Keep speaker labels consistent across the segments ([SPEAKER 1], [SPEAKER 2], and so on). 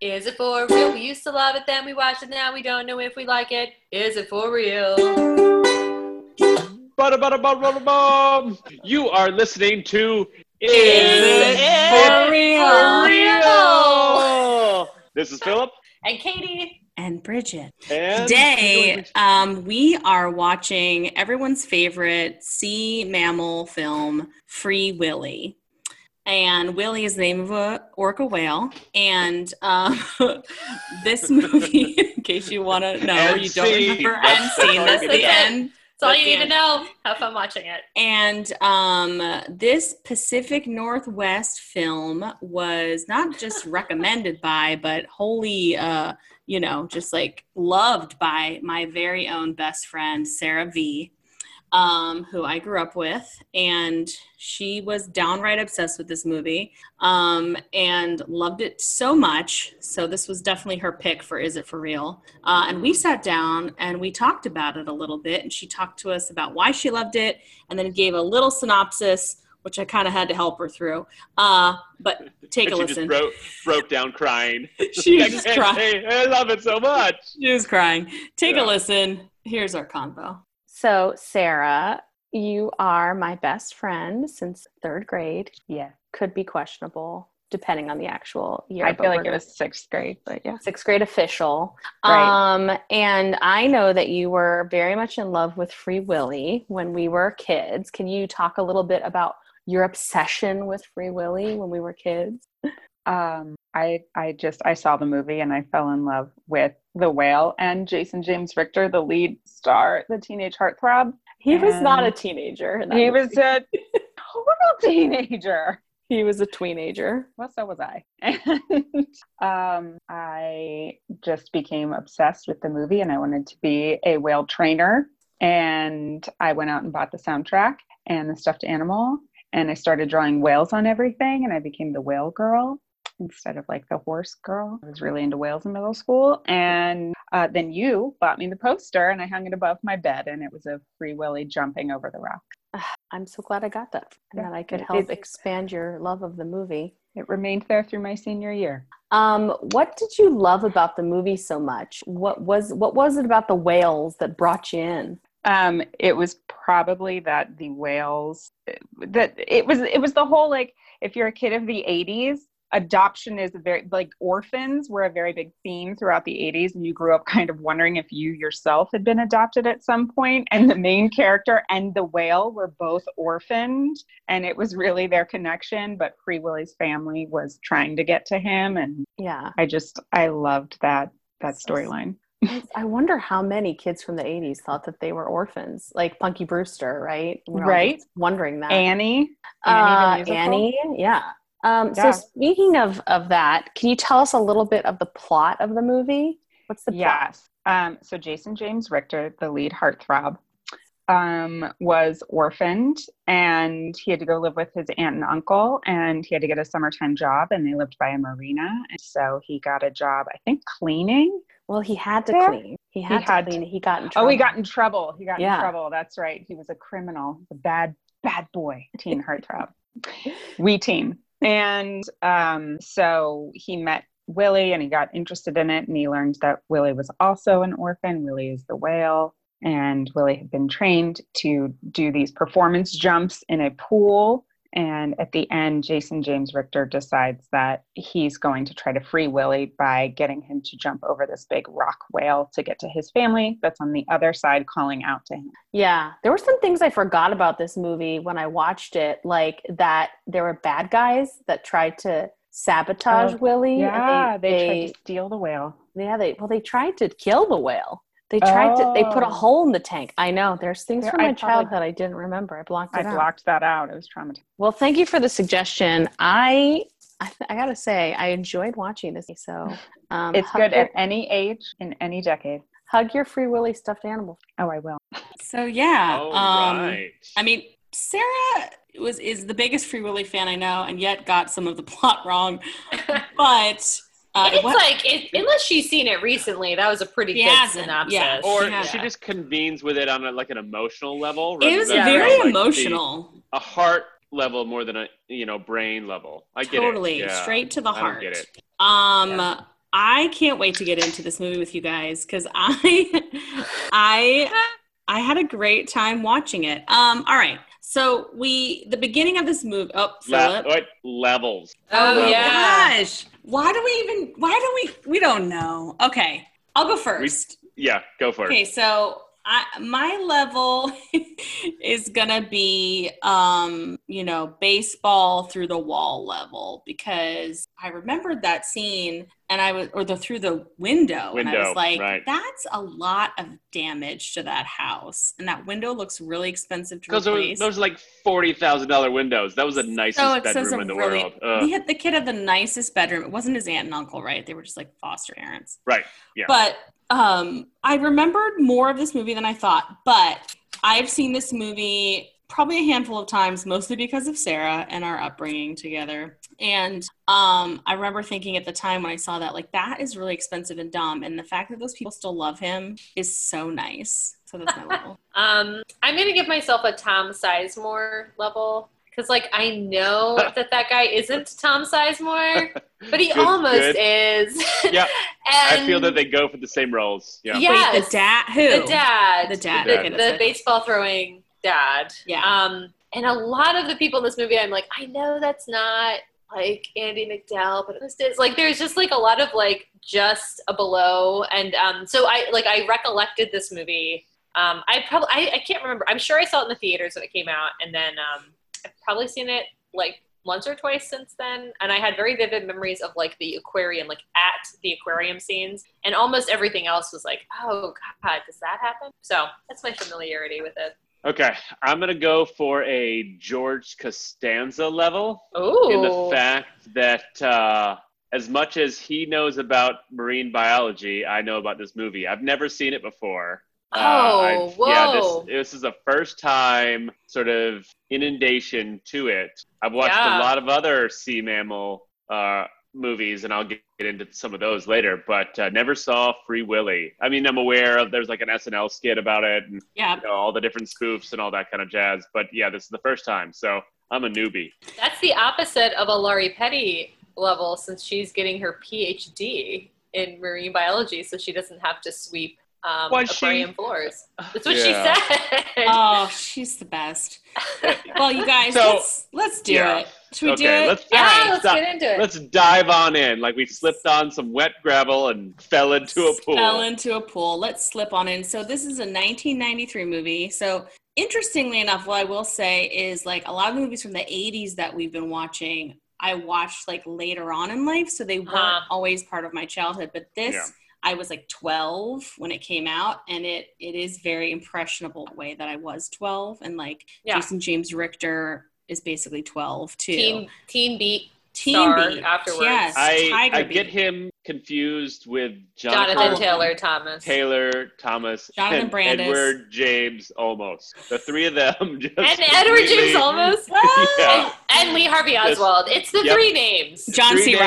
[SPEAKER 1] Is it for real? We used to love it, then we watched it, now we don't know if we like it. Is it for real?
[SPEAKER 2] Bada bada bada bada bum. You are listening to Is,
[SPEAKER 1] Is
[SPEAKER 2] It
[SPEAKER 1] It
[SPEAKER 2] For
[SPEAKER 1] For
[SPEAKER 2] Real? This is Philip
[SPEAKER 1] And Katie,
[SPEAKER 3] and Bridget.
[SPEAKER 2] and
[SPEAKER 3] Today, um, we are watching everyone's favorite sea mammal film, Free Willy. And Willy is the name of a orca whale. And um, this movie, in case you want to know, or
[SPEAKER 2] And
[SPEAKER 3] you don't
[SPEAKER 2] scene.
[SPEAKER 3] remember,
[SPEAKER 2] That's
[SPEAKER 3] and
[SPEAKER 2] the
[SPEAKER 3] seen that's
[SPEAKER 1] target.
[SPEAKER 3] the end.
[SPEAKER 1] it's all
[SPEAKER 3] That's
[SPEAKER 1] you
[SPEAKER 3] the
[SPEAKER 1] need to
[SPEAKER 3] end.
[SPEAKER 1] know. Have fun watching it.
[SPEAKER 3] And um, this Pacific Northwest film was not just recommended by, but wholly, uh, you know, just like loved by my very own best friend, Sarah V, um, who I grew up with. And she was downright obsessed with this movie um, and loved it so much. So this was definitely her pick for Is It For Real? Uh, and we sat down and we talked about it a little bit. And she talked to us about why she loved it and then gave a little synopsis, which I kind of had to help her through. Uh, but take
[SPEAKER 2] And
[SPEAKER 3] a
[SPEAKER 2] she
[SPEAKER 3] listen.
[SPEAKER 2] just broke, broke down crying.
[SPEAKER 3] she was just
[SPEAKER 2] I, can't-
[SPEAKER 3] crying.
[SPEAKER 2] I love it so much.
[SPEAKER 3] She was crying. Take
[SPEAKER 2] Yeah.
[SPEAKER 3] a listen. Here's our convo.
[SPEAKER 4] So, Sarah, you are my best friend since third grade. Yeah. Could be questionable depending on the actual year.
[SPEAKER 5] I
[SPEAKER 4] but
[SPEAKER 5] feel like
[SPEAKER 4] we're
[SPEAKER 5] it was sixth grade, but yeah.
[SPEAKER 4] sixth grade official.
[SPEAKER 5] Right.
[SPEAKER 4] Um, and I know that you were very much in love with Free Willy when we were kids. Can you talk a little bit about your obsession with Free Willy when we were kids?
[SPEAKER 5] Um, I I just I saw the movie and I fell in love with the whale and Jason James Richter, the lead star, the teenage heartthrob.
[SPEAKER 4] He was not a
[SPEAKER 5] Um,
[SPEAKER 4] teenager. in that
[SPEAKER 5] He
[SPEAKER 4] movie.
[SPEAKER 5] was a total teenager.
[SPEAKER 4] he was a teenager.
[SPEAKER 5] Well, so was I. And um, I just became obsessed with the movie and I wanted to be a whale trainer. And I went out and bought the soundtrack and the stuffed animal. And I started drawing whales on everything. And I became the whale girl instead of like the horse girl. I was really into whales in middle school. And uh, then you bought me the poster and I hung it above my bed. And it was a free willy jumping over the rock.
[SPEAKER 4] I'm so glad I got that and
[SPEAKER 5] Yeah,
[SPEAKER 4] that I could
[SPEAKER 5] it-
[SPEAKER 4] help
[SPEAKER 5] it's-
[SPEAKER 4] expand your love of the movie.
[SPEAKER 5] It remained there through my senior year.
[SPEAKER 4] Um, what did you love about the movie so much? What was what was it about the whales that brought you in?
[SPEAKER 5] um it was probably that the whales that it was it was the whole like if you're a kid of the 80s adoption is a very like orphans were a very big theme throughout the 80s and you grew up kind of wondering if you yourself had been adopted at some point and the main character and the whale were both orphaned and it was really their connection but free willy's family was trying to get to him and
[SPEAKER 4] Yeah,
[SPEAKER 5] i just i loved that that
[SPEAKER 4] So s-
[SPEAKER 5] storyline
[SPEAKER 4] I- I wonder how many kids from the '80s thought that they were orphans, like Punky Brewster, right? all
[SPEAKER 5] Right.
[SPEAKER 4] just Wondering that.
[SPEAKER 5] annie
[SPEAKER 4] Uh,
[SPEAKER 5] Annie the musical?
[SPEAKER 4] Annie, yeah. Um,
[SPEAKER 5] Yeah.
[SPEAKER 4] So speaking of of that, can you tell us a little bit of the plot of the movie? What's the plot?
[SPEAKER 5] yes. Um, so Jason James Richter, the lead heartthrob, um, was orphaned and he had to go live with his aunt and uncle and he had to get a summertime job and they lived by a marina. And so he got a job, I think, cleaning.
[SPEAKER 4] Well, he had to
[SPEAKER 5] There?
[SPEAKER 4] clean. He had to
[SPEAKER 5] had
[SPEAKER 4] clean.
[SPEAKER 5] to-
[SPEAKER 4] He got in
[SPEAKER 5] Oh,
[SPEAKER 4] trouble.
[SPEAKER 5] he got in trouble. He got
[SPEAKER 4] Yeah.
[SPEAKER 5] in trouble. That's right. He was a criminal, a bad, bad boy, teen heartthrob. we teen. And um, so he met Willie and he got interested in it. And he learned that Willie was also an orphan. Willie is the whale. And Willie had been trained to do these performance jumps in a pool. And at the end, Jason James Richter decides that he's going to try to free Willie by getting him to jump over this big rock whale to get to his family that's on the other side calling out to him.
[SPEAKER 4] Yeah, there were some things I forgot about this movie when I watched it, like that there were bad guys that tried to sabotage
[SPEAKER 5] Oh,
[SPEAKER 4] Willie. and
[SPEAKER 5] Yeah, they, tried to steal the whale.
[SPEAKER 4] they- yeah, they well, they tried to kill the whale. They tried to. They put a
[SPEAKER 5] Oh.
[SPEAKER 4] hole in the tank. I know. There's things
[SPEAKER 5] There-
[SPEAKER 4] from my
[SPEAKER 5] I probably-
[SPEAKER 4] childhood I didn't remember. I blocked
[SPEAKER 5] I
[SPEAKER 4] it out.
[SPEAKER 5] blocked that out. It was traumatizing.
[SPEAKER 4] Well, thank you for the suggestion. I I, th- I gotta say I enjoyed watching this. So um,
[SPEAKER 5] It's
[SPEAKER 4] hug
[SPEAKER 5] good
[SPEAKER 4] Your,
[SPEAKER 5] at any age, in any decade.
[SPEAKER 4] hug your free Willy stuffed animal.
[SPEAKER 5] Oh, I will.
[SPEAKER 3] So yeah,
[SPEAKER 2] All
[SPEAKER 3] um,
[SPEAKER 2] right.
[SPEAKER 3] I mean, Sarah was is the biggest Free Willy fan I know, and yet got some of the plot wrong. But uh,
[SPEAKER 1] it's
[SPEAKER 3] what-
[SPEAKER 1] like, it, unless she's seen it recently, that was a pretty
[SPEAKER 3] She
[SPEAKER 1] good
[SPEAKER 3] hasn't,
[SPEAKER 1] synopsis.
[SPEAKER 3] yeah.
[SPEAKER 2] or
[SPEAKER 3] Yeah.
[SPEAKER 2] she just convenes with it on a, like an emotional level. rather
[SPEAKER 3] it was
[SPEAKER 2] than,
[SPEAKER 3] very
[SPEAKER 2] like, the-
[SPEAKER 3] emotional.
[SPEAKER 2] a heart level more than a you know brain level. I get
[SPEAKER 3] Totally
[SPEAKER 2] it. Yeah.
[SPEAKER 3] straight to the
[SPEAKER 2] I don't
[SPEAKER 3] heart.
[SPEAKER 2] get it.
[SPEAKER 3] Um, I can't wait to get into this movie with you guys because I, I, I had a great time watching it. Um, all right, so we the beginning of this movie. Oh,
[SPEAKER 2] Le-
[SPEAKER 3] Philip.
[SPEAKER 2] what levels?
[SPEAKER 1] Oh,
[SPEAKER 2] Oh,
[SPEAKER 1] yeah.
[SPEAKER 3] Gosh, why do we even? Why do we? We don't know. Okay, I'll go first.
[SPEAKER 2] Yeah, go for it.
[SPEAKER 3] Okay, so I, my level is gonna be, um, you know, baseball through the wall level because I remembered that scene and I was, or the through the window, and I
[SPEAKER 2] Window,
[SPEAKER 3] was like,
[SPEAKER 2] right.
[SPEAKER 3] that's a lot of damage to that house, and that window looks really expensive to
[SPEAKER 2] Those are
[SPEAKER 3] replace.
[SPEAKER 2] those are like forty thousand dollar windows. That was the nicest
[SPEAKER 3] so expensive,
[SPEAKER 2] bedroom in the
[SPEAKER 3] really.
[SPEAKER 2] world. Uh,
[SPEAKER 3] we had the kid had the nicest bedroom. It wasn't his aunt and uncle, right? They were just like foster parents.
[SPEAKER 2] Right, yeah.
[SPEAKER 3] But um, I remembered more of this movie than I thought. But I've seen this movie probably a handful of times, mostly because of Sarah and our upbringing together. And um, I remember thinking at the time when I saw that, like, that is really expensive and dumb. And the fact that those people still love him is so nice. So that's my level.
[SPEAKER 1] Um, I'm gonna give myself a Tom Sizemore level because, like, I know that that guy isn't Tom Sizemore, but he
[SPEAKER 2] Good,
[SPEAKER 1] almost
[SPEAKER 2] good.
[SPEAKER 1] is.
[SPEAKER 2] Yeah,
[SPEAKER 1] and
[SPEAKER 2] I feel that they go for the same roles. Yeah.
[SPEAKER 1] Yes.
[SPEAKER 3] Wait, the dad? Who?
[SPEAKER 1] the dad,
[SPEAKER 3] The dad.
[SPEAKER 2] The
[SPEAKER 1] the,
[SPEAKER 2] dad.
[SPEAKER 3] Okay, that's
[SPEAKER 1] the
[SPEAKER 3] it.
[SPEAKER 1] baseball throwing dad.
[SPEAKER 3] Yeah.
[SPEAKER 1] Um, and a lot of the people in this movie, I'm like, I know that's not like Andy McDowell, but this is like there's just like a lot of like just a below, and um, so I like I recollected this movie. Um, I probably I, I can't remember. I'm sure I saw it in the theaters when it came out, and then um, I've probably seen it like once or twice since then and i had very vivid memories of like the aquarium like at the aquarium scenes and almost everything else was like oh god does that happen so that's my familiarity with it
[SPEAKER 2] Okay, I'm gonna go for a George Costanza level
[SPEAKER 1] oh
[SPEAKER 2] in the fact that uh, as much as he knows about marine biology, I know about this movie. I've never seen it before.
[SPEAKER 1] oh
[SPEAKER 2] uh, I-
[SPEAKER 1] whoa
[SPEAKER 2] Yeah, this, this is the first time sort of inundation to it. I've watched
[SPEAKER 1] Yeah.
[SPEAKER 2] a lot of other sea mammal uh, movies, and I'll get into some of those later. But uh, never saw Free Willy. I mean, I'm aware of there's like an SNL skit about it, and
[SPEAKER 3] Yeah.
[SPEAKER 2] you know, all the different spoofs and all that kind of jazz. But yeah, this is the first time, so I'm a newbie.
[SPEAKER 1] that's the opposite of a laurie petty level since she's getting her phd in marine biology so she doesn't have to sweep um,
[SPEAKER 2] Was she-
[SPEAKER 1] aquarium floors that's what
[SPEAKER 2] Yeah. Uh,
[SPEAKER 1] she said
[SPEAKER 3] Oh, she's the best. Well, you guys,
[SPEAKER 2] So-
[SPEAKER 3] let's let's do
[SPEAKER 2] Yeah.
[SPEAKER 3] it. Should we do
[SPEAKER 2] Okay,
[SPEAKER 3] it?
[SPEAKER 2] let's-
[SPEAKER 1] yeah
[SPEAKER 2] All right,
[SPEAKER 1] Ah, let's
[SPEAKER 2] stop.
[SPEAKER 1] get into it
[SPEAKER 2] Let's dive on in. Like we slipped on some wet gravel and fell into a pool.
[SPEAKER 3] Fell into a pool. Let's slip on in. So this is a 1993 movie. So interestingly enough, what I will say is like a lot of the movies from the 80s that we've been watching, I watched like later on in life, so they weren't
[SPEAKER 1] Uh-huh.
[SPEAKER 3] always part of my childhood. But this.
[SPEAKER 2] Yeah.
[SPEAKER 3] I was like 12 when it came out, and it it is very impressionable the way that I was 12, and like
[SPEAKER 1] Yeah.
[SPEAKER 3] Jason James Richter is basically 12 too.
[SPEAKER 1] teen, teen beat
[SPEAKER 3] Team
[SPEAKER 1] star
[SPEAKER 3] Beat
[SPEAKER 1] afterwards.
[SPEAKER 3] Yes,
[SPEAKER 2] I,
[SPEAKER 3] Tiger
[SPEAKER 2] I get
[SPEAKER 3] Beat.
[SPEAKER 2] him confused with
[SPEAKER 1] Jonathan
[SPEAKER 2] Jonathan
[SPEAKER 1] Taylor Thomas.
[SPEAKER 2] Taylor, Thomas,
[SPEAKER 3] Jonathan
[SPEAKER 2] and
[SPEAKER 3] Brandis.
[SPEAKER 2] Edward James almost. The three of them just
[SPEAKER 1] And Edward James
[SPEAKER 2] completely-
[SPEAKER 1] almost.
[SPEAKER 2] Yeah.
[SPEAKER 1] And Lee Harvey Oswald. It's the
[SPEAKER 2] Yep.
[SPEAKER 1] three names.
[SPEAKER 3] John
[SPEAKER 2] Three
[SPEAKER 3] C.
[SPEAKER 2] names.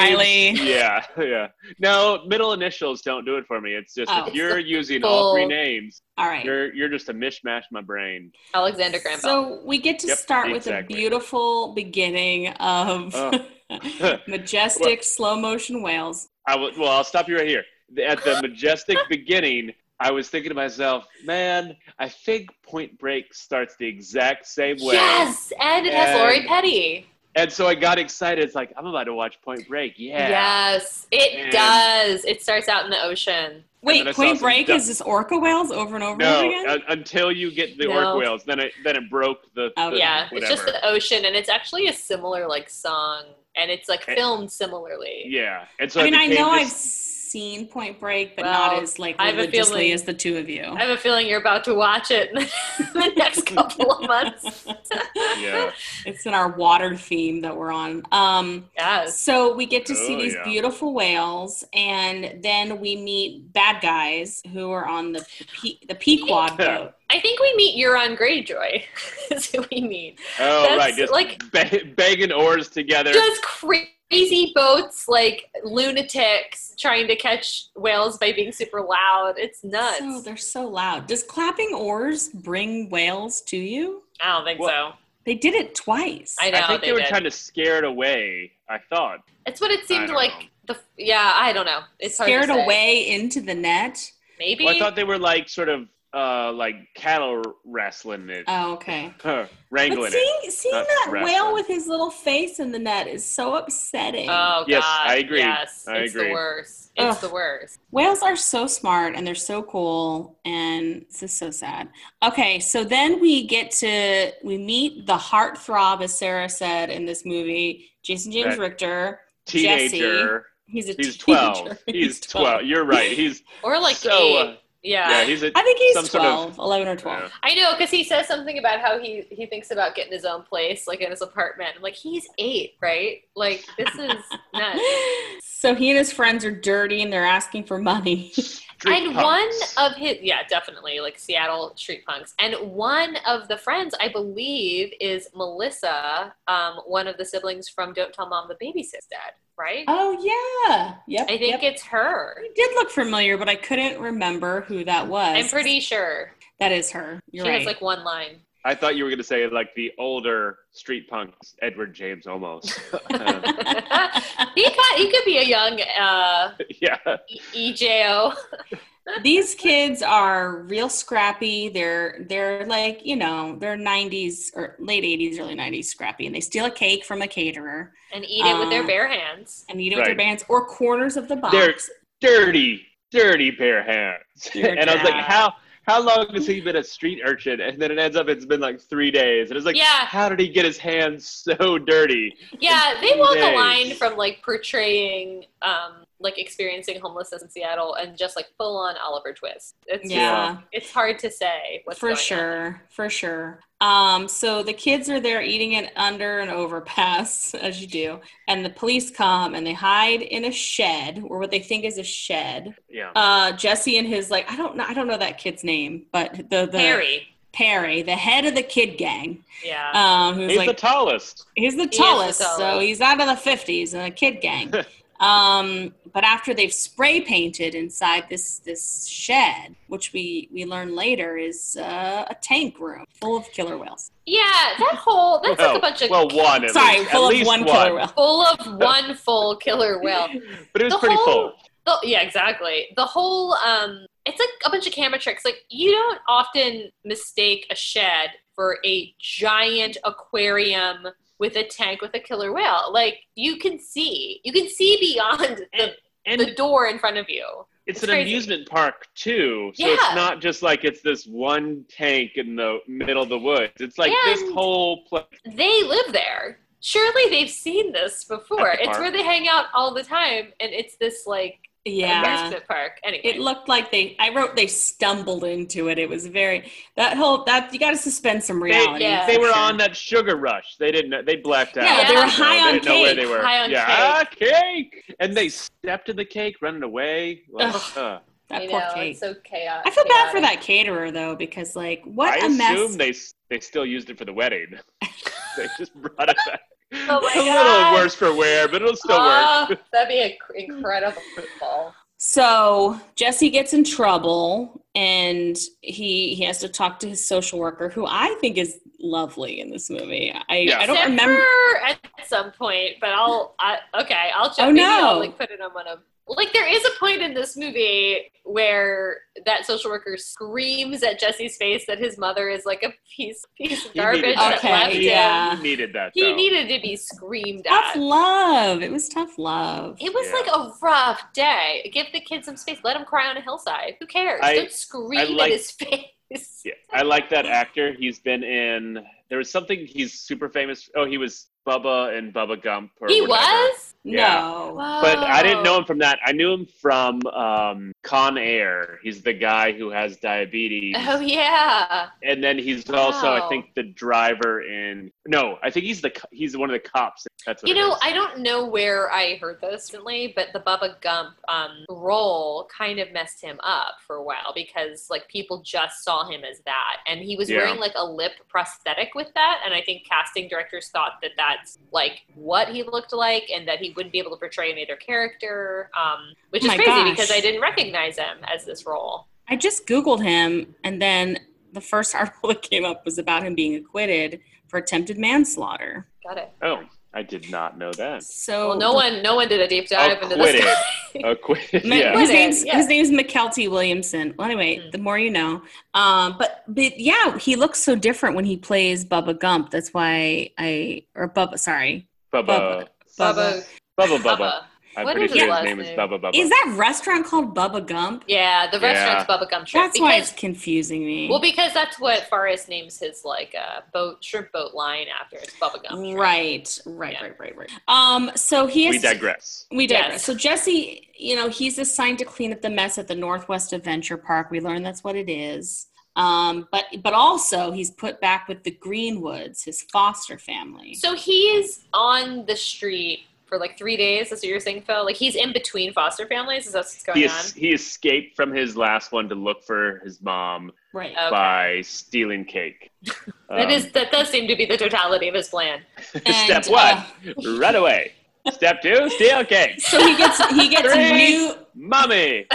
[SPEAKER 3] Riley.
[SPEAKER 2] Yeah, yeah. No, middle initials don't do it for me. It's just
[SPEAKER 3] Oh.
[SPEAKER 2] if you're using all three
[SPEAKER 1] full-
[SPEAKER 2] names,
[SPEAKER 3] All right.
[SPEAKER 2] you're you're just a mishmash in my brain.
[SPEAKER 1] Alexander Graham Bell.
[SPEAKER 3] So we get to
[SPEAKER 2] Yep,
[SPEAKER 3] start
[SPEAKER 2] exactly.
[SPEAKER 3] with a beautiful beginning of
[SPEAKER 2] Oh.
[SPEAKER 3] majestic
[SPEAKER 2] Well-
[SPEAKER 3] slow motion whales.
[SPEAKER 2] I will, well, I'll stop you right here. At the majestic beginning, I was thinking to myself, man, I think Point Break starts the exact same way.
[SPEAKER 1] yes, and it has
[SPEAKER 2] and-
[SPEAKER 1] Lori Petty.
[SPEAKER 2] And so I got excited. It's like, I'm about to watch Point Break. Yeah.
[SPEAKER 1] Yes, it
[SPEAKER 2] And-
[SPEAKER 1] does. It starts out in the ocean.
[SPEAKER 2] then I
[SPEAKER 3] Wait,
[SPEAKER 2] saw
[SPEAKER 3] Point
[SPEAKER 2] some
[SPEAKER 3] Break
[SPEAKER 2] duck-
[SPEAKER 3] is just orca whales over and over and over
[SPEAKER 2] No,
[SPEAKER 3] again?
[SPEAKER 2] un- until you get the
[SPEAKER 1] No.
[SPEAKER 2] orc whales, then it then it broke the.
[SPEAKER 3] Oh,
[SPEAKER 2] the
[SPEAKER 1] yeah,
[SPEAKER 2] whatever.
[SPEAKER 1] it's just the ocean, and it's actually a similar like song, and it's like
[SPEAKER 2] And-
[SPEAKER 1] filmed similarly.
[SPEAKER 2] yeah, and so
[SPEAKER 3] I
[SPEAKER 2] it
[SPEAKER 3] mean, I
[SPEAKER 2] became
[SPEAKER 3] know I've
[SPEAKER 2] this-
[SPEAKER 3] seen Point Break, but
[SPEAKER 1] Well,
[SPEAKER 3] not as like
[SPEAKER 1] I have a
[SPEAKER 3] religiously
[SPEAKER 1] feeling-
[SPEAKER 3] as the two of you.
[SPEAKER 1] I have a feeling you're about to watch it in the next couple of months.
[SPEAKER 2] Yeah,
[SPEAKER 3] it's in our water theme that we're on. Um,
[SPEAKER 1] Yes.
[SPEAKER 3] So we get to see
[SPEAKER 2] Oh,
[SPEAKER 3] these
[SPEAKER 2] yeah.
[SPEAKER 3] beautiful whales, and then we meet bad guys who are on the pe- the Pequod boat.
[SPEAKER 1] I think we meet Euron Greyjoy. is who we meet.
[SPEAKER 2] Oh
[SPEAKER 1] That's
[SPEAKER 2] right, just
[SPEAKER 1] like-
[SPEAKER 2] ba- banging oars together.
[SPEAKER 1] Just crazy boats, like lunatics trying to catch whales by being super loud. It's nuts.
[SPEAKER 3] So they're so loud. Does clapping oars bring whales to you?
[SPEAKER 1] I don't think so.
[SPEAKER 3] They did it twice.
[SPEAKER 1] I
[SPEAKER 2] I
[SPEAKER 1] know
[SPEAKER 2] think
[SPEAKER 1] they,
[SPEAKER 2] they were
[SPEAKER 1] did.
[SPEAKER 2] trying to scare it away. I thought.
[SPEAKER 1] That's what it
[SPEAKER 2] I
[SPEAKER 1] seemed
[SPEAKER 2] don't
[SPEAKER 1] like
[SPEAKER 2] know.
[SPEAKER 1] The, yeah, I don't know. It's hard to
[SPEAKER 3] scared
[SPEAKER 1] say.
[SPEAKER 3] away into the net.
[SPEAKER 1] Maybe.
[SPEAKER 2] Well, I thought they were like sort of uh, like cattle wrestling it,
[SPEAKER 1] Uh,
[SPEAKER 3] Oh, okay.
[SPEAKER 2] wrangling
[SPEAKER 3] But
[SPEAKER 2] it.
[SPEAKER 3] seeing seeing
[SPEAKER 2] not
[SPEAKER 3] that
[SPEAKER 2] wrestling.
[SPEAKER 3] whale with his little face in the net is so upsetting.
[SPEAKER 1] Oh
[SPEAKER 2] Yes,
[SPEAKER 1] God!
[SPEAKER 2] I agree.
[SPEAKER 1] Yes,
[SPEAKER 2] I
[SPEAKER 1] it's
[SPEAKER 2] agree.
[SPEAKER 1] the worst. It's
[SPEAKER 3] Ugh.
[SPEAKER 1] the worst.
[SPEAKER 3] Whales are so smart and they're so cool, and this is so sad. Okay, so then we get to we meet the heartthrob, as Sarah said in this movie, Jason James
[SPEAKER 2] Right.
[SPEAKER 3] Richter.
[SPEAKER 2] Teenager.
[SPEAKER 3] He's a
[SPEAKER 2] He's
[SPEAKER 3] teenager.
[SPEAKER 2] 12. He's 12. You're right. He's
[SPEAKER 1] Or like
[SPEAKER 2] so.
[SPEAKER 1] eight.
[SPEAKER 2] uh,
[SPEAKER 1] yeah.
[SPEAKER 2] yeah, he's a.
[SPEAKER 3] I think
[SPEAKER 2] Some
[SPEAKER 3] he's
[SPEAKER 2] sort of-
[SPEAKER 3] 12, 11 or 12.
[SPEAKER 2] yeah.
[SPEAKER 1] I know because he says something about how he he thinks about getting his own place, like in his apartment. I'm like, he's eight, right? Like this is nuts.
[SPEAKER 3] so he and his friends are dirty and they're asking for money.
[SPEAKER 2] street
[SPEAKER 1] and
[SPEAKER 2] punks.
[SPEAKER 1] one of his yeah definitely like seattle street punks and one of the friends i believe is melissa um, one of the siblings from don't tell mom the babysits dead right
[SPEAKER 3] Oh yeah. Yep.
[SPEAKER 1] i think
[SPEAKER 3] yep.
[SPEAKER 1] it's her
[SPEAKER 3] It did look familiar, but I couldn't remember who that was.
[SPEAKER 1] i'm pretty sure
[SPEAKER 3] that is her. You're
[SPEAKER 1] she
[SPEAKER 3] right.
[SPEAKER 1] has like one line
[SPEAKER 2] I thought you were going to say like the older street punks, Edward James almost. Uh,
[SPEAKER 1] he, could, he could be a young uh,
[SPEAKER 2] yeah.
[SPEAKER 1] E- ejo
[SPEAKER 3] These kids are real scrappy. They're they're like, you know, they're 90s or late 80s, early 90s scrappy and they steal a cake from a caterer
[SPEAKER 1] and eat it with their
[SPEAKER 3] Uh,
[SPEAKER 1] bare hands
[SPEAKER 3] and eat it with their
[SPEAKER 2] Right.
[SPEAKER 3] bands or corners of the box.
[SPEAKER 2] They're- Dirty, dirty bare hands.
[SPEAKER 3] Dear
[SPEAKER 2] and I was like,
[SPEAKER 3] God.
[SPEAKER 2] how how long has he been a street urchin? And then it ends up it's been like three days. And it's like,
[SPEAKER 1] Yeah.
[SPEAKER 2] how did he get his hands so dirty?
[SPEAKER 1] Yeah,
[SPEAKER 2] in
[SPEAKER 1] they
[SPEAKER 2] three
[SPEAKER 1] walk a
[SPEAKER 2] days.
[SPEAKER 1] line from like portraying, um, like experiencing homelessness in Seattle, and just like full on Oliver Twist. It's
[SPEAKER 3] yeah.
[SPEAKER 1] yeah, it's hard to say what's
[SPEAKER 3] for
[SPEAKER 1] going on.
[SPEAKER 3] sure, for sure. Um, so the kids are there eating it under an overpass, as you do, and the police come and they hide in a shed or what they think is a shed.
[SPEAKER 2] Yeah.
[SPEAKER 3] Uh, Jesse and his like I don't know I don't know that kid's name, but the the
[SPEAKER 1] Harry,
[SPEAKER 3] Perry, the head of the kid gang,
[SPEAKER 1] yeah,
[SPEAKER 3] um, who's
[SPEAKER 2] He's
[SPEAKER 3] like
[SPEAKER 2] the tallest.
[SPEAKER 3] he's the
[SPEAKER 1] the
[SPEAKER 3] tallest, so
[SPEAKER 1] tallest.
[SPEAKER 3] he's out of the fifties and a kid gang. um, but after they've spray painted inside this this shed, which we we learn later is uh, a tank room full of killer whales.
[SPEAKER 1] yeah. That whole that's
[SPEAKER 2] well,
[SPEAKER 1] like a bunch of
[SPEAKER 2] Oh, well, one. At
[SPEAKER 3] Sorry,
[SPEAKER 2] least,
[SPEAKER 3] full
[SPEAKER 2] at
[SPEAKER 3] of
[SPEAKER 2] least
[SPEAKER 3] one, killer whale.
[SPEAKER 1] full of one full killer whale.
[SPEAKER 2] But it was
[SPEAKER 1] The
[SPEAKER 2] pretty
[SPEAKER 1] whole-
[SPEAKER 2] full.
[SPEAKER 1] The, Oh, yeah, exactly. The whole um, it's like a bunch of camera tricks. Like you don't often mistake a shed for a giant aquarium with a tank with a killer whale. Like you can see, you can see beyond the,
[SPEAKER 2] And
[SPEAKER 1] the door in front of you.
[SPEAKER 2] it's,
[SPEAKER 1] It's
[SPEAKER 2] an
[SPEAKER 1] crazy.
[SPEAKER 2] amusement park too, so
[SPEAKER 1] Yeah.
[SPEAKER 2] it's not just like it's this one tank in the middle of the woods. It's like this
[SPEAKER 1] And-
[SPEAKER 2] whole place.
[SPEAKER 1] They live there. Surely they've seen this before.
[SPEAKER 2] At the
[SPEAKER 1] It's
[SPEAKER 2] park.
[SPEAKER 1] where they hang out all the time, and it's this like
[SPEAKER 3] Yeah.
[SPEAKER 1] amusement park. Anyway,
[SPEAKER 3] It looked like they. I wrote they stumbled into it. It was very that whole that you got to suspend some reality.
[SPEAKER 1] yeah.
[SPEAKER 2] They
[SPEAKER 3] for
[SPEAKER 2] were
[SPEAKER 3] sure.
[SPEAKER 2] on that sugar rush. They didn't. know- They blacked out.
[SPEAKER 3] Yeah,
[SPEAKER 1] they were
[SPEAKER 2] You know,
[SPEAKER 3] high on
[SPEAKER 2] they didn't Know where
[SPEAKER 3] cake.
[SPEAKER 2] they were.
[SPEAKER 1] High on
[SPEAKER 2] yeah, "Ah, cake. And they stepped in the cake, running away. Like,
[SPEAKER 3] Ugh.
[SPEAKER 2] uh,
[SPEAKER 3] that
[SPEAKER 1] I
[SPEAKER 3] poor
[SPEAKER 1] know,
[SPEAKER 3] cake.
[SPEAKER 1] It's so chaotic.
[SPEAKER 3] I feel bad for
[SPEAKER 1] chaotic.
[SPEAKER 3] that caterer though, because like what
[SPEAKER 2] I
[SPEAKER 3] a mess.
[SPEAKER 2] assume they they still used it for the wedding. they just brought it back.
[SPEAKER 1] Oh my
[SPEAKER 2] a
[SPEAKER 1] God.
[SPEAKER 2] little worse for wear, but it'll still work.
[SPEAKER 1] Oh, that'd be a cr- incredible. football.
[SPEAKER 3] So Jesse gets in trouble and he he has to talk to his social worker, who I think is lovely in this movie. I,
[SPEAKER 2] Yeah.
[SPEAKER 3] I don't
[SPEAKER 1] Except
[SPEAKER 3] remember
[SPEAKER 1] for at some point, but I'll. I, okay, I'll. Check,
[SPEAKER 3] Oh,
[SPEAKER 1] maybe I'll
[SPEAKER 3] no.
[SPEAKER 1] like put it on one of. Like there is a point in this movie where that social worker screams at Jesse's face that his mother is like a piece piece of
[SPEAKER 2] He needed
[SPEAKER 1] garbage
[SPEAKER 2] that.
[SPEAKER 1] that
[SPEAKER 3] Okay,
[SPEAKER 1] left
[SPEAKER 2] he,
[SPEAKER 1] him.
[SPEAKER 3] yeah.
[SPEAKER 2] he needed that.
[SPEAKER 1] Oh, He
[SPEAKER 2] though.
[SPEAKER 1] needed to be screamed
[SPEAKER 3] tough
[SPEAKER 1] at.
[SPEAKER 3] love. It was tough love.
[SPEAKER 1] It was
[SPEAKER 2] Yeah.
[SPEAKER 1] like a rough day. Give the kid some space. Let him cry on a hillside. Who cares?
[SPEAKER 2] I-
[SPEAKER 1] Don't scream
[SPEAKER 2] like-
[SPEAKER 1] at his face.
[SPEAKER 2] Yeah, I like that actor. He's been in. There was something he's super famous. Oh, he was Bubba and Bubba Gump. Or
[SPEAKER 1] He
[SPEAKER 2] whatever.
[SPEAKER 1] was.
[SPEAKER 3] No.
[SPEAKER 2] But I didn't know
[SPEAKER 1] Whoa.
[SPEAKER 2] him from that. I knew him from um, Con Air. He's the guy who has diabetes,
[SPEAKER 1] Oh yeah.
[SPEAKER 2] and then he's also, I
[SPEAKER 1] Wow.
[SPEAKER 2] think, the driver in. No, I think he's the co- he's one of the cops. That's what
[SPEAKER 1] You
[SPEAKER 2] it
[SPEAKER 1] know,
[SPEAKER 2] is.
[SPEAKER 1] I don't know where I heard this recently, but the Bubba Gump um, role kind of messed him up for a while because like people just saw him as that, and he was
[SPEAKER 2] Yeah.
[SPEAKER 1] wearing like a lip prosthetic with that, and I think casting directors thought that that's like what he looked like, and that he wouldn't be able to portray any other character, um, which is
[SPEAKER 3] Oh My
[SPEAKER 1] crazy
[SPEAKER 3] gosh.
[SPEAKER 1] because I didn't recognize him as this role.
[SPEAKER 3] I just Googled him and then the first article that came up was about him being acquitted for attempted manslaughter.
[SPEAKER 1] Got it.
[SPEAKER 2] Oh, I did not know that.
[SPEAKER 3] So
[SPEAKER 1] Well, no one, no one did a deep dive into
[SPEAKER 2] quit
[SPEAKER 1] this.
[SPEAKER 2] it.
[SPEAKER 1] guy.
[SPEAKER 2] Oh, quit.
[SPEAKER 3] Ma-
[SPEAKER 2] yeah.
[SPEAKER 3] His name's
[SPEAKER 1] Yeah.
[SPEAKER 3] his name's McKelty Williamson. Well, anyway,
[SPEAKER 1] Mm.
[SPEAKER 3] the more you know. Um, but but yeah, he looks so different when he plays Bubba Gump. That's why I or Bubba. Sorry,
[SPEAKER 2] Bubba.
[SPEAKER 1] Bubba.
[SPEAKER 2] Bubba Bubba.
[SPEAKER 1] Bubba.
[SPEAKER 2] I'm
[SPEAKER 1] What
[SPEAKER 2] pretty
[SPEAKER 1] is his
[SPEAKER 2] sure his
[SPEAKER 1] last
[SPEAKER 2] name is
[SPEAKER 1] name?
[SPEAKER 2] Bubba Bubba.
[SPEAKER 3] is that restaurant called Bubba Gump?
[SPEAKER 1] Yeah, the
[SPEAKER 2] Yeah.
[SPEAKER 1] restaurant's Bubba Gump Shrimp.
[SPEAKER 3] That's why
[SPEAKER 1] because-
[SPEAKER 3] it's confusing me.
[SPEAKER 1] Well, because that's what Forrest names his like uh, boat shrimp boat line after. It's Bubba Gump. Shrimp.
[SPEAKER 3] right, right,
[SPEAKER 1] Yeah.
[SPEAKER 3] right, right, right. Um, so he has
[SPEAKER 2] We digress.
[SPEAKER 3] We did.
[SPEAKER 1] Yes.
[SPEAKER 3] So Jesse, you know, he's assigned to clean up the mess at the Northwest Adventure Park. We learn that's what it is. Um, but but also he's put back with the Greenwoods, his foster family.
[SPEAKER 1] So he's on the street for like three days. That's what you're saying, Phil. Like he's in between foster families. Is that what's going
[SPEAKER 2] He,
[SPEAKER 1] on?
[SPEAKER 2] es- he escaped from his last one to look for his mom
[SPEAKER 3] right.
[SPEAKER 1] Okay.
[SPEAKER 2] by stealing cake.
[SPEAKER 1] That is that does seem to be the totality of his plan.
[SPEAKER 3] And,
[SPEAKER 2] step
[SPEAKER 3] uh,
[SPEAKER 2] one, run away. Step two, steal cake.
[SPEAKER 3] so he gets he gets
[SPEAKER 2] Three.
[SPEAKER 3] new
[SPEAKER 2] Mommy.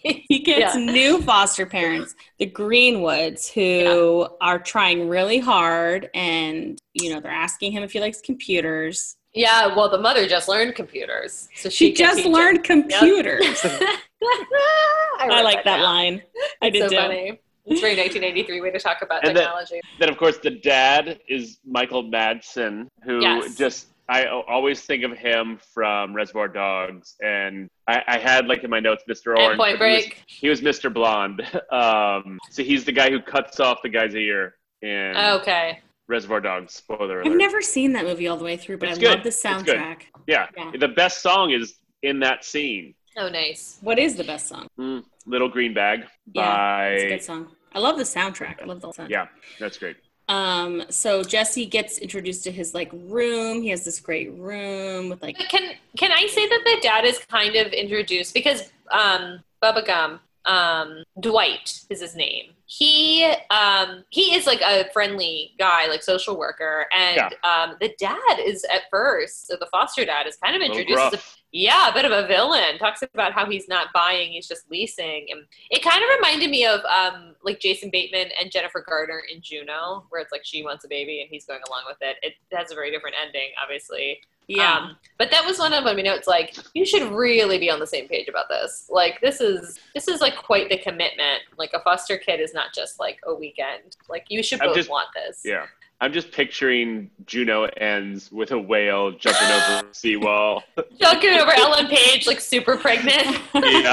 [SPEAKER 3] he
[SPEAKER 1] Yeah.
[SPEAKER 3] gets new foster parents, the Greenwoods, who are trying really hard, and you know they're asking him if he likes computers.
[SPEAKER 1] yeah, well, the mother just learned computers, so she,
[SPEAKER 3] She,
[SPEAKER 1] can
[SPEAKER 3] just
[SPEAKER 1] teach
[SPEAKER 3] learned computers.
[SPEAKER 1] It.
[SPEAKER 3] I
[SPEAKER 1] wrote
[SPEAKER 3] like that
[SPEAKER 1] down.
[SPEAKER 3] line. I
[SPEAKER 1] It's
[SPEAKER 3] did
[SPEAKER 1] so
[SPEAKER 3] too.
[SPEAKER 1] funny. It's very 1993 way to talk about
[SPEAKER 2] And then-
[SPEAKER 1] technology.
[SPEAKER 2] Then, of course, the dad is Michael Madsen, who
[SPEAKER 1] Yes.
[SPEAKER 2] just I o- always think of him from Reservoir Dogs, and I, I had like in my notes Mr. Orange.
[SPEAKER 1] and Point
[SPEAKER 2] but he was-
[SPEAKER 1] Break.
[SPEAKER 2] He was, Mr. Blonde. Um, so he's the guy who cuts off the guy's ear in
[SPEAKER 1] okay.
[SPEAKER 2] Reservoir Dogs. Spoiler alert!
[SPEAKER 3] I've never seen that movie all the way through, but
[SPEAKER 2] It's
[SPEAKER 3] I
[SPEAKER 2] good.
[SPEAKER 3] love the
[SPEAKER 2] It's good.
[SPEAKER 3] soundtrack.
[SPEAKER 2] yeah.
[SPEAKER 3] Yeah.
[SPEAKER 2] the best song is in that scene.
[SPEAKER 1] Oh, nice.
[SPEAKER 3] What is the best song?
[SPEAKER 2] Mm, Little Green Bag by.
[SPEAKER 3] Yeah, It's a good song. I love the soundtrack. I love the whole song.
[SPEAKER 2] Yeah. That's great.
[SPEAKER 3] Um. So Jesse gets introduced to his like room. He has this great room with like.
[SPEAKER 1] But can can I say that the dad is kind of introduced because um Bubba Gum, um Dwight is his name. He um he is like a friendly guy, like social worker, and
[SPEAKER 2] Yeah.
[SPEAKER 1] um the dad is at first, so the foster dad is kind of
[SPEAKER 2] Little
[SPEAKER 1] introduced as a
[SPEAKER 2] gruff.
[SPEAKER 1] yeah, a bit of a villain. Talks about how he's not buying, he's just leasing. And it kind of reminded me of um, like Jason Bateman and Jennifer Garner in Juno, where it's like she wants a baby and he's going along with it. It has a very different ending, obviously.
[SPEAKER 3] Yeah.
[SPEAKER 1] Um, but that was one of my notes. Like, you should really be on the same page about this. Like, this is this is like quite the commitment. Like, a foster kid is not just like a weekend. Like, you should
[SPEAKER 2] I'm
[SPEAKER 1] both
[SPEAKER 2] just-
[SPEAKER 1] want this.
[SPEAKER 2] Yeah. I'm just picturing Juno ends with a whale jumping over a seawall.
[SPEAKER 1] Duncan over Ellen Page, like super pregnant.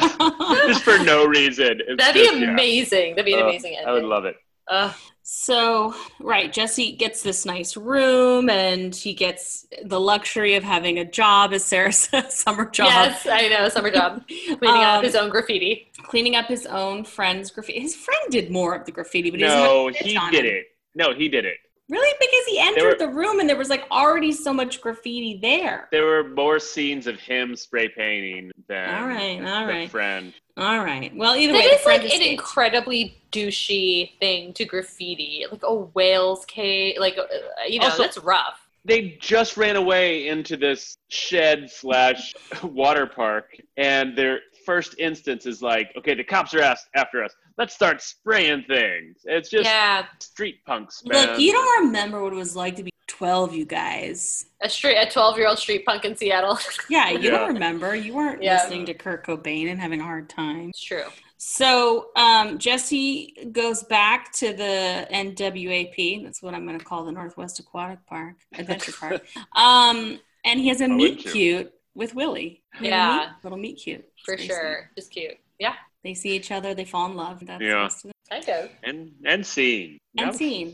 [SPEAKER 2] just for no reason. It's
[SPEAKER 1] That'd be
[SPEAKER 2] just- yeah.
[SPEAKER 1] amazing. That'd be an
[SPEAKER 2] Uh,
[SPEAKER 1] amazing ending.
[SPEAKER 2] I would love it.
[SPEAKER 1] Ugh.
[SPEAKER 3] So, right, Jesse gets this nice room and he gets the luxury of having a job, as Sarah says, summer job.
[SPEAKER 1] Yes, I know, summer job. Cleaning
[SPEAKER 3] Um,
[SPEAKER 1] up his own graffiti.
[SPEAKER 3] Cleaning up his own friend's graffiti. His friend did more of the graffiti, but he doesn't
[SPEAKER 2] No,
[SPEAKER 3] have
[SPEAKER 2] he
[SPEAKER 3] on
[SPEAKER 2] did
[SPEAKER 3] him.
[SPEAKER 2] it. No, he did it.
[SPEAKER 3] Really? Because he entered
[SPEAKER 2] were-
[SPEAKER 3] the room and there was like already so much graffiti there.
[SPEAKER 2] There were more scenes of him spray painting than
[SPEAKER 3] All right, all
[SPEAKER 2] the
[SPEAKER 3] right,
[SPEAKER 2] friend.
[SPEAKER 3] all right. Well, either way,
[SPEAKER 1] That
[SPEAKER 3] the
[SPEAKER 1] is
[SPEAKER 3] friend
[SPEAKER 1] like an
[SPEAKER 3] escaped.
[SPEAKER 1] incredibly douchey thing to graffiti, like a whale's cage. Like uh, you know,
[SPEAKER 2] Also-
[SPEAKER 1] that's rough.
[SPEAKER 2] They just ran away into this shed slash water park, and their first instance is like, okay, the cops are asked after us. Let's start spraying things. It's just
[SPEAKER 1] yeah,
[SPEAKER 2] street punks, man.
[SPEAKER 3] Look, you don't remember what it was like to be 12, you guys.
[SPEAKER 1] a street, a twelve-year-old street punk in Seattle.
[SPEAKER 3] Yeah, you
[SPEAKER 2] Yeah.
[SPEAKER 3] don't remember. You weren't
[SPEAKER 1] Yeah.
[SPEAKER 3] listening to Kurt Cobain and having a hard time.
[SPEAKER 1] it's true.
[SPEAKER 3] So um, Jesse goes back to the NWAP. That's what I'm going to call the Northwest Aquatic Park Adventure Park. Um, and he has a
[SPEAKER 2] wouldn't
[SPEAKER 3] meet
[SPEAKER 2] you?
[SPEAKER 3] cute with Willie. Little
[SPEAKER 1] Yeah.
[SPEAKER 3] meet- little meet cute It's
[SPEAKER 1] For
[SPEAKER 3] very sweet.
[SPEAKER 1] sure, just cute. Yeah,
[SPEAKER 3] They see each other. They fall in love. That's
[SPEAKER 2] Yeah.
[SPEAKER 3] most of it.
[SPEAKER 1] kind of.
[SPEAKER 2] and and scene.
[SPEAKER 3] And
[SPEAKER 2] Yep.
[SPEAKER 3] scene.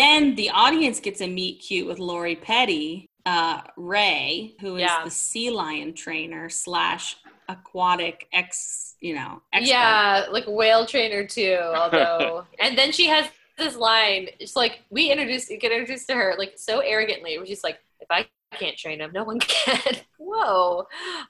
[SPEAKER 3] Then the audience gets a meet cute with Lori Petty, uh, Ray, who is
[SPEAKER 1] Yeah.
[SPEAKER 3] the sea lion trainer slash aquatic ex, you know, expert.
[SPEAKER 1] Yeah, like whale trainer too. Although, and then she has this line. It's like we introduced, you get introduced to her like so arrogantly. We're just like, if I can't train him, no one can. Whoa.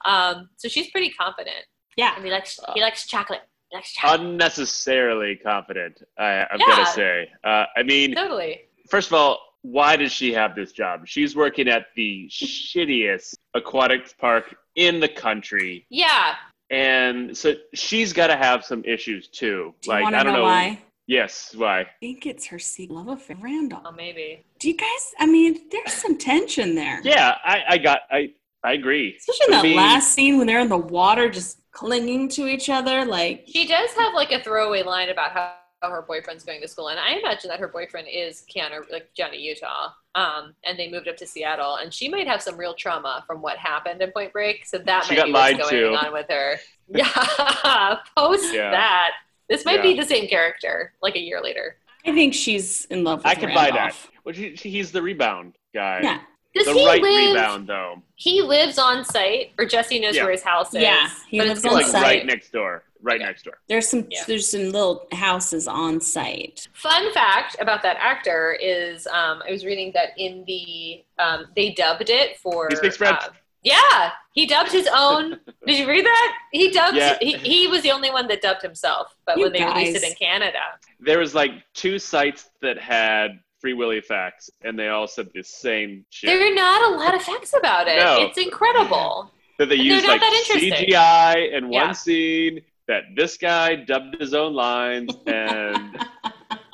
[SPEAKER 1] Um, so she's pretty confident,
[SPEAKER 3] Yeah.
[SPEAKER 1] and he likes he likes chocolate. He likes chocolate.
[SPEAKER 2] unnecessarily confident. I, I'm
[SPEAKER 1] Yeah.
[SPEAKER 2] gonna say. Uh, I mean,
[SPEAKER 1] totally.
[SPEAKER 2] first of all, why does she have this job? She's working at the shittiest aquatic park in the country,
[SPEAKER 1] Yeah.
[SPEAKER 2] and so she's got to have some issues too.
[SPEAKER 3] Do you
[SPEAKER 2] like
[SPEAKER 3] want to
[SPEAKER 2] I don't
[SPEAKER 3] know, why?
[SPEAKER 2] Yes, why?
[SPEAKER 3] think it's her secret love affair, Randall.
[SPEAKER 1] Oh, maybe.
[SPEAKER 3] Do you guys? I mean, there's some tension there.
[SPEAKER 2] Yeah, I, I got I I agree.
[SPEAKER 3] Especially in
[SPEAKER 2] For
[SPEAKER 3] that
[SPEAKER 2] me-
[SPEAKER 3] last scene when they're in the water, just clinging to each other. Like,
[SPEAKER 1] She does have like a throwaway line about how, how her boyfriend's going to school, and I imagine that her boyfriend is Keanu, like Johnny Utah. Um, and they moved up to Seattle, and she might have some real trauma from what happened in Point Break. So that
[SPEAKER 2] She
[SPEAKER 1] might
[SPEAKER 2] got
[SPEAKER 1] be what's
[SPEAKER 2] lied
[SPEAKER 1] going
[SPEAKER 2] to.
[SPEAKER 1] on with her. Yeah, post
[SPEAKER 2] Yeah.
[SPEAKER 1] that. This might be
[SPEAKER 2] Yeah.
[SPEAKER 1] the same character, like a year later.
[SPEAKER 3] I think she's in love. with
[SPEAKER 2] I can buy that.
[SPEAKER 3] Randolph.
[SPEAKER 2] Well, she, she- he's the rebound guy.
[SPEAKER 3] Yeah,
[SPEAKER 1] Does
[SPEAKER 2] The
[SPEAKER 1] he
[SPEAKER 2] right
[SPEAKER 1] live?
[SPEAKER 2] rebound though.
[SPEAKER 1] He lives on site, or Jesse knows
[SPEAKER 2] Yeah.
[SPEAKER 1] where his house is.
[SPEAKER 3] Yeah, he
[SPEAKER 1] but
[SPEAKER 3] lives
[SPEAKER 1] it's
[SPEAKER 3] on
[SPEAKER 1] on
[SPEAKER 2] Like
[SPEAKER 3] site.
[SPEAKER 2] right next door. Right
[SPEAKER 1] Okay.
[SPEAKER 2] next door.
[SPEAKER 3] there's some
[SPEAKER 1] Yeah.
[SPEAKER 3] there's some little houses on site.
[SPEAKER 1] Fun fact about that actor is um, I was reading that in the um, they dubbed it for
[SPEAKER 2] He speaks French.
[SPEAKER 1] uh, yeah, he dubbed his own. did you read that? He dubbed.
[SPEAKER 2] Yeah.
[SPEAKER 1] He, he was the only one that dubbed himself. But
[SPEAKER 3] You
[SPEAKER 1] when they released
[SPEAKER 3] guys.
[SPEAKER 1] it in Canada,
[SPEAKER 2] There was like two sites that had free willy facts and they all said the same shit.
[SPEAKER 1] there are not a lot of facts about it.
[SPEAKER 2] No.
[SPEAKER 1] It's incredible.
[SPEAKER 2] that they
[SPEAKER 1] And they're
[SPEAKER 2] used
[SPEAKER 1] not
[SPEAKER 2] like
[SPEAKER 1] that interesting.
[SPEAKER 2] CGI in one
[SPEAKER 1] Yeah.
[SPEAKER 2] scene that this guy dubbed his own lines and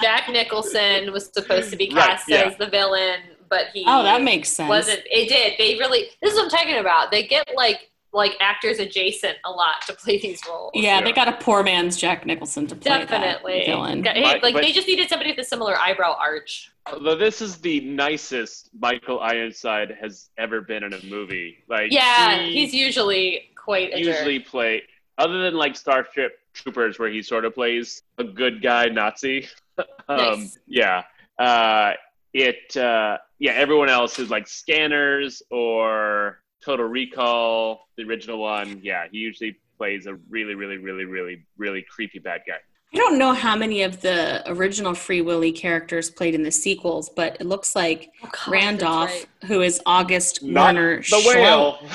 [SPEAKER 1] Jack Nicholson was supposed to be
[SPEAKER 2] Right,
[SPEAKER 1] cast
[SPEAKER 2] yeah.
[SPEAKER 1] as the villain, but he
[SPEAKER 3] Oh, that makes sense.
[SPEAKER 1] wasn't. It did. They really. This is what I'm talking about. They get like like actors adjacent a lot to play these roles.
[SPEAKER 3] Yeah, they
[SPEAKER 2] Yeah.
[SPEAKER 3] got a poor man's Jack Nicholson to play that
[SPEAKER 1] Definitely.
[SPEAKER 3] villain.
[SPEAKER 1] Got- hey,
[SPEAKER 2] But-
[SPEAKER 1] like
[SPEAKER 2] but-
[SPEAKER 1] they just needed somebody with a similar eyebrow arch.
[SPEAKER 2] although this is the nicest Michael Ironside has ever been in a movie. Like
[SPEAKER 1] Yeah,
[SPEAKER 2] he
[SPEAKER 1] he's usually quite a
[SPEAKER 2] usually
[SPEAKER 1] usually
[SPEAKER 2] play other than like Starship Troopers where he sort of plays a good guy Nazi. um
[SPEAKER 1] Nice.
[SPEAKER 2] yeah. Uh it uh yeah, everyone else is like scanners or Total Recall, the original one. Yeah, he usually plays a really, really, really, really, really creepy bad guy.
[SPEAKER 3] I don't know how many of the original Free Willy characters played in the sequels, but it looks like Randolph, who is August
[SPEAKER 2] Not
[SPEAKER 3] Werner
[SPEAKER 2] The
[SPEAKER 3] Schlo-
[SPEAKER 2] whale.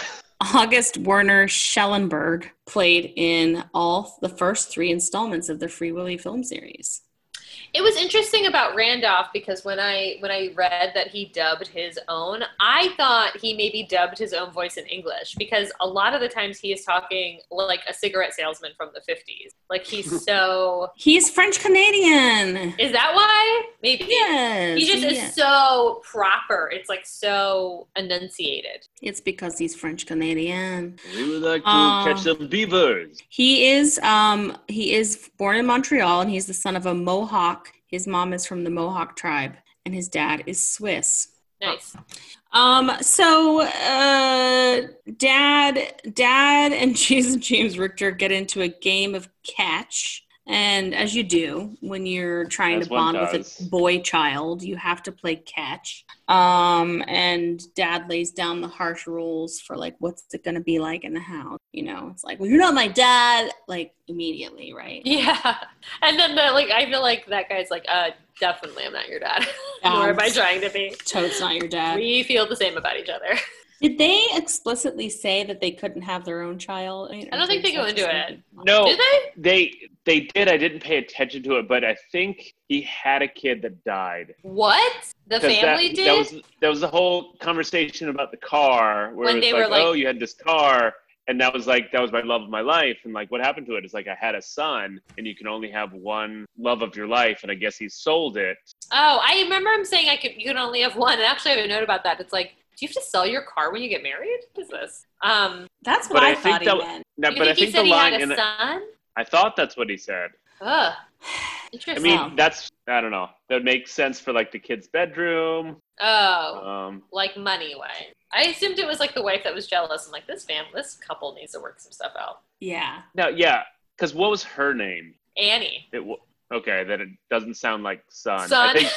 [SPEAKER 3] August Werner Schellenberg played in all the first three installments of the Free Willy film series.
[SPEAKER 1] It was interesting about Randolph because when I when I read that he dubbed his own, I thought he maybe dubbed his own voice in English because a lot of the times he is talking like a cigarette salesman from the 50s. Like he's so
[SPEAKER 3] He's French Canadian.
[SPEAKER 1] Is that why? Maybe.
[SPEAKER 3] Yes.
[SPEAKER 1] He just
[SPEAKER 3] yeah.
[SPEAKER 1] is so proper. It's like so enunciated.
[SPEAKER 3] It's because he's French Canadian.
[SPEAKER 2] we would like to
[SPEAKER 3] Um,
[SPEAKER 2] catch some beavers.
[SPEAKER 3] He is um he is born in Montreal and he's the son of a Mohawk. His mom is from the Mohawk tribe and his dad is Swiss.
[SPEAKER 1] Nice.
[SPEAKER 3] Um so uh dad dad and Jesus James Richter get into a game of catch. And as you do when you're trying
[SPEAKER 2] As
[SPEAKER 3] to
[SPEAKER 2] one
[SPEAKER 3] bond with
[SPEAKER 2] does.
[SPEAKER 3] a boy child, you have to play catch. Um, and dad lays down the harsh rules for like what's it gonna be like in the house. You know, it's like, well, you're not my dad, like immediately, right?
[SPEAKER 1] Yeah. And then the like I feel like that guy's like, uh, definitely I'm not your dad. Nor am I trying to be.
[SPEAKER 3] Toad's not your dad.
[SPEAKER 1] We feel the same about each other.
[SPEAKER 3] Did they explicitly say that they couldn't have their own child? mean,
[SPEAKER 1] I don't think they go
[SPEAKER 3] that's
[SPEAKER 1] into
[SPEAKER 3] just
[SPEAKER 1] it.
[SPEAKER 3] something-
[SPEAKER 2] No,
[SPEAKER 1] Do they?
[SPEAKER 2] they they did. I didn't pay attention to it, but I think he had a kid that died.
[SPEAKER 1] What? The
[SPEAKER 2] 'Cause
[SPEAKER 1] family
[SPEAKER 2] that,
[SPEAKER 1] did?
[SPEAKER 2] That was that was the whole conversation about the car, where
[SPEAKER 1] When
[SPEAKER 2] it was
[SPEAKER 1] they
[SPEAKER 2] like,
[SPEAKER 1] were like-
[SPEAKER 2] "Oh, you had this car," and that was like that was my love of my life, and like what happened to it is like I had a son, and you can only have one love of your life, and I guess he sold it.
[SPEAKER 1] oh, I remember him saying I could you can only have one. And actually I have a note about that. It's like, do you have to sell your car when you get married? What is this? Um
[SPEAKER 3] That's what
[SPEAKER 2] But
[SPEAKER 3] I,
[SPEAKER 2] I think
[SPEAKER 3] thought he
[SPEAKER 2] that-
[SPEAKER 3] meant.
[SPEAKER 2] Now,
[SPEAKER 1] you
[SPEAKER 2] but
[SPEAKER 1] think
[SPEAKER 2] I
[SPEAKER 1] he
[SPEAKER 2] think
[SPEAKER 1] said
[SPEAKER 2] the
[SPEAKER 1] he
[SPEAKER 2] line
[SPEAKER 1] had a
[SPEAKER 2] in the,
[SPEAKER 1] son?
[SPEAKER 2] I thought that's what he said.
[SPEAKER 1] Ugh.
[SPEAKER 2] I
[SPEAKER 1] Interesting.
[SPEAKER 2] mean,
[SPEAKER 3] Wow.
[SPEAKER 2] that's I don't know. That makes sense for like the kid's bedroom.
[SPEAKER 1] oh.
[SPEAKER 2] Um,
[SPEAKER 1] like money way. I assumed it was like the wife that was jealous and like this fam this couple needs to work some stuff out.
[SPEAKER 3] Yeah.
[SPEAKER 2] now, yeah, because what was her name?
[SPEAKER 1] Annie.
[SPEAKER 2] It w- okay, then it doesn't sound like son. I
[SPEAKER 1] Son.
[SPEAKER 2] think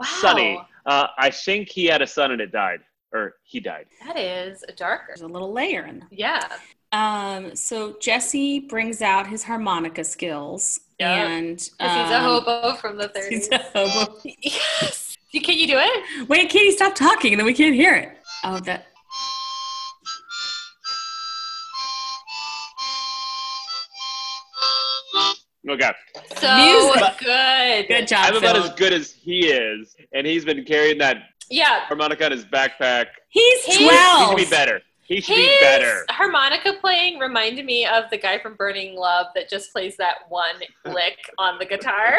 [SPEAKER 1] wow.
[SPEAKER 2] Sonny. Uh, I think he had a son and it died, or he died.
[SPEAKER 1] That is a darker.
[SPEAKER 3] There's a little layer in there.
[SPEAKER 1] Yeah.
[SPEAKER 3] Um, so Jesse brings out his harmonica skills.
[SPEAKER 1] Yeah.
[SPEAKER 3] And
[SPEAKER 1] 'Cause he's a
[SPEAKER 3] um,
[SPEAKER 1] hobo from the 30s.
[SPEAKER 3] he's a hobo.
[SPEAKER 1] yes. You- Can you do it?
[SPEAKER 3] Wait, Katie, stop talking and then we can't hear it. Oh, that.
[SPEAKER 2] Okay,
[SPEAKER 1] So
[SPEAKER 3] Music.
[SPEAKER 1] good.
[SPEAKER 3] Good job,
[SPEAKER 2] I'm about
[SPEAKER 3] Phil.
[SPEAKER 2] as good as he is, and he's been carrying that
[SPEAKER 1] Yeah.
[SPEAKER 2] harmonica in his backpack.
[SPEAKER 3] He's
[SPEAKER 1] He's-
[SPEAKER 3] 12.
[SPEAKER 2] He could be better. He should be better.
[SPEAKER 1] harmonica playing reminded me of the guy from Burning Love that just plays that one lick on the guitar.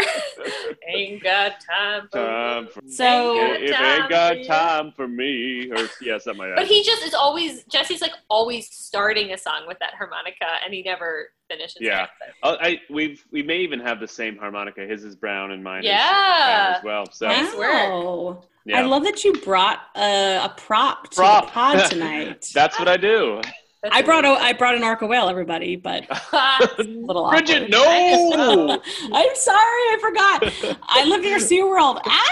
[SPEAKER 1] ain't got time for
[SPEAKER 2] Time
[SPEAKER 1] you.
[SPEAKER 2] for-
[SPEAKER 3] So-
[SPEAKER 1] Ain't
[SPEAKER 2] if
[SPEAKER 1] got
[SPEAKER 2] ain't got
[SPEAKER 1] time for you.
[SPEAKER 2] time for me, or yeah, something like that.
[SPEAKER 1] But he just is always Jesse's like always starting a song with that harmonica, and he never finishes.
[SPEAKER 2] Yeah.
[SPEAKER 1] it. But-
[SPEAKER 2] Oh, I we've we may even have the same harmonica. His is brown and mine
[SPEAKER 1] Yeah.
[SPEAKER 2] is brown as well. So
[SPEAKER 1] Nice work.
[SPEAKER 3] Wow.
[SPEAKER 2] yeah,
[SPEAKER 3] I love that you brought a, a prop to
[SPEAKER 2] Prop.
[SPEAKER 3] the pod tonight.
[SPEAKER 2] that's what I do.
[SPEAKER 1] that's
[SPEAKER 3] I brought a,
[SPEAKER 1] amazing.
[SPEAKER 3] I brought an orca whale, everybody, but
[SPEAKER 1] Ah,
[SPEAKER 3] it's a little awkward.
[SPEAKER 2] Bridget, no.
[SPEAKER 3] I'm sorry, I forgot. I live near SeaWorld. Ah!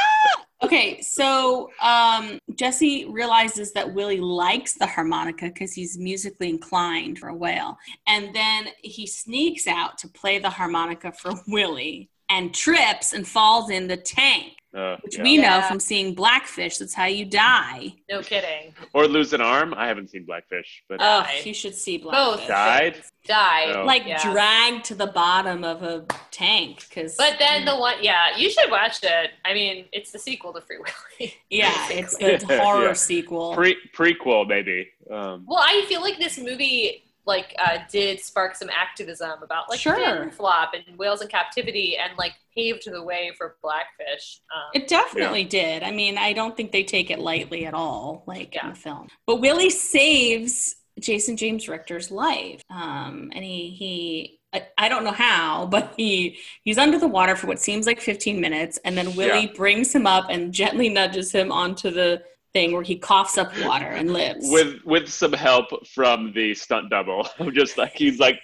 [SPEAKER 3] Okay, so um, Jesse realizes that Willie likes the harmonica because he's musically inclined for a whale. And then he sneaks out to play the harmonica for Willie and trips and falls in the tank,
[SPEAKER 2] Uh,
[SPEAKER 3] which
[SPEAKER 2] yeah.
[SPEAKER 3] we know
[SPEAKER 1] Yeah.
[SPEAKER 3] from seeing Blackfish. That's how you die.
[SPEAKER 1] no kidding.
[SPEAKER 2] or lose an arm. I haven't seen Blackfish, but
[SPEAKER 1] Uh,
[SPEAKER 3] Oh,
[SPEAKER 1] Die.
[SPEAKER 3] you should see Blackfish.
[SPEAKER 1] Both
[SPEAKER 2] died.
[SPEAKER 1] died.
[SPEAKER 2] Oh.
[SPEAKER 3] Like
[SPEAKER 1] Yeah.
[SPEAKER 3] dragged to the bottom of a tank because.
[SPEAKER 1] But then the one, yeah, you should watch it. I mean, it's the sequel to Free Willy.
[SPEAKER 3] Yeah, it's
[SPEAKER 2] Yeah,
[SPEAKER 3] the horror
[SPEAKER 2] yeah.
[SPEAKER 3] sequel.
[SPEAKER 2] Pre- prequel maybe. Um,
[SPEAKER 1] Well, I feel like this movie like uh, did spark some activism about like
[SPEAKER 3] Sure.
[SPEAKER 1] fin flop and whales in captivity and like paved the way for blackfish. Um,
[SPEAKER 3] it definitely did. I mean, I don't think they take it lightly at all, like in
[SPEAKER 1] Yeah.
[SPEAKER 3] the film. But Willie saves Jason James Richter's life, um, and he he. I- I don't know how, but he he's under the water for what seems like 15 minutes, and then Willie brings him up and gently nudges him onto the thing where he coughs up water and lives.
[SPEAKER 2] with with some help from the stunt double. I'm just like he's like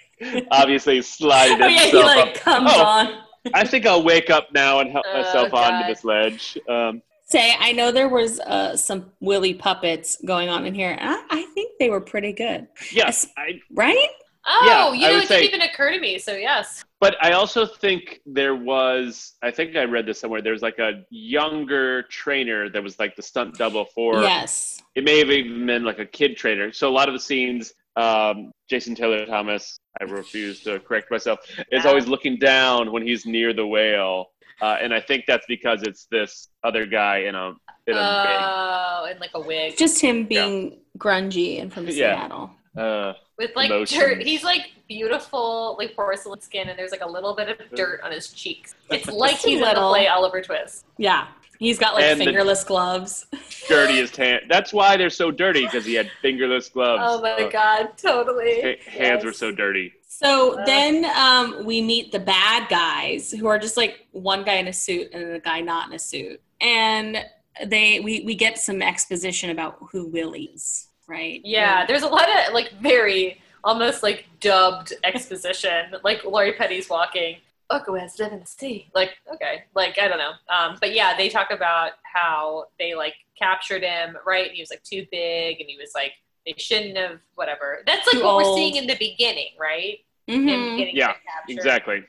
[SPEAKER 2] obviously sliding
[SPEAKER 3] oh yeah, he
[SPEAKER 2] himself
[SPEAKER 3] like
[SPEAKER 2] up.
[SPEAKER 3] comes
[SPEAKER 2] Oh.
[SPEAKER 3] on.
[SPEAKER 2] I think I'll wake up now and help
[SPEAKER 1] Oh,
[SPEAKER 2] myself onto
[SPEAKER 1] God.
[SPEAKER 2] this ledge. Um,
[SPEAKER 3] say i know there was uh, some willy puppets going on in here and I, I think they were pretty good
[SPEAKER 2] yes, I
[SPEAKER 3] right
[SPEAKER 1] oh,
[SPEAKER 2] Yeah,
[SPEAKER 1] you
[SPEAKER 2] I
[SPEAKER 1] know,
[SPEAKER 2] would
[SPEAKER 1] it
[SPEAKER 2] say-
[SPEAKER 1] didn't even occur to me. So yes,
[SPEAKER 2] But I also think there was, I think I read this somewhere, there's like a younger trainer that was like the stunt double for,
[SPEAKER 3] yes
[SPEAKER 2] it may have even been like a kid trainer. So a lot of the scenes, um, Jason Taylor Thomas, I refuse to correct myself, is
[SPEAKER 1] Yeah.
[SPEAKER 2] always looking down when he's near the whale. Uh, and I think that's because it's this other guy in a, in a
[SPEAKER 1] oh, in like a wig
[SPEAKER 3] just him being grungy and from
[SPEAKER 2] Yeah.
[SPEAKER 3] seattle
[SPEAKER 2] big, uh,
[SPEAKER 1] with like
[SPEAKER 2] Emotions.
[SPEAKER 1] dirt. He's like beautiful, like porcelain skin, and there's like a little bit of dirt on his cheeks. It's like
[SPEAKER 3] Just a
[SPEAKER 1] he's in the
[SPEAKER 3] little.
[SPEAKER 1] play Oliver Twist.
[SPEAKER 3] yeah he's got like
[SPEAKER 2] And the-
[SPEAKER 3] fingerless gloves
[SPEAKER 2] dirtiest hand. That's why they're so dirty because he had fingerless gloves.
[SPEAKER 1] Oh my
[SPEAKER 2] Uh,
[SPEAKER 1] god, totally.
[SPEAKER 2] ha- Hands were
[SPEAKER 1] Yes.
[SPEAKER 2] so dirty.
[SPEAKER 3] so
[SPEAKER 1] Uh.
[SPEAKER 3] then um, we meet the bad guys who are just like one guy in a suit and a guy not in a suit and they we, we get some exposition about who willie is right
[SPEAKER 1] Yeah, there's a lot of like very almost like dubbed exposition. like Laurie Petty's walking. Okawa's live in the sea. Like, okay. Like, I don't know. Um, but yeah, they talk about how they like captured him, right? And he was like too big and he was like they shouldn't have whatever. That's like
[SPEAKER 3] Too
[SPEAKER 1] what we're
[SPEAKER 3] old.
[SPEAKER 1] seeing in the beginning, right? Him
[SPEAKER 3] Mhm.
[SPEAKER 1] getting
[SPEAKER 2] Yeah,
[SPEAKER 1] captured.
[SPEAKER 2] Exactly.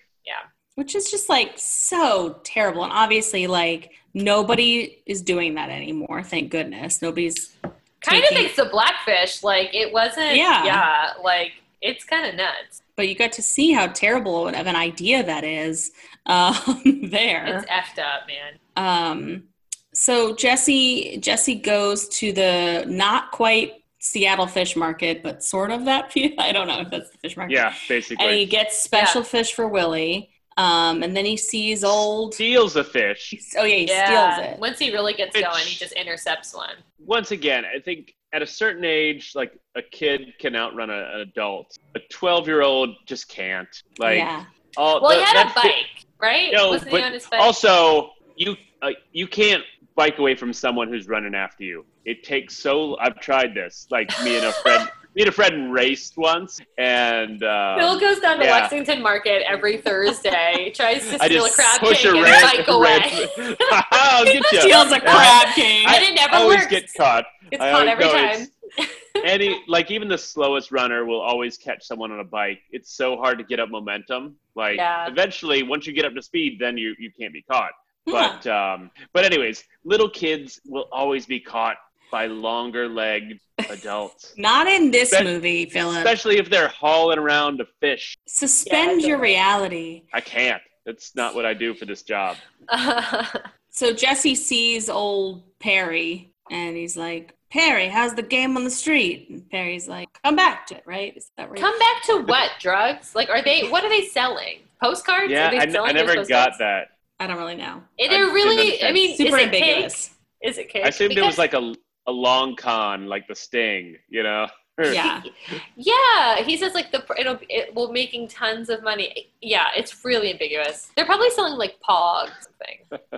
[SPEAKER 3] which is just like so terrible and obviously like nobody is doing that anymore thank goodness nobody's
[SPEAKER 1] Kind of
[SPEAKER 3] Taking-
[SPEAKER 1] makes the blackfish. Like it wasn't
[SPEAKER 3] Yeah.
[SPEAKER 1] yeah, like it's kinda nuts.
[SPEAKER 3] but you got to see how terrible of an idea that is um, there
[SPEAKER 1] It's effed up, man.
[SPEAKER 3] um, so jesse jesse goes to the not quite seattle fish market but sort of that i don't know if that's the fish market
[SPEAKER 2] Yeah, basically.
[SPEAKER 3] and he gets special fish for willie um, and then he sees old
[SPEAKER 2] steals a fish.
[SPEAKER 3] oh yeah he
[SPEAKER 1] yeah.
[SPEAKER 3] steals it
[SPEAKER 1] Once he really gets
[SPEAKER 2] Which-
[SPEAKER 1] going, he just intercepts one.
[SPEAKER 2] Once again, I think at a certain age, like a kid can outrun a, an adult. A twelve-year-old just can't. Like
[SPEAKER 3] yeah
[SPEAKER 2] all.
[SPEAKER 1] Well, he
[SPEAKER 2] the-
[SPEAKER 1] had a
[SPEAKER 2] that fi-
[SPEAKER 1] bike, right?
[SPEAKER 2] No,
[SPEAKER 1] Wasn't
[SPEAKER 2] but
[SPEAKER 1] he on his bike?
[SPEAKER 2] Also, you uh, you can't bike away from someone who's running after you. It takes so. I've tried this. Like me and a friend. me and a friend raced once, and uh,
[SPEAKER 1] Bill goes down to
[SPEAKER 2] yeah.
[SPEAKER 1] Lexington Market every Thursday, tries to
[SPEAKER 2] I
[SPEAKER 1] steal a
[SPEAKER 2] just
[SPEAKER 1] crab
[SPEAKER 2] push
[SPEAKER 1] cake
[SPEAKER 2] a
[SPEAKER 1] and
[SPEAKER 2] red.
[SPEAKER 1] bike away.
[SPEAKER 2] red- I'll get you.
[SPEAKER 3] steals a crab cake
[SPEAKER 1] and it never
[SPEAKER 2] always
[SPEAKER 1] works.
[SPEAKER 2] get caught.
[SPEAKER 1] it's
[SPEAKER 2] I
[SPEAKER 1] caught
[SPEAKER 2] always
[SPEAKER 1] every
[SPEAKER 2] know
[SPEAKER 1] time.
[SPEAKER 2] it's- Any like even the slowest runner will always catch someone on a bike. It's so hard to get up momentum. Like
[SPEAKER 1] Yeah.
[SPEAKER 2] eventually, once you get up to speed, then you you can't be caught.
[SPEAKER 3] Yeah.
[SPEAKER 2] But um, but anyways, little kids will always be caught by longer legged adults,
[SPEAKER 3] Not in this
[SPEAKER 2] Spe-
[SPEAKER 3] movie, Philip.
[SPEAKER 2] especially if they're hauling around a fish.
[SPEAKER 3] Suspend
[SPEAKER 1] Yeah,
[SPEAKER 3] your
[SPEAKER 1] don't.
[SPEAKER 3] reality.
[SPEAKER 2] I can't. That's not what I do for this job.
[SPEAKER 3] So Jesse sees old Perry and he's like, Perry, how's the game on the street? And Perry's like, come back to it, right? Is that right?
[SPEAKER 1] Come back to what drugs? Like, are they? What are they selling? Postcards?
[SPEAKER 2] Yeah,
[SPEAKER 1] Are they
[SPEAKER 2] I, n- I
[SPEAKER 1] selling
[SPEAKER 2] never
[SPEAKER 1] those
[SPEAKER 2] got
[SPEAKER 1] postcards?
[SPEAKER 2] that.
[SPEAKER 3] I don't really know.
[SPEAKER 1] Eh,
[SPEAKER 2] I
[SPEAKER 1] They're
[SPEAKER 2] didn't
[SPEAKER 1] really. I
[SPEAKER 2] understand.
[SPEAKER 1] mean,
[SPEAKER 3] Super
[SPEAKER 1] is it cake?
[SPEAKER 3] ambiguous.
[SPEAKER 1] Is it cake?
[SPEAKER 2] I assumed it was
[SPEAKER 1] Because-
[SPEAKER 2] like a, a long con, like the sting, you know?
[SPEAKER 3] Yeah.
[SPEAKER 1] Yeah, he says like the pr- it'll it will making tons of money. Yeah, it's really ambiguous. They're probably selling like pog or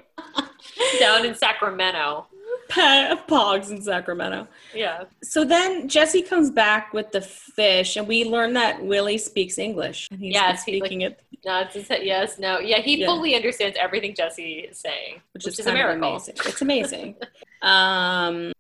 [SPEAKER 1] something down in Sacramento.
[SPEAKER 3] Pogs in Sacramento.
[SPEAKER 1] Yeah,
[SPEAKER 3] So then Jesse comes back with the fish, and we learn that Willie speaks English. And he's been
[SPEAKER 1] Yes, he's like-
[SPEAKER 3] speaking it,
[SPEAKER 1] nods his head. Yes, no. Yeah, he
[SPEAKER 3] Yeah.
[SPEAKER 1] fully understands everything Jesse is saying,
[SPEAKER 3] which,
[SPEAKER 1] which,
[SPEAKER 3] is,
[SPEAKER 1] a
[SPEAKER 3] kind of
[SPEAKER 1] miracle.
[SPEAKER 3] amazing. It's amazing. um,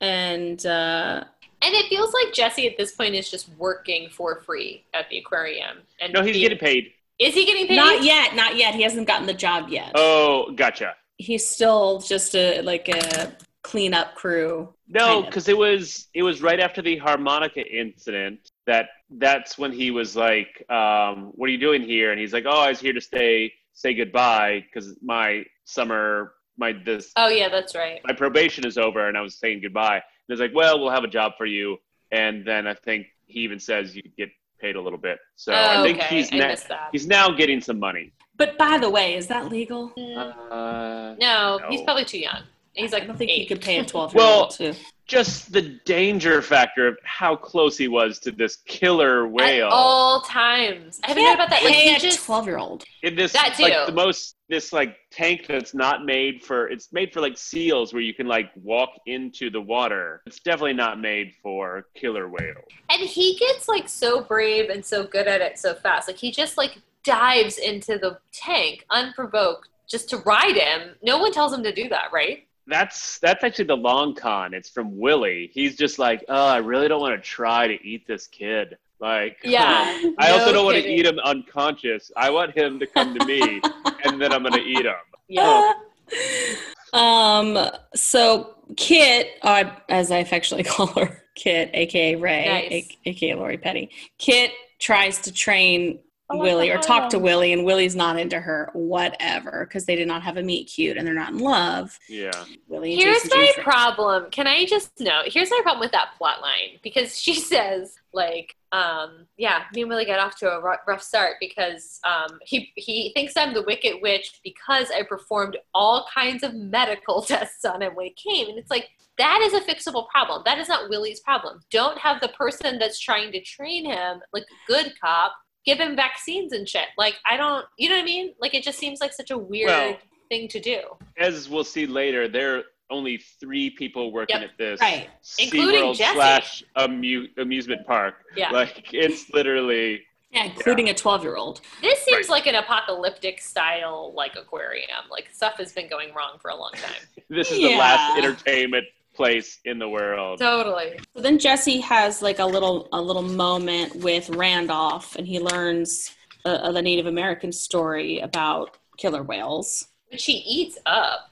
[SPEAKER 3] and uh,
[SPEAKER 1] And it feels like Jesse at this point is just working for free at the aquarium. And
[SPEAKER 2] No, he's
[SPEAKER 1] being-
[SPEAKER 2] getting paid.
[SPEAKER 1] Is he getting paid?
[SPEAKER 3] not yet, not yet. He hasn't gotten the job yet.
[SPEAKER 2] Oh, gotcha.
[SPEAKER 3] He's still just a like a cleanup crew.
[SPEAKER 2] No,
[SPEAKER 3] Kind of.
[SPEAKER 2] because it was it was right after the harmonica incident that that's when he was like, um, "What are you doing here?" And he's like, "Oh, I was here to stay, say goodbye, because my summer, my this,
[SPEAKER 1] Oh yeah, that's right.
[SPEAKER 2] my probation is over, and I was saying goodbye." And he's like, "Well, we'll have a job for you." And then I think he even says you could get paid a little bit. So
[SPEAKER 1] oh,
[SPEAKER 2] I think
[SPEAKER 1] okay.
[SPEAKER 2] he's
[SPEAKER 1] I
[SPEAKER 2] na-
[SPEAKER 1] missed that.
[SPEAKER 2] he's now getting some money.
[SPEAKER 3] But by the way, is that legal?
[SPEAKER 1] Mm,
[SPEAKER 2] Uh,
[SPEAKER 1] no,
[SPEAKER 2] no.
[SPEAKER 1] he's probably too young. He's like
[SPEAKER 3] I don't think
[SPEAKER 1] eight.
[SPEAKER 3] he could pay a twelve year
[SPEAKER 2] Well,
[SPEAKER 3] old too.
[SPEAKER 2] just the danger factor of how close he was to this killer whale.
[SPEAKER 1] At all times. I haven't heard about that. Like,
[SPEAKER 3] pay
[SPEAKER 1] he
[SPEAKER 3] a
[SPEAKER 1] just,
[SPEAKER 3] twelve year old.
[SPEAKER 2] in this
[SPEAKER 1] That
[SPEAKER 2] like
[SPEAKER 1] too.
[SPEAKER 2] the most this like tank that's not made for it's made for like seals where you can like walk into the water it's definitely not made for killer whales
[SPEAKER 1] and he gets like so brave and so good at it so fast. Like he just like dives into the tank unprovoked just to ride him. No one tells him to do that, right?
[SPEAKER 2] that's that's actually the long con it's from willie he's just like oh i really don't want to try to eat this kid like
[SPEAKER 1] Yeah.
[SPEAKER 2] i also
[SPEAKER 1] No
[SPEAKER 2] don't want to
[SPEAKER 1] kidding.
[SPEAKER 2] eat him unconscious i want him to come to me and then i'm gonna eat him
[SPEAKER 1] Yeah.
[SPEAKER 3] um. So Kit, uh, as I affectionately call her, Kit, aka Ray,
[SPEAKER 1] Nice.
[SPEAKER 3] a- aka Lori Petty, Kit tries to train
[SPEAKER 5] Oh, I
[SPEAKER 3] Willie or
[SPEAKER 5] love
[SPEAKER 3] talk to
[SPEAKER 5] him.
[SPEAKER 3] Willie, and Willie's not into her, whatever, because they did not have a meet cute and they're not in love.
[SPEAKER 2] yeah
[SPEAKER 3] Willie and
[SPEAKER 1] Here's
[SPEAKER 3] Jason
[SPEAKER 1] my
[SPEAKER 3] Jr.
[SPEAKER 1] problem. Can I just know? Here's my problem with that plot line because she says like, um, yeah, me and Willie got off to a ru- rough start because um, he he thinks I'm the Wicked Witch because I performed all kinds of medical tests on him when he came, and it's like that is a fixable problem. That is not Willie's problem. Don't have the person that's trying to train him like a good cop give him vaccines and shit. Like I don't, you know what I mean? Like it just seems like such a weird
[SPEAKER 2] Well-
[SPEAKER 1] thing to do.
[SPEAKER 2] as we'll see later, there are only three people working
[SPEAKER 1] Yep.
[SPEAKER 2] at this
[SPEAKER 3] Right.
[SPEAKER 1] Including
[SPEAKER 2] SeaWorld
[SPEAKER 1] Jesse.
[SPEAKER 2] slash amu- amusement park.
[SPEAKER 1] Yeah.
[SPEAKER 2] Like it's literally
[SPEAKER 3] Yeah, including a twelve year old.
[SPEAKER 1] This seems like an apocalyptic style like aquarium. Like stuff has been going wrong for a long time.
[SPEAKER 2] this is the
[SPEAKER 3] Yeah.
[SPEAKER 2] last entertainment place in the world.
[SPEAKER 1] totally.
[SPEAKER 3] So then Jesse has like a little a little moment with Randolph, and he learns uh, the Native American story about killer whales.
[SPEAKER 1] But she eats up.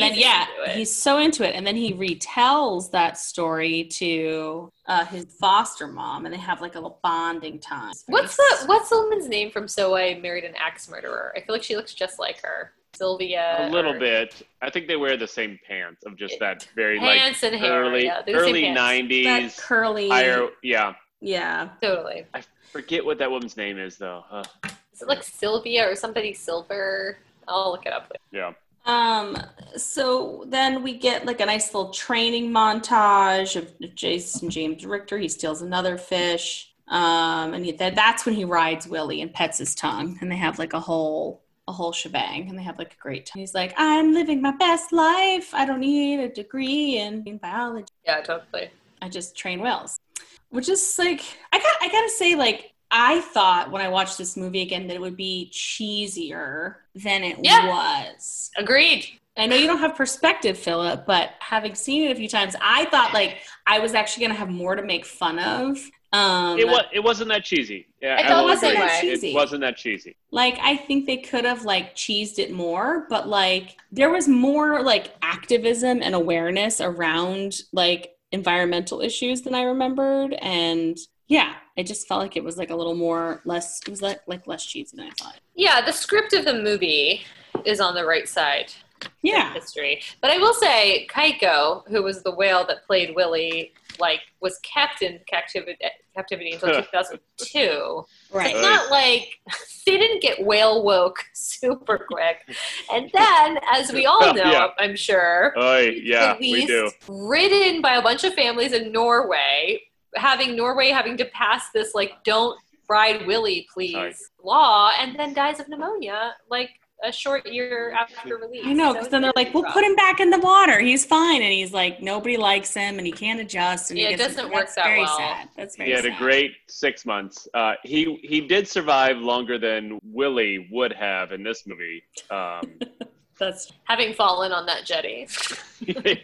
[SPEAKER 1] He's
[SPEAKER 3] then yeah,
[SPEAKER 1] into it.
[SPEAKER 3] he's so into it, and then he retells that story to uh, his foster mom, and they have like a little bonding time. It's very
[SPEAKER 1] What's the what's the woman's name from So I Married an Axe Murderer? I feel like she looks just like her. Sylvia.
[SPEAKER 2] a little
[SPEAKER 1] or-
[SPEAKER 2] bit. I think they wear the same pants of just that very like
[SPEAKER 1] Pants and hair.
[SPEAKER 2] early
[SPEAKER 1] yeah, they're the same
[SPEAKER 2] early
[SPEAKER 1] pants.
[SPEAKER 3] that
[SPEAKER 2] nineties
[SPEAKER 3] curly?
[SPEAKER 2] higher yeah.
[SPEAKER 3] Yeah,
[SPEAKER 1] Totally.
[SPEAKER 2] Forget what that woman's name is though. Ugh.
[SPEAKER 1] Is it like Sylvia or somebody silver? I'll look it up. later.
[SPEAKER 2] yeah.
[SPEAKER 3] Um, so then we get like a nice little training montage of Jason James Richter. He steals another fish. Um, and he, that, that's when he rides Willie and pets his tongue and they have like a whole, a whole shebang and they have like a great time. He's like, I'm living my best life. I don't need a degree in, in biology.
[SPEAKER 1] Yeah, totally.
[SPEAKER 3] I just train whales, which is like I got I gotta say like I thought when I watched this movie again that it would be cheesier than it
[SPEAKER 1] Yeah.
[SPEAKER 3] was.
[SPEAKER 1] Agreed.
[SPEAKER 3] I know you don't have perspective, Philip, but having seen it a few times, I thought like I was actually gonna have more to make fun of. Um,
[SPEAKER 2] It was it wasn't that cheesy. Yeah,
[SPEAKER 1] It
[SPEAKER 2] I will
[SPEAKER 1] wasn't
[SPEAKER 2] agree.
[SPEAKER 1] that
[SPEAKER 3] cheesy.
[SPEAKER 2] It wasn't that cheesy.
[SPEAKER 3] like I think they could have like cheesed it more, but like there was more like activism and awareness around like environmental issues than I remembered, and yeah, I just felt like it was like a little more less. It was like like less cheesy than I thought.
[SPEAKER 1] Yeah, the script of the movie is on the right side.
[SPEAKER 3] Yeah.
[SPEAKER 1] history. But I will say, Kaiko, who was the whale that played Willie, like was kept in captivity, captivity until 2002.
[SPEAKER 3] Right.
[SPEAKER 1] It's not like they didn't get whale woke super quick. And then, as we all know,
[SPEAKER 2] Yeah.
[SPEAKER 1] I'm sure,
[SPEAKER 2] Oh, yeah, we
[SPEAKER 1] released,
[SPEAKER 2] do.
[SPEAKER 1] ridden by a bunch of families in Norway, having Norway having to pass this like "Don't ride Willie, please"
[SPEAKER 2] Sorry.
[SPEAKER 1] law, and then dies of pneumonia like a short year after release.
[SPEAKER 3] I know,
[SPEAKER 1] So
[SPEAKER 3] because
[SPEAKER 1] it's
[SPEAKER 3] then they're
[SPEAKER 1] really
[SPEAKER 3] like, we'll
[SPEAKER 1] rough.
[SPEAKER 3] put him back in the water. He's fine. And he's like, nobody likes him and he can't adjust. And he
[SPEAKER 1] Yeah, it
[SPEAKER 3] gets-
[SPEAKER 1] doesn't work
[SPEAKER 3] that's
[SPEAKER 1] that
[SPEAKER 3] very
[SPEAKER 1] well.
[SPEAKER 3] sad. That's very
[SPEAKER 2] He had
[SPEAKER 3] sad.
[SPEAKER 2] a great six months. Uh, he he did survive longer than Willie would have in this movie. Um,
[SPEAKER 3] That's,
[SPEAKER 1] having fallen on that jetty.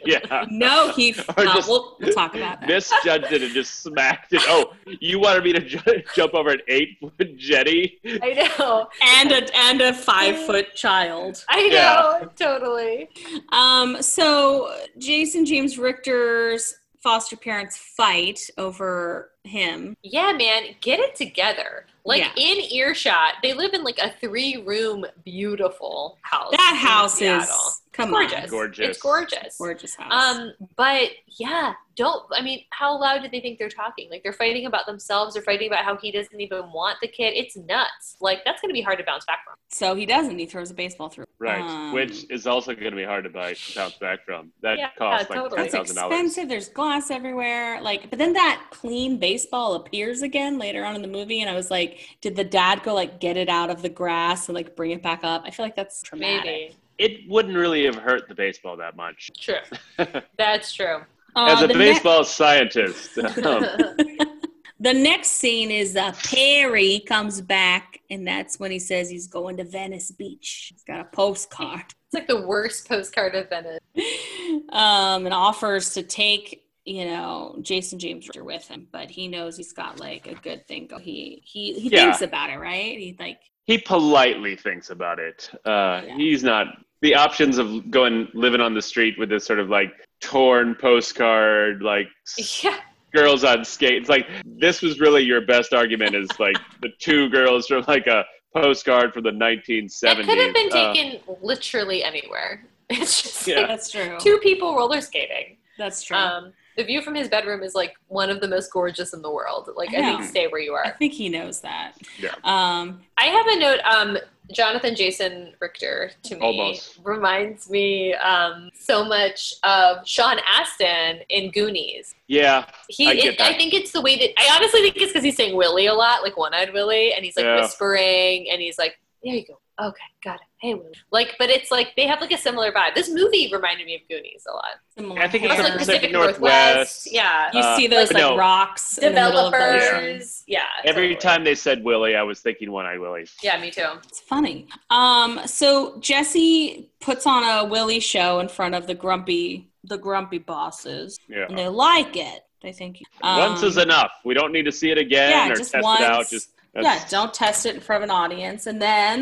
[SPEAKER 2] yeah.
[SPEAKER 3] no, he,
[SPEAKER 2] Or
[SPEAKER 3] no,
[SPEAKER 2] just-
[SPEAKER 3] we'll, we'll talk about that.
[SPEAKER 2] This judge did it, just smacked it. Oh, you wanted me to ju- jump over an eight foot jetty?
[SPEAKER 1] I know,
[SPEAKER 3] and a, and a five foot child.
[SPEAKER 1] I
[SPEAKER 2] Yeah.
[SPEAKER 1] know, totally.
[SPEAKER 3] Um, so Jason James Richter's foster parents fight over him.
[SPEAKER 1] Yeah, man, get it together. Like
[SPEAKER 3] Yeah.
[SPEAKER 1] in earshot, they live in like a three-room beautiful house.
[SPEAKER 3] That
[SPEAKER 1] Oh, in
[SPEAKER 3] house is
[SPEAKER 1] Seattle.
[SPEAKER 3] come
[SPEAKER 1] gorgeous.
[SPEAKER 3] on,
[SPEAKER 2] Gorgeous.
[SPEAKER 1] It's gorgeous.
[SPEAKER 3] gorgeous house.
[SPEAKER 1] Um, but yeah, don't. I mean, how loud do they think they're talking? Like they're fighting about themselves. They're fighting about how he doesn't even want the kid. It's nuts. Like that's gonna be hard to bounce back from.
[SPEAKER 3] so he doesn't. He throws a baseball through.
[SPEAKER 2] Right,
[SPEAKER 3] Um,
[SPEAKER 2] which is also going to be hard to buy bounce back from. That
[SPEAKER 1] Yeah,
[SPEAKER 2] costs like
[SPEAKER 1] totally.
[SPEAKER 2] ten
[SPEAKER 3] That's
[SPEAKER 2] thousand dollars.
[SPEAKER 3] expensive. There's glass everywhere. Like, but then that clean baseball appears again later on in the movie, and I was like, did the dad go like get it out of the grass and like bring it back up? I feel like that's traumatic.
[SPEAKER 1] Maybe.
[SPEAKER 2] It wouldn't really have hurt the baseball that much.
[SPEAKER 1] True. that's true.
[SPEAKER 3] Uh,
[SPEAKER 2] As a
[SPEAKER 3] the ne-
[SPEAKER 2] baseball scientist, um,
[SPEAKER 3] the next scene is uh, Perry comes back, and that's when he says he's going to Venice Beach. He's got a postcard.
[SPEAKER 1] It's like the worst postcard of Venice.
[SPEAKER 3] um, and offers to take you know Jason James Richter with him, but he knows he's got like a good thing. Go- he he he
[SPEAKER 2] Yeah.
[SPEAKER 3] thinks about it, right? He like
[SPEAKER 2] he politely thinks about it. Uh,
[SPEAKER 3] Yeah.
[SPEAKER 2] He's not the options of going living on the street with this sort of like torn postcard, like s-
[SPEAKER 1] Yeah.
[SPEAKER 2] girls on skates. Like this was really your best argument is like the two girls from like a postcard from the 1970s.
[SPEAKER 1] That could have been
[SPEAKER 2] Uh,
[SPEAKER 1] taken literally anywhere. It's just
[SPEAKER 2] Yeah.
[SPEAKER 1] like
[SPEAKER 3] that's true.
[SPEAKER 1] two people roller skating.
[SPEAKER 3] That's true.
[SPEAKER 1] Um, the view from his bedroom is like one of the most gorgeous in the world. Like I,
[SPEAKER 3] I know.
[SPEAKER 1] think stay where you
[SPEAKER 3] I
[SPEAKER 1] are.
[SPEAKER 3] think he knows that.
[SPEAKER 2] Yeah.
[SPEAKER 3] Um,
[SPEAKER 1] I have a note. Um, Jonathan Jason Richter to me
[SPEAKER 2] Almost.
[SPEAKER 1] reminds me um, so much of Sean Astin in Goonies.
[SPEAKER 2] yeah,
[SPEAKER 1] He,
[SPEAKER 2] I
[SPEAKER 1] I,
[SPEAKER 2] get
[SPEAKER 1] it,
[SPEAKER 2] that.
[SPEAKER 1] I think it's the way that I honestly think it's because he's saying Willie a lot, like One Eyed Willie, and he's like
[SPEAKER 2] Yeah.
[SPEAKER 1] whispering, and he's like, "There you go, okay, got it, hey Willie." Like, but it's like they have like a similar vibe. This movie reminded me of Goonies a lot.
[SPEAKER 3] similar
[SPEAKER 2] I think it's
[SPEAKER 1] Also,
[SPEAKER 2] the
[SPEAKER 3] hair.
[SPEAKER 1] like
[SPEAKER 2] Pacific
[SPEAKER 1] Pacific Northwest.
[SPEAKER 2] Northwest.
[SPEAKER 1] Yeah.
[SPEAKER 3] you
[SPEAKER 2] uh,
[SPEAKER 3] see those
[SPEAKER 2] but
[SPEAKER 3] like
[SPEAKER 2] no.
[SPEAKER 3] rocks in the middle of the ocean.
[SPEAKER 1] Developers. Yeah.
[SPEAKER 2] every
[SPEAKER 1] totally.
[SPEAKER 2] time they said Willie, I was thinking One Eye Willie.
[SPEAKER 1] Yeah, me too.
[SPEAKER 3] It's funny. Um, so Jesse puts on a Willy show in front of the grumpy the grumpy bosses,
[SPEAKER 2] Yeah.
[SPEAKER 3] and they like it. They think
[SPEAKER 2] once is
[SPEAKER 3] Mm, um,
[SPEAKER 2] enough. We don't need to see it again
[SPEAKER 3] yeah,
[SPEAKER 2] or
[SPEAKER 3] just
[SPEAKER 2] test
[SPEAKER 3] once.
[SPEAKER 2] it out. Just
[SPEAKER 3] yeah, don't test it in front of an audience. And then,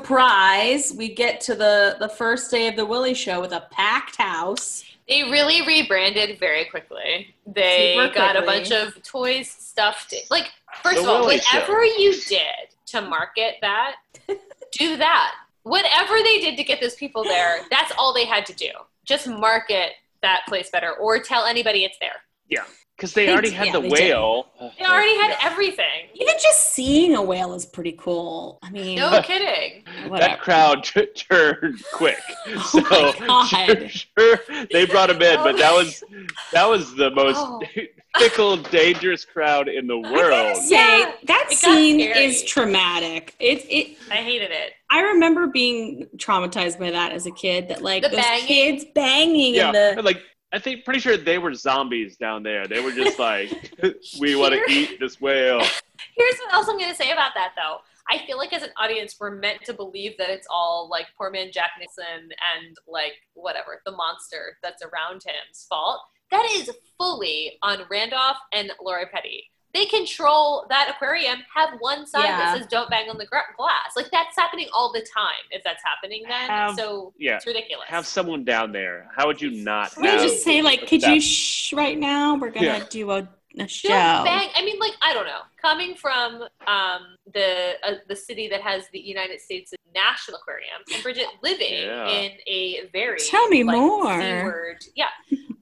[SPEAKER 3] surprise, we get to the the first day of the Willy show with a packed house.
[SPEAKER 1] They really rebranded very quickly. They
[SPEAKER 3] Super
[SPEAKER 1] got a bunch
[SPEAKER 3] quickly.
[SPEAKER 1] of toys stuffed. in- Like, first
[SPEAKER 2] The
[SPEAKER 1] of all,
[SPEAKER 2] Willy
[SPEAKER 1] whatever you did to market that, do that. Whatever they did to get those people there, that's all they had to do. Just market that place better or tell anybody it's there.
[SPEAKER 2] because they
[SPEAKER 3] They
[SPEAKER 2] already
[SPEAKER 3] did-
[SPEAKER 2] had
[SPEAKER 3] yeah,
[SPEAKER 2] the
[SPEAKER 3] they did.
[SPEAKER 2] whale.
[SPEAKER 1] They already had
[SPEAKER 2] Yeah.
[SPEAKER 1] everything.
[SPEAKER 3] Even just seeing a whale is pretty cool. I mean,
[SPEAKER 1] No kidding.
[SPEAKER 3] whatever.
[SPEAKER 2] That crowd t- turned quick. so
[SPEAKER 3] Oh my
[SPEAKER 2] Sure,
[SPEAKER 3] God. Oh.
[SPEAKER 2] sure, they brought him in, but that was that was the most
[SPEAKER 1] Oh.
[SPEAKER 2] fickle, dangerous crowd in the world.
[SPEAKER 3] say
[SPEAKER 1] Yeah,
[SPEAKER 3] that
[SPEAKER 1] it got
[SPEAKER 3] scene
[SPEAKER 1] scary.
[SPEAKER 3] is traumatic. It it
[SPEAKER 1] I hated it.
[SPEAKER 3] I remember being traumatized by that as a kid. That like
[SPEAKER 1] The
[SPEAKER 3] those
[SPEAKER 1] banging.
[SPEAKER 3] kids banging
[SPEAKER 2] Yeah,
[SPEAKER 3] in the
[SPEAKER 2] and, like I think pretty sure they were zombies down there. They were just like, we want to
[SPEAKER 1] Here-
[SPEAKER 2] eat this whale.
[SPEAKER 1] Here's what else I'm going to say about that, though. I feel like as an audience, we're meant to believe that it's all like poor man Jack Nicholson and like whatever the monster that's around him's fault. That is fully on Randolph and Laura Petty. They control that aquarium. Have one sign
[SPEAKER 3] Yeah.
[SPEAKER 1] that says "Don't bang on the gra- glass." Like that's happening all the time. If that's happening, then
[SPEAKER 2] Have-
[SPEAKER 1] so
[SPEAKER 2] Yeah,
[SPEAKER 1] it's ridiculous.
[SPEAKER 2] have someone down there. How would you not?
[SPEAKER 3] Let me
[SPEAKER 2] have
[SPEAKER 3] just say, like, could
[SPEAKER 2] that
[SPEAKER 3] you shh right now? We're gonna
[SPEAKER 2] Yeah.
[SPEAKER 3] do a, a
[SPEAKER 1] Don't
[SPEAKER 3] show.
[SPEAKER 1] bang. I mean, like I don't know. Coming from um, the uh, the city that has the United States National Aquarium, and Bridget living
[SPEAKER 2] Yeah.
[SPEAKER 1] in a very
[SPEAKER 3] Tell me
[SPEAKER 1] like,
[SPEAKER 3] more.
[SPEAKER 1] C-word. Yeah,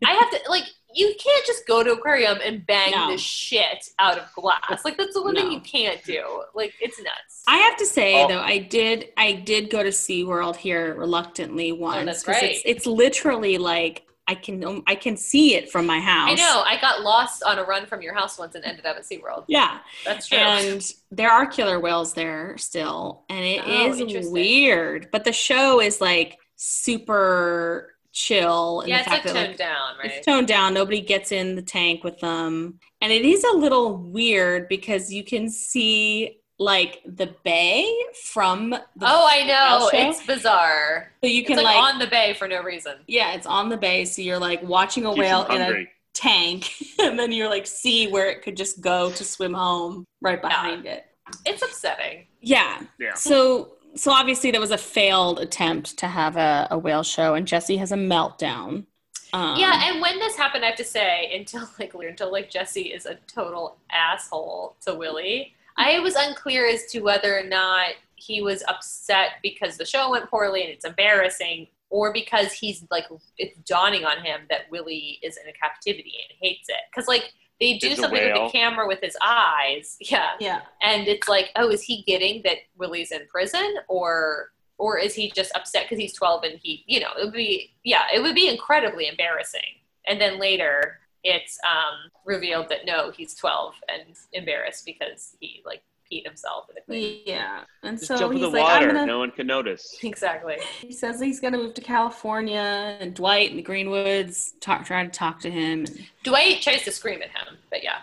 [SPEAKER 1] I have to like you can't just go to aquarium and bang
[SPEAKER 3] No.
[SPEAKER 1] the shit out of glass. Like that's the one
[SPEAKER 3] No.
[SPEAKER 1] thing you can't do. Like it's nuts.
[SPEAKER 3] I have to say
[SPEAKER 2] Oh.
[SPEAKER 3] though, I did I did go to SeaWorld here reluctantly once.
[SPEAKER 1] Oh, that's
[SPEAKER 3] 'cause It's,
[SPEAKER 1] right.
[SPEAKER 3] it's literally like I can I can see it from my house.
[SPEAKER 1] I know. I got lost on a run from your house once and ended up at SeaWorld.
[SPEAKER 3] Yeah.
[SPEAKER 1] That's true.
[SPEAKER 3] And there are killer whales there still. And it
[SPEAKER 1] Oh,
[SPEAKER 3] is
[SPEAKER 1] interesting.
[SPEAKER 3] weird. But the show is like super chill. in
[SPEAKER 1] yeah,
[SPEAKER 3] the
[SPEAKER 1] it's like
[SPEAKER 3] fact
[SPEAKER 1] toned
[SPEAKER 3] that, like,
[SPEAKER 1] down, right?
[SPEAKER 3] It's toned down. Nobody gets in the tank with them. And it is a little weird because you can see like the bay from the
[SPEAKER 1] oh, I know.
[SPEAKER 3] House show?
[SPEAKER 1] It's bizarre.
[SPEAKER 3] so you can
[SPEAKER 1] it's like,
[SPEAKER 3] like,
[SPEAKER 1] on the bay for no reason.
[SPEAKER 3] yeah, it's on the bay, so you're like watching a
[SPEAKER 2] Keeps
[SPEAKER 3] whale
[SPEAKER 2] them
[SPEAKER 3] in a
[SPEAKER 2] hungry.
[SPEAKER 3] tank, and then you're like see where it could just go to swim home right behind it.
[SPEAKER 1] It's upsetting.
[SPEAKER 3] Yeah.
[SPEAKER 2] Yeah.
[SPEAKER 3] So so obviously there was a failed attempt to have a, a whale show, and Jesse has a meltdown. Um,
[SPEAKER 1] yeah, and when this happened, I have to say, until like until like Jesse is a total asshole to Willie. I was unclear as to whether or not he was upset because the show went poorly and it's embarrassing, or because he's like it's dawning on him that Willie is in a captivity and hates it. Because like they do
[SPEAKER 2] It's a
[SPEAKER 1] something with
[SPEAKER 2] whale.
[SPEAKER 1] the camera with his eyes, yeah,
[SPEAKER 3] yeah.
[SPEAKER 1] and it's like, oh, is he getting that Willie's in prison, or or is he just upset because he's twelve and he, you know, it would be, yeah, it would be incredibly embarrassing. And then later, it's um, revealed that no, he's twelve and embarrassed because he like peed himself in a clean.
[SPEAKER 3] Yeah. And
[SPEAKER 2] Just
[SPEAKER 3] so
[SPEAKER 2] jump in
[SPEAKER 3] he's
[SPEAKER 2] the
[SPEAKER 3] like,
[SPEAKER 2] water.
[SPEAKER 3] I'm gonna,
[SPEAKER 2] No one can notice.
[SPEAKER 1] Exactly.
[SPEAKER 3] he says he's gonna move to California, and Dwight and the Greenwoods talk, try to talk to him. And,
[SPEAKER 1] Dwight tries to scream at him, but yeah,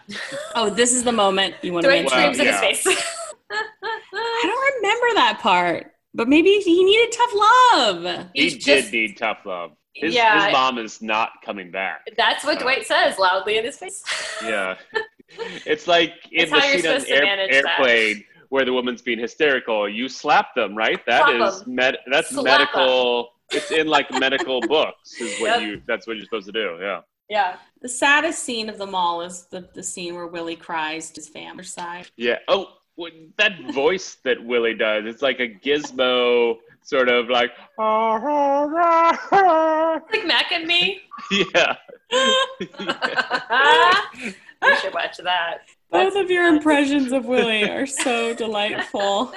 [SPEAKER 3] oh, this is the moment you want to
[SPEAKER 1] Dwight
[SPEAKER 3] mention.
[SPEAKER 2] Wow,
[SPEAKER 1] screams in
[SPEAKER 2] yeah.
[SPEAKER 1] his face.
[SPEAKER 3] I don't remember that part, but maybe he needed tough love.
[SPEAKER 2] He
[SPEAKER 1] He's
[SPEAKER 2] did
[SPEAKER 1] just-
[SPEAKER 2] need tough love. His,
[SPEAKER 1] Yeah.
[SPEAKER 2] his mom is not coming back.
[SPEAKER 1] That's what Dwight says loudly in his face.
[SPEAKER 2] Uh, Yeah. it's like in
[SPEAKER 1] It's
[SPEAKER 2] the
[SPEAKER 1] how you're
[SPEAKER 2] scene on
[SPEAKER 1] supposed to
[SPEAKER 2] air,
[SPEAKER 1] manage that.
[SPEAKER 2] airplane where the woman's being hysterical. You slap them, right? That is
[SPEAKER 1] Slap
[SPEAKER 2] med- that's
[SPEAKER 1] Slap 'em.
[SPEAKER 2] medical. It's in like medical books is what
[SPEAKER 1] Yep.
[SPEAKER 2] you that's what you're supposed to do. Yeah.
[SPEAKER 1] yeah.
[SPEAKER 3] The saddest scene of them all is the, the scene where Willie cries to his family's side.
[SPEAKER 2] Yeah. Oh, when- that voice that Willie does, it's like a gizmo sort of like
[SPEAKER 1] Like Mac and me.
[SPEAKER 2] yeah.
[SPEAKER 1] we should watch that.
[SPEAKER 3] Both of your impressions of Willie are so delightful.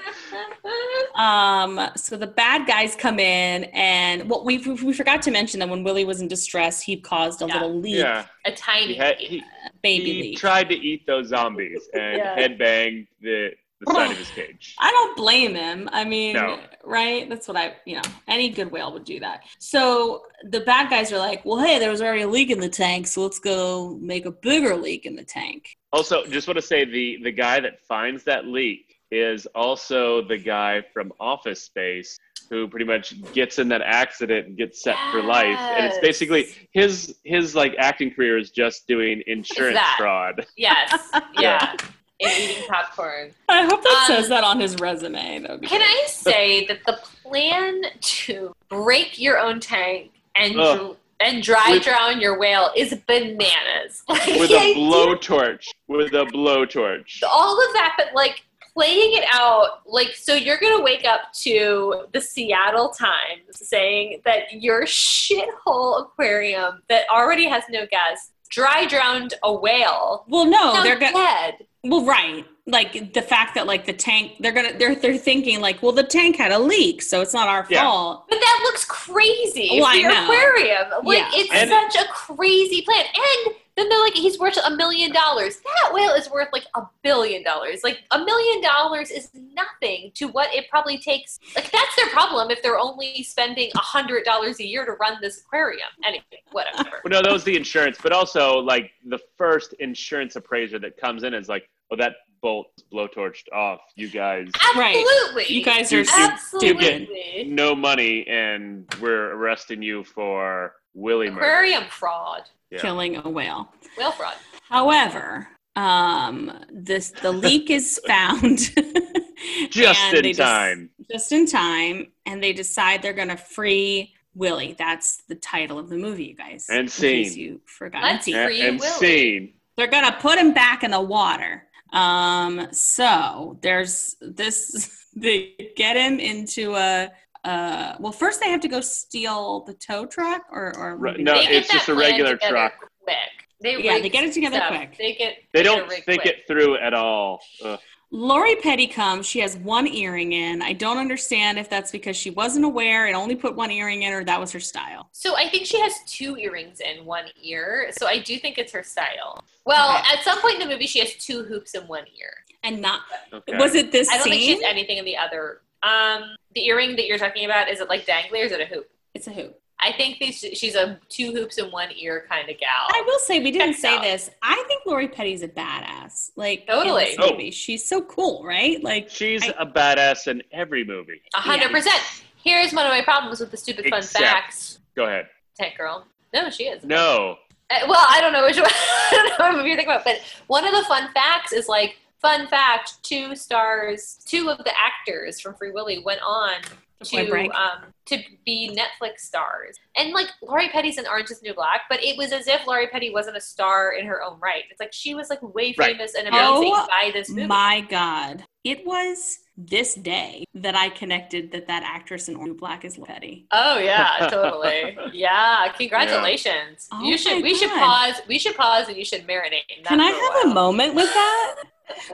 [SPEAKER 3] Um, so the bad guys come in, and what we we forgot to mention that when Willie was in distress, he caused a
[SPEAKER 1] Yeah.
[SPEAKER 3] little leak,
[SPEAKER 2] Yeah.
[SPEAKER 1] A tiny.
[SPEAKER 2] He had, he,
[SPEAKER 3] baby
[SPEAKER 2] he
[SPEAKER 3] leak.
[SPEAKER 2] tried to eat those zombies and
[SPEAKER 1] Yeah.
[SPEAKER 2] headbanged the, the side of his cage.
[SPEAKER 3] I don't blame him. I mean,
[SPEAKER 2] No.
[SPEAKER 3] right? That's what I, you know, any good whale would do that. So the bad guys are like, well, hey, there was already a leak in the tank, so let's go make a bigger leak in the tank.
[SPEAKER 2] Also, just want to say the the guy that finds that leak is also the guy from Office Space who pretty much gets in that accident and gets set for life. And it's
[SPEAKER 1] Yes.
[SPEAKER 2] basically his his like acting career is just doing insurance
[SPEAKER 1] that?
[SPEAKER 2] fraud.
[SPEAKER 1] yes. Yeah. And eating popcorn.
[SPEAKER 3] I hope that
[SPEAKER 1] Um,
[SPEAKER 3] says that on his resume. That would be
[SPEAKER 1] Can
[SPEAKER 3] great.
[SPEAKER 1] I say that the plan to break your own tank and
[SPEAKER 2] Ugh.
[SPEAKER 1] dr- and dry
[SPEAKER 2] With-
[SPEAKER 1] drown your whale is bananas. Like,
[SPEAKER 2] With
[SPEAKER 1] the
[SPEAKER 2] a
[SPEAKER 1] idea-
[SPEAKER 2] blowtorch. With a blowtorch.
[SPEAKER 1] all of that, but like playing it out, like so you're gonna wake up to the Seattle Times saying that your shithole aquarium that already has no gas dry drowned a whale.
[SPEAKER 3] Well, no,
[SPEAKER 1] Now
[SPEAKER 3] Oh, they're going
[SPEAKER 1] dead.
[SPEAKER 3] Well, right. Like the fact that like the tank, they're gonna they're they're thinking like, well, the tank had a leak, so it's not our
[SPEAKER 2] Yeah.
[SPEAKER 3] fault.
[SPEAKER 1] But that looks crazy
[SPEAKER 3] Oh,
[SPEAKER 1] for
[SPEAKER 3] I
[SPEAKER 1] your
[SPEAKER 3] know.
[SPEAKER 1] aquarium. Like
[SPEAKER 3] Yeah.
[SPEAKER 1] it's
[SPEAKER 2] And-
[SPEAKER 1] such a crazy plan. And then they're like, he's worth a million dollars. That whale is worth like a billion dollars. Like a million dollars is nothing to what it probably takes. Like that's their problem if they're only spending a hundred dollars a year to run this aquarium. Anyway, whatever.
[SPEAKER 2] Well, no, that was the insurance, but also like the first insurance appraiser that comes in is like, "Oh, that bolt is blowtorched off. You guys,
[SPEAKER 3] Right.
[SPEAKER 1] Absolutely.
[SPEAKER 3] You guys are
[SPEAKER 2] You-
[SPEAKER 3] stupid.
[SPEAKER 1] absolutely
[SPEAKER 2] no money, and we're arresting you for Willie murder."
[SPEAKER 1] aquarium fraud,
[SPEAKER 2] Yeah.
[SPEAKER 3] killing a whale.
[SPEAKER 1] whale fraud.
[SPEAKER 3] However, um, this the leak is found
[SPEAKER 2] Just
[SPEAKER 3] and they
[SPEAKER 2] in time.
[SPEAKER 3] just in time, and they decide they're gonna free Willie. That's the title of the movie, you guys.
[SPEAKER 2] And
[SPEAKER 3] in case
[SPEAKER 2] scene.
[SPEAKER 3] You forgot.
[SPEAKER 1] Let's
[SPEAKER 3] And scene.
[SPEAKER 2] A-
[SPEAKER 1] Free
[SPEAKER 2] and
[SPEAKER 1] Willy.
[SPEAKER 2] scene.
[SPEAKER 3] They're gonna put him back in the water. Um, so there's this. They get him into a. Uh, well, first they have to go steal the tow truck, or or
[SPEAKER 2] Right,
[SPEAKER 3] maybe
[SPEAKER 2] no,
[SPEAKER 3] they,
[SPEAKER 1] get
[SPEAKER 2] it's
[SPEAKER 1] that
[SPEAKER 2] just a
[SPEAKER 1] plan
[SPEAKER 2] regular
[SPEAKER 1] together
[SPEAKER 2] truck.
[SPEAKER 1] Quick. They
[SPEAKER 3] yeah, they
[SPEAKER 1] rig
[SPEAKER 3] get it together
[SPEAKER 1] stuff.
[SPEAKER 3] quick.
[SPEAKER 1] They get. get
[SPEAKER 2] They don't
[SPEAKER 1] rigged
[SPEAKER 2] think
[SPEAKER 1] quick.
[SPEAKER 2] it through at all. Ugh.
[SPEAKER 3] Lori Petty comes. She has one earring in. I don't understand if that's because she wasn't aware and only put one earring in, or that was her style.
[SPEAKER 1] So I think she has two earrings in one ear. So I do think it's her style. Well, at some point in the movie, she has two hoops in one ear.
[SPEAKER 3] And not
[SPEAKER 2] Okay.
[SPEAKER 3] was it this
[SPEAKER 1] I don't
[SPEAKER 3] scene?
[SPEAKER 1] think she has anything in the other. Um, the earring that you're talking about is it like dangly or is it a hoop?
[SPEAKER 3] it's a hoop.
[SPEAKER 1] I think these, she's a two hoops in one ear kind of gal.
[SPEAKER 3] I will say we didn't
[SPEAKER 1] Checks
[SPEAKER 3] say
[SPEAKER 1] out.
[SPEAKER 3] this. I think Lori Petty's a badass. Like in
[SPEAKER 1] Totally.
[SPEAKER 3] this
[SPEAKER 2] Oh.
[SPEAKER 3] movie. she's so cool, right? Like
[SPEAKER 2] She's
[SPEAKER 3] I-
[SPEAKER 2] a badass in every movie.
[SPEAKER 1] A hundred percent. Here's one of my problems with the stupid fun
[SPEAKER 2] Except-
[SPEAKER 1] facts.
[SPEAKER 2] Go ahead.
[SPEAKER 1] Tech girl. No, she is.
[SPEAKER 2] No.
[SPEAKER 1] Uh, Well, I don't know which one. I don't know what you're thinking about, but one of the fun facts is like fun fact: two stars, two of the actors from Free Willy went on
[SPEAKER 3] To play
[SPEAKER 1] to
[SPEAKER 3] Frank.
[SPEAKER 1] um, to be Netflix stars. And like Laurie Petty's in Orange Is the New Black, but it was as if Laurie Petty wasn't a star in her own right. It's like she was like way
[SPEAKER 2] Right.
[SPEAKER 1] famous and
[SPEAKER 3] Yeah.
[SPEAKER 1] amazing
[SPEAKER 3] Oh
[SPEAKER 1] by this movie.
[SPEAKER 3] my god, it was this day that I connected that that actress in Orange Black is Lori Petty.
[SPEAKER 1] Oh yeah, totally. yeah, congratulations.
[SPEAKER 3] Oh
[SPEAKER 1] you should.
[SPEAKER 3] my
[SPEAKER 1] We should
[SPEAKER 3] God.
[SPEAKER 1] pause. We should pause, and you should marinate. in that
[SPEAKER 3] Can I
[SPEAKER 1] for
[SPEAKER 3] have a
[SPEAKER 1] while.
[SPEAKER 3] moment with that?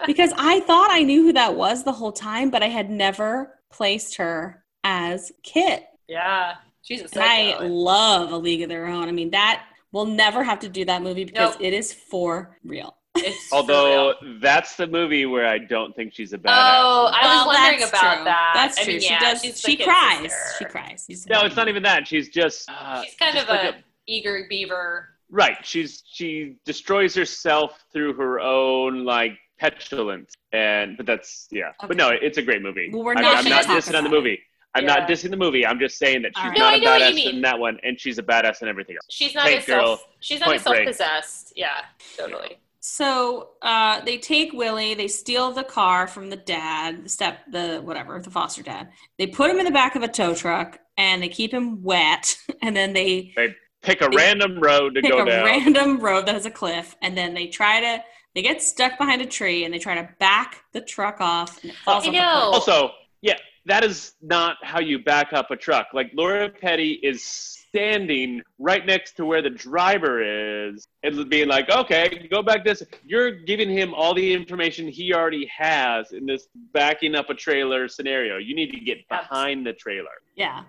[SPEAKER 3] Because I thought I knew who that was the whole time, but I had never placed her as Kit.
[SPEAKER 1] Yeah, she's a
[SPEAKER 3] And I
[SPEAKER 1] psycho.
[SPEAKER 3] love A League of Their Own. I mean, that we'll never have to do that movie because
[SPEAKER 1] Nope.
[SPEAKER 3] it is for real.
[SPEAKER 1] It's for
[SPEAKER 2] Although
[SPEAKER 1] real.
[SPEAKER 2] that's the movie where I don't think she's a badass.
[SPEAKER 1] Oh, I was
[SPEAKER 3] Well,
[SPEAKER 1] wondering
[SPEAKER 3] that's
[SPEAKER 1] about
[SPEAKER 3] true.
[SPEAKER 1] that.
[SPEAKER 3] That's
[SPEAKER 1] I
[SPEAKER 3] true.
[SPEAKER 1] mean,
[SPEAKER 3] she
[SPEAKER 1] yeah,
[SPEAKER 3] does.
[SPEAKER 1] she's the
[SPEAKER 3] she
[SPEAKER 1] kid
[SPEAKER 3] cries.
[SPEAKER 1] sister.
[SPEAKER 3] She cries. She's
[SPEAKER 2] no, it's not even that. She's just. Uh,
[SPEAKER 1] She's kind
[SPEAKER 2] just
[SPEAKER 1] of
[SPEAKER 2] like
[SPEAKER 1] a eager beaver.
[SPEAKER 2] Right. She's she destroys herself through her own like petulance, and but that's yeah. But
[SPEAKER 3] Okay.
[SPEAKER 2] no, it's a great movie.
[SPEAKER 3] Well, we're
[SPEAKER 2] I'm
[SPEAKER 1] not
[SPEAKER 2] I'm
[SPEAKER 1] gonna
[SPEAKER 2] not
[SPEAKER 1] talk
[SPEAKER 2] dissing on the
[SPEAKER 3] about it.
[SPEAKER 2] movie. I'm
[SPEAKER 1] Yeah.
[SPEAKER 2] not dissing the movie. I'm just saying that she's
[SPEAKER 3] Alright.
[SPEAKER 2] not
[SPEAKER 1] No, I
[SPEAKER 2] a
[SPEAKER 1] know what you
[SPEAKER 2] badass in
[SPEAKER 1] mean.
[SPEAKER 2] that one, and she's a badass in everything else.
[SPEAKER 1] She's not
[SPEAKER 2] Hey,
[SPEAKER 1] as self.
[SPEAKER 2] girl.
[SPEAKER 1] She's not as
[SPEAKER 2] Point break.
[SPEAKER 1] self-possessed. Yeah, totally.
[SPEAKER 3] So uh, they take Willie. They steal the car from the dad, the step, the whatever, the foster dad. They put him in the back of a tow truck and they keep him wet. And then they
[SPEAKER 2] Pick a random road to
[SPEAKER 3] pick
[SPEAKER 2] go
[SPEAKER 3] a
[SPEAKER 2] down.
[SPEAKER 3] random road that has a cliff. And then they try to. They get stuck behind a tree and they try to back the truck off. And it falls
[SPEAKER 1] I
[SPEAKER 3] off the
[SPEAKER 1] know.
[SPEAKER 3] cliff.
[SPEAKER 2] also, yeah, that is not how you back up a truck. Like Laura Petty is standing right next to where the driver is and being like, okay, go back this. You're giving him all the information he already has in this backing up a trailer scenario. You need to get behind the trailer.
[SPEAKER 3] Yeah.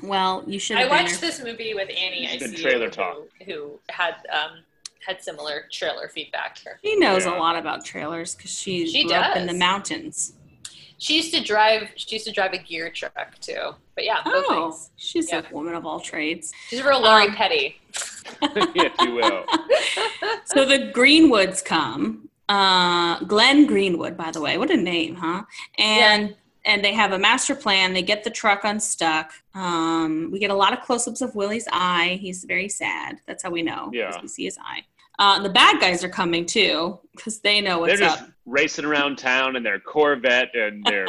[SPEAKER 3] Well, you should.
[SPEAKER 1] I
[SPEAKER 3] have been
[SPEAKER 1] watched
[SPEAKER 3] there.
[SPEAKER 1] this movie with Annie. I
[SPEAKER 2] It's been
[SPEAKER 1] see
[SPEAKER 2] trailer
[SPEAKER 1] who,
[SPEAKER 2] talk.
[SPEAKER 1] who had um, had similar trailer feedback. to Her.
[SPEAKER 3] She knows
[SPEAKER 2] Yeah.
[SPEAKER 3] a lot about trailers because she,
[SPEAKER 1] She
[SPEAKER 3] grew up in the
[SPEAKER 1] does.
[SPEAKER 3] mountains.
[SPEAKER 1] She used to drive. She used to drive a gear truck too. But yeah, both
[SPEAKER 3] Oh,
[SPEAKER 1] things.
[SPEAKER 3] she's
[SPEAKER 1] Yeah.
[SPEAKER 3] a woman of all trades.
[SPEAKER 1] She's a real Laurie
[SPEAKER 3] Um,
[SPEAKER 1] Petty.
[SPEAKER 2] if you will.
[SPEAKER 3] So the Greenwoods come. Uh, Glenn Greenwood, by the way, what a name, huh? And and they have a master plan. They get the truck unstuck. Um, we get a lot of close-ups of Willie's eye. He's very sad. That's how we know. 'cause
[SPEAKER 2] Yeah.
[SPEAKER 3] we see his eye. Uh, the bad guys are coming too because they know
[SPEAKER 2] They're
[SPEAKER 3] what's
[SPEAKER 2] just
[SPEAKER 3] up.
[SPEAKER 2] racing around town in their Corvette and their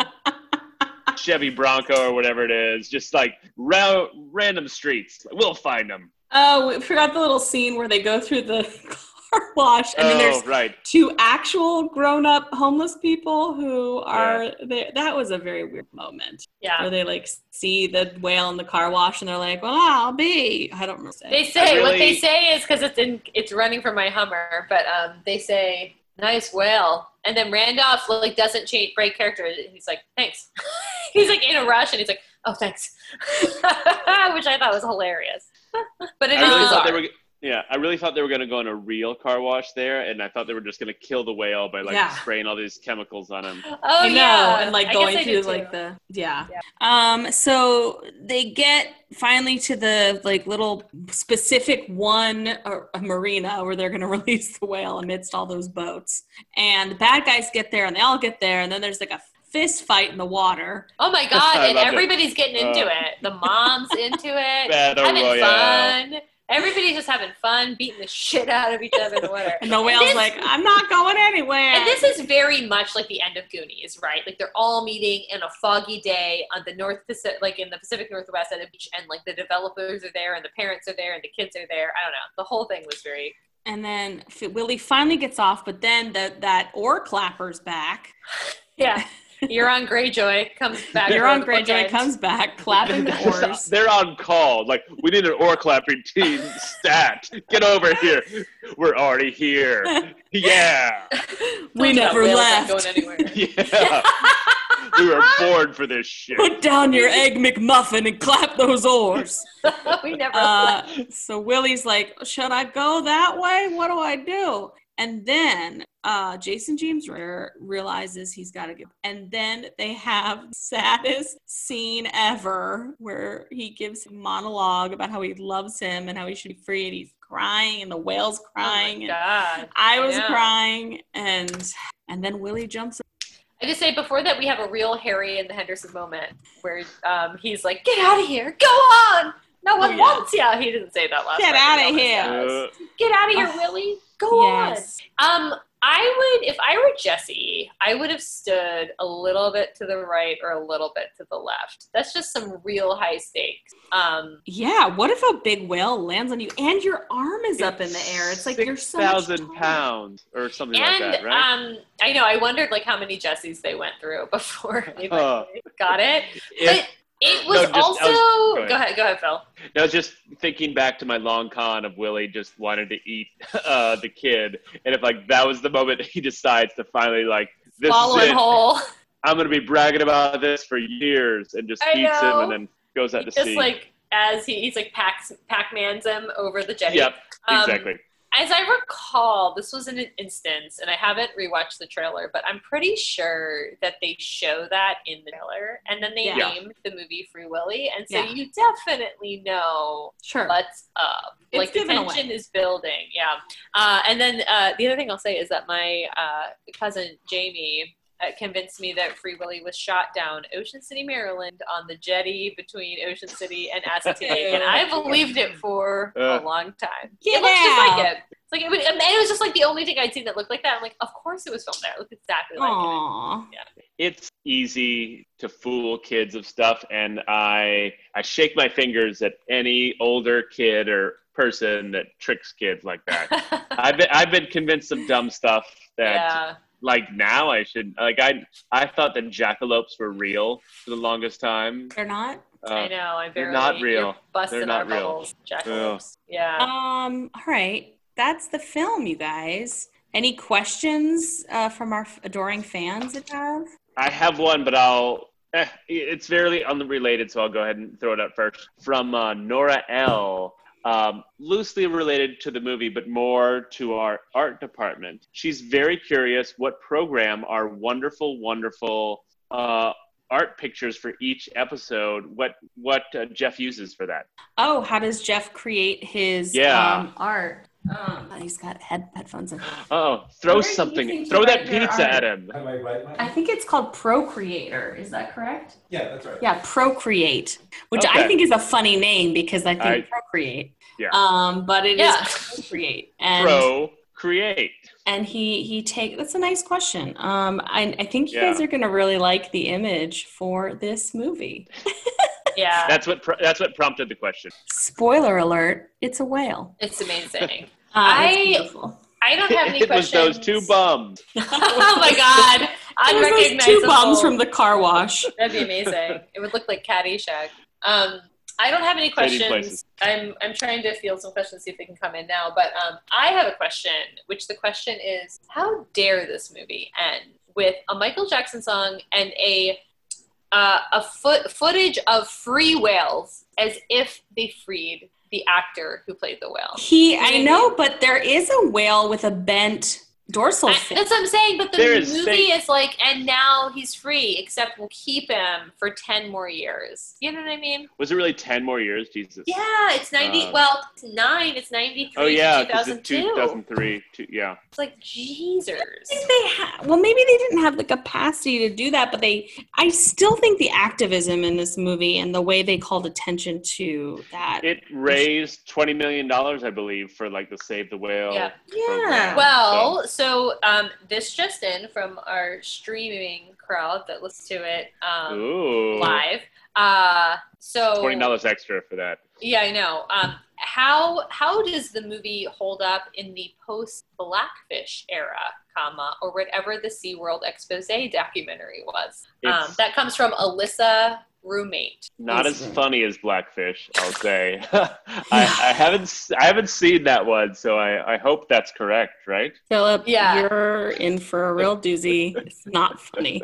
[SPEAKER 2] Chevy Bronco or whatever it is, just like ra- random streets. We'll find them.
[SPEAKER 3] Oh, we forgot the little scene where they go through the car wash, and
[SPEAKER 2] oh,
[SPEAKER 3] then there's
[SPEAKER 2] right.
[SPEAKER 3] two actual grown-up homeless people who are there. That was a very weird moment
[SPEAKER 1] Yeah.
[SPEAKER 3] where they like see the whale in the car wash, and they're like, "Well, I'll be." I don't remember. what
[SPEAKER 1] They
[SPEAKER 3] They,
[SPEAKER 1] say
[SPEAKER 2] I
[SPEAKER 1] what they
[SPEAKER 2] really-
[SPEAKER 1] say is because it's in it's running from my Hummer, but um, they say nice whale, and then Randolph like doesn't change break character. He's like thanks. he's like in a rush, and he's like oh thanks, which I thought was hilarious. but it
[SPEAKER 2] I
[SPEAKER 1] is
[SPEAKER 2] really thought
[SPEAKER 1] bizarre.
[SPEAKER 2] they were. Yeah, I really thought they were going to go on a real car wash there, and I thought they were just going to kill the whale by like
[SPEAKER 3] Yeah.
[SPEAKER 2] spraying all these chemicals on him.
[SPEAKER 1] oh
[SPEAKER 3] I know,
[SPEAKER 1] yeah,
[SPEAKER 3] and like
[SPEAKER 1] I guess
[SPEAKER 3] going
[SPEAKER 1] I
[SPEAKER 3] through
[SPEAKER 1] did
[SPEAKER 3] like
[SPEAKER 1] too.
[SPEAKER 3] the yeah.
[SPEAKER 1] Yeah.
[SPEAKER 3] Um. So they get finally to the like little specific one uh, marina where they're going to release the whale amidst all those boats, and the bad guys get there, and they all get there, and then there's like a fist fight in the water.
[SPEAKER 1] oh my god,
[SPEAKER 2] I
[SPEAKER 1] and
[SPEAKER 2] loved it.
[SPEAKER 1] everybody's getting into
[SPEAKER 2] Uh,
[SPEAKER 1] it. The mom's into it,
[SPEAKER 2] Battle
[SPEAKER 1] having
[SPEAKER 2] Royale.
[SPEAKER 1] fun. Everybody's just having fun, beating the shit out of each other in the water.
[SPEAKER 3] And the whale's
[SPEAKER 1] this-
[SPEAKER 3] like, I'm not going anywhere.
[SPEAKER 1] And this is very much like the end of Goonies, right? Like they're all meeting in a foggy day on the North Pacific, like in the Pacific Northwest at a beach, and like the developers are there, and the parents are there, and the kids are there. I don't know. The whole thing was very
[SPEAKER 3] And then F- Willie finally gets off, but then that that oar clapper's back.
[SPEAKER 1] Yeah. Euron Greyjoy comes back.
[SPEAKER 3] You're on
[SPEAKER 1] for the book
[SPEAKER 3] Greyjoy
[SPEAKER 1] end.
[SPEAKER 3] comes back, clapping the oars.
[SPEAKER 2] They're on call. Like, we need an oar clapping team stat. Get over here. We're already here. Yeah.
[SPEAKER 1] Talk
[SPEAKER 3] We
[SPEAKER 1] about
[SPEAKER 3] never
[SPEAKER 1] whales
[SPEAKER 3] left.
[SPEAKER 1] not Going anywhere.
[SPEAKER 2] Yeah. we were born for this shit.
[SPEAKER 3] Put down your egg McMuffin and clap those oars.
[SPEAKER 1] we never.
[SPEAKER 3] Uh, so Willie's like, should I go that way? What do I do? And then uh, Jason James Rare realizes he's got to give. And then they have the saddest scene ever where he gives a monologue about how he loves him and how he should be free. And he's crying and the whale's
[SPEAKER 1] Oh
[SPEAKER 3] crying.
[SPEAKER 1] my
[SPEAKER 3] and
[SPEAKER 1] God.
[SPEAKER 3] I was
[SPEAKER 1] Yeah.
[SPEAKER 3] crying. And and then Willie jumps.
[SPEAKER 1] I just say before that we have a real Harry and the Henderson moment where um, he's like, "Get out of here! Go on! No one
[SPEAKER 3] Oh, yeah.
[SPEAKER 1] wants you." He didn't say that last.
[SPEAKER 3] Get
[SPEAKER 1] part,
[SPEAKER 3] outta
[SPEAKER 1] he almost
[SPEAKER 3] here.
[SPEAKER 1] does.
[SPEAKER 2] Uh,
[SPEAKER 1] Get out of
[SPEAKER 3] Ugh.
[SPEAKER 1] here, Willie! Go
[SPEAKER 3] Yes.
[SPEAKER 1] on. Um, I would, if I were Jesse, I would have stood a little bit to the right or a little bit to the left. That's just some real high stakes. Um,
[SPEAKER 3] Yeah, what if a big whale lands on you and your arm is up in the air? It's like you're so much
[SPEAKER 2] 6,000
[SPEAKER 3] taller.
[SPEAKER 2] pounds or something
[SPEAKER 1] and
[SPEAKER 2] like that, right?
[SPEAKER 1] um, I know I wondered like how many Jessies they went through before they
[SPEAKER 2] Uh.
[SPEAKER 1] got it.
[SPEAKER 2] If-
[SPEAKER 1] but it
[SPEAKER 2] No,
[SPEAKER 1] was
[SPEAKER 2] just- I was-
[SPEAKER 1] also
[SPEAKER 2] ahead.
[SPEAKER 1] go ahead, go ahead, Phil.
[SPEAKER 2] I was just thinking back to my long con of Willie just wanted to eat uh, the kid, and if like that was the moment he decides to finally like this
[SPEAKER 1] Follow
[SPEAKER 2] is
[SPEAKER 1] and
[SPEAKER 2] it.
[SPEAKER 1] hole.
[SPEAKER 2] I'm gonna be bragging about this for years, and just
[SPEAKER 1] I
[SPEAKER 2] eats
[SPEAKER 1] know.
[SPEAKER 2] him and then goes out to
[SPEAKER 1] Just
[SPEAKER 2] sea.
[SPEAKER 1] like as he, he's like Pac Pac Man's him over the jetty.
[SPEAKER 2] yep,
[SPEAKER 1] Um,
[SPEAKER 2] exactly.
[SPEAKER 1] As I recall, this was in an instance, and I haven't rewatched the trailer, but I'm pretty sure that they show that in the trailer, and then they
[SPEAKER 3] Yeah.
[SPEAKER 2] Yeah.
[SPEAKER 1] named the movie Free Willy, and so
[SPEAKER 3] Yeah.
[SPEAKER 1] you definitely know
[SPEAKER 3] Sure.
[SPEAKER 1] what's up.
[SPEAKER 3] It's
[SPEAKER 1] uh, like the
[SPEAKER 3] given away.
[SPEAKER 1] tension is building. Yeah. Uh, and then uh, the other thing I'll say is that my uh, cousin Jamie uh, convinced me that Free Willy was shot down Ocean City, Maryland, on the jetty between Ocean City and Assateague, and I believed it for
[SPEAKER 2] Uh.
[SPEAKER 1] a long time.
[SPEAKER 3] Get
[SPEAKER 1] it looks just
[SPEAKER 3] out.
[SPEAKER 1] like it. It's Like it, would, and it was just like the only thing I'd seen that looked like that. I'm like, of course it was filmed there. It looked exactly like it.
[SPEAKER 3] Aww.
[SPEAKER 2] It's easy to fool kids of stuff, and I I shake my fingers at any older kid or person that tricks kids like that. I've been, I've been convinced of dumb stuff that
[SPEAKER 1] yeah.
[SPEAKER 2] like now I should like I I thought that jackalopes were real for the longest time.
[SPEAKER 3] They're not.
[SPEAKER 1] I
[SPEAKER 2] Uh,
[SPEAKER 1] know. I
[SPEAKER 2] they're
[SPEAKER 1] barely,
[SPEAKER 2] not
[SPEAKER 1] you're
[SPEAKER 2] real.
[SPEAKER 1] Busting
[SPEAKER 2] They're not
[SPEAKER 1] our
[SPEAKER 2] real.
[SPEAKER 1] bubbles, jackalopes. Yeah.
[SPEAKER 3] Um, all right. That's the film, you guys. Any questions uh, from our adoring fans that have?
[SPEAKER 2] I have one, but I'll eh, it's fairly unrelated, so I'll go ahead and throw it out first. From uh, Nora L. Um, loosely related to the movie, but more to our art department. She's very curious what program our wonderful, wonderful uh, art pictures for each episode. What what uh, Jeff uses for that?
[SPEAKER 3] Oh, how does Jeff create his
[SPEAKER 2] Yeah.
[SPEAKER 3] um, art? Um, he's got head headphones in.
[SPEAKER 2] Oh,
[SPEAKER 3] Where do
[SPEAKER 2] throw
[SPEAKER 3] you
[SPEAKER 2] something!
[SPEAKER 3] think
[SPEAKER 2] Throw
[SPEAKER 3] you
[SPEAKER 2] that
[SPEAKER 3] write your
[SPEAKER 2] pizza at
[SPEAKER 3] art?
[SPEAKER 2] him.
[SPEAKER 6] Am I right, Mike?
[SPEAKER 3] I think it's called Procreator. Is that correct?
[SPEAKER 6] yeah, that's right.
[SPEAKER 3] Yeah, Procreate, which I
[SPEAKER 2] Okay.
[SPEAKER 3] think is a funny name because I think
[SPEAKER 2] I-
[SPEAKER 3] Procreate.
[SPEAKER 2] Yeah.
[SPEAKER 3] Um, but it is
[SPEAKER 1] Yeah.
[SPEAKER 3] Procreate. And
[SPEAKER 2] Pro create.
[SPEAKER 3] and he he take that's a nice question. Um, I I think you
[SPEAKER 2] Yeah.
[SPEAKER 3] guys are gonna really like the image for this movie.
[SPEAKER 1] yeah.
[SPEAKER 2] That's what pro- that's what prompted the question.
[SPEAKER 3] Spoiler alert: it's a whale.
[SPEAKER 1] It's amazing.
[SPEAKER 3] Uh, it's
[SPEAKER 1] I-
[SPEAKER 3] beautiful.
[SPEAKER 1] I don't have any
[SPEAKER 2] it was
[SPEAKER 1] questions.
[SPEAKER 2] those two bums.
[SPEAKER 1] oh my god!
[SPEAKER 3] It was those
[SPEAKER 1] Unrecognizable.
[SPEAKER 3] two bums from the car wash.
[SPEAKER 1] That'd be amazing. it would look like Caddyshack. Um, I don't have any
[SPEAKER 2] Trading places.
[SPEAKER 1] questions. I'm I'm trying to field some questions, see if they can come in now. But um, I have a question, which the question is: How dare this movie end with a Michael Jackson song and a uh, a foot footage of free whales as if they freed the actor who played the whale?
[SPEAKER 3] He, I know, but there is a whale with a bent dorsal
[SPEAKER 1] I-
[SPEAKER 3] fin.
[SPEAKER 1] that's what I'm saying. But the
[SPEAKER 2] There is
[SPEAKER 1] movie
[SPEAKER 2] fake-
[SPEAKER 1] is like, and now he's free, except we'll keep him for ten more years. You know what I mean?
[SPEAKER 2] Was it really ten more years? Jesus.
[SPEAKER 1] Yeah, it's ninety.
[SPEAKER 2] Uh,
[SPEAKER 1] well, it's nine. It's ninety three.
[SPEAKER 2] Oh yeah,
[SPEAKER 1] two
[SPEAKER 2] 'cause
[SPEAKER 1] thousand
[SPEAKER 2] it's
[SPEAKER 1] two.
[SPEAKER 2] 2003. Two, yeah.
[SPEAKER 1] It's like Jesus.
[SPEAKER 3] I think they ha- well maybe they didn't have the capacity to do that but they i still think the activism in this movie and the way they called attention to that
[SPEAKER 2] It raised 20 million dollars, I believe, for like the Save the Whale.
[SPEAKER 1] Yeah.
[SPEAKER 3] yeah
[SPEAKER 1] Well, so um, this just in from our streaming crowd that listens to it um,
[SPEAKER 2] Ooh.
[SPEAKER 1] live. Uh, so
[SPEAKER 2] Twenty dollars extra for that.
[SPEAKER 1] Yeah, I know. Um, how how does the movie hold up in the post Blackfish era, comma, or whatever the SeaWorld expose documentary was? Um,
[SPEAKER 2] It's-
[SPEAKER 1] that comes from Alyssa Roommate.
[SPEAKER 2] Not
[SPEAKER 3] Yes.
[SPEAKER 2] as funny as Blackfish, I'll say. I, I haven't s- I haven't seen that one, so I, I hope that's correct, right?
[SPEAKER 3] Philip,
[SPEAKER 1] Yeah.
[SPEAKER 3] you're in for a real doozy. It's not funny.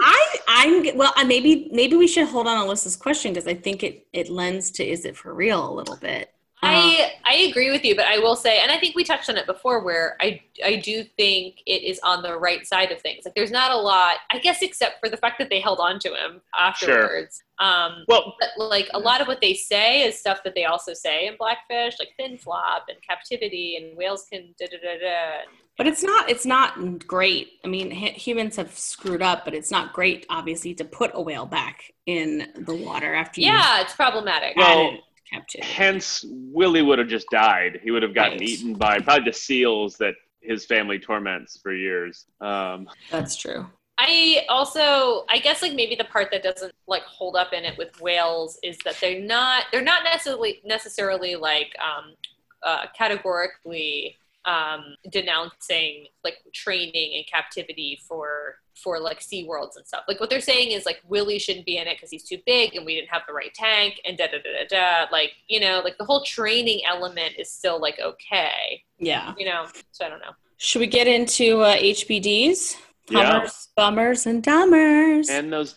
[SPEAKER 3] I I'm well. I maybe maybe we should hold on Alyssa's question because I think it it lends to is it for real a little bit.
[SPEAKER 1] I I agree with you, but I will say, and I think we touched on it before, where I I do think it is on the right side of things. Like, there's not a lot, I guess, except for the fact that they held on to him afterwards. Um,
[SPEAKER 2] Well,
[SPEAKER 1] but like a lot of what they say is stuff that they also say in Blackfish, like fin flop and captivity and whales can da da da da.
[SPEAKER 3] But it's not it's not great. I mean, hu- humans have screwed up, but it's not great obviously to put a whale back in the water after you
[SPEAKER 1] Yeah, it's problematic.
[SPEAKER 2] Well-
[SPEAKER 3] added captivity.
[SPEAKER 2] hence Willie would have just died. He would have gotten
[SPEAKER 3] Right.
[SPEAKER 2] eaten by probably the seals that his family torments for years. Um,
[SPEAKER 3] That's true.
[SPEAKER 1] I also, I guess, like maybe the part that doesn't like hold up in it with whales is that they're not they're not necessarily necessarily like um, uh, categorically um, denouncing like training and captivity for for like sea worlds and stuff. Like what they're saying is like Willie shouldn't be in it because he's too big and we didn't have the right tank and da da da da da. Like you know, like the whole training element is still like okay,
[SPEAKER 3] Yeah.
[SPEAKER 1] you know. So I don't know.
[SPEAKER 3] Should we get into uh, HBDs?
[SPEAKER 2] yeah.
[SPEAKER 3] Hummers, bummers, and dummers.
[SPEAKER 2] And those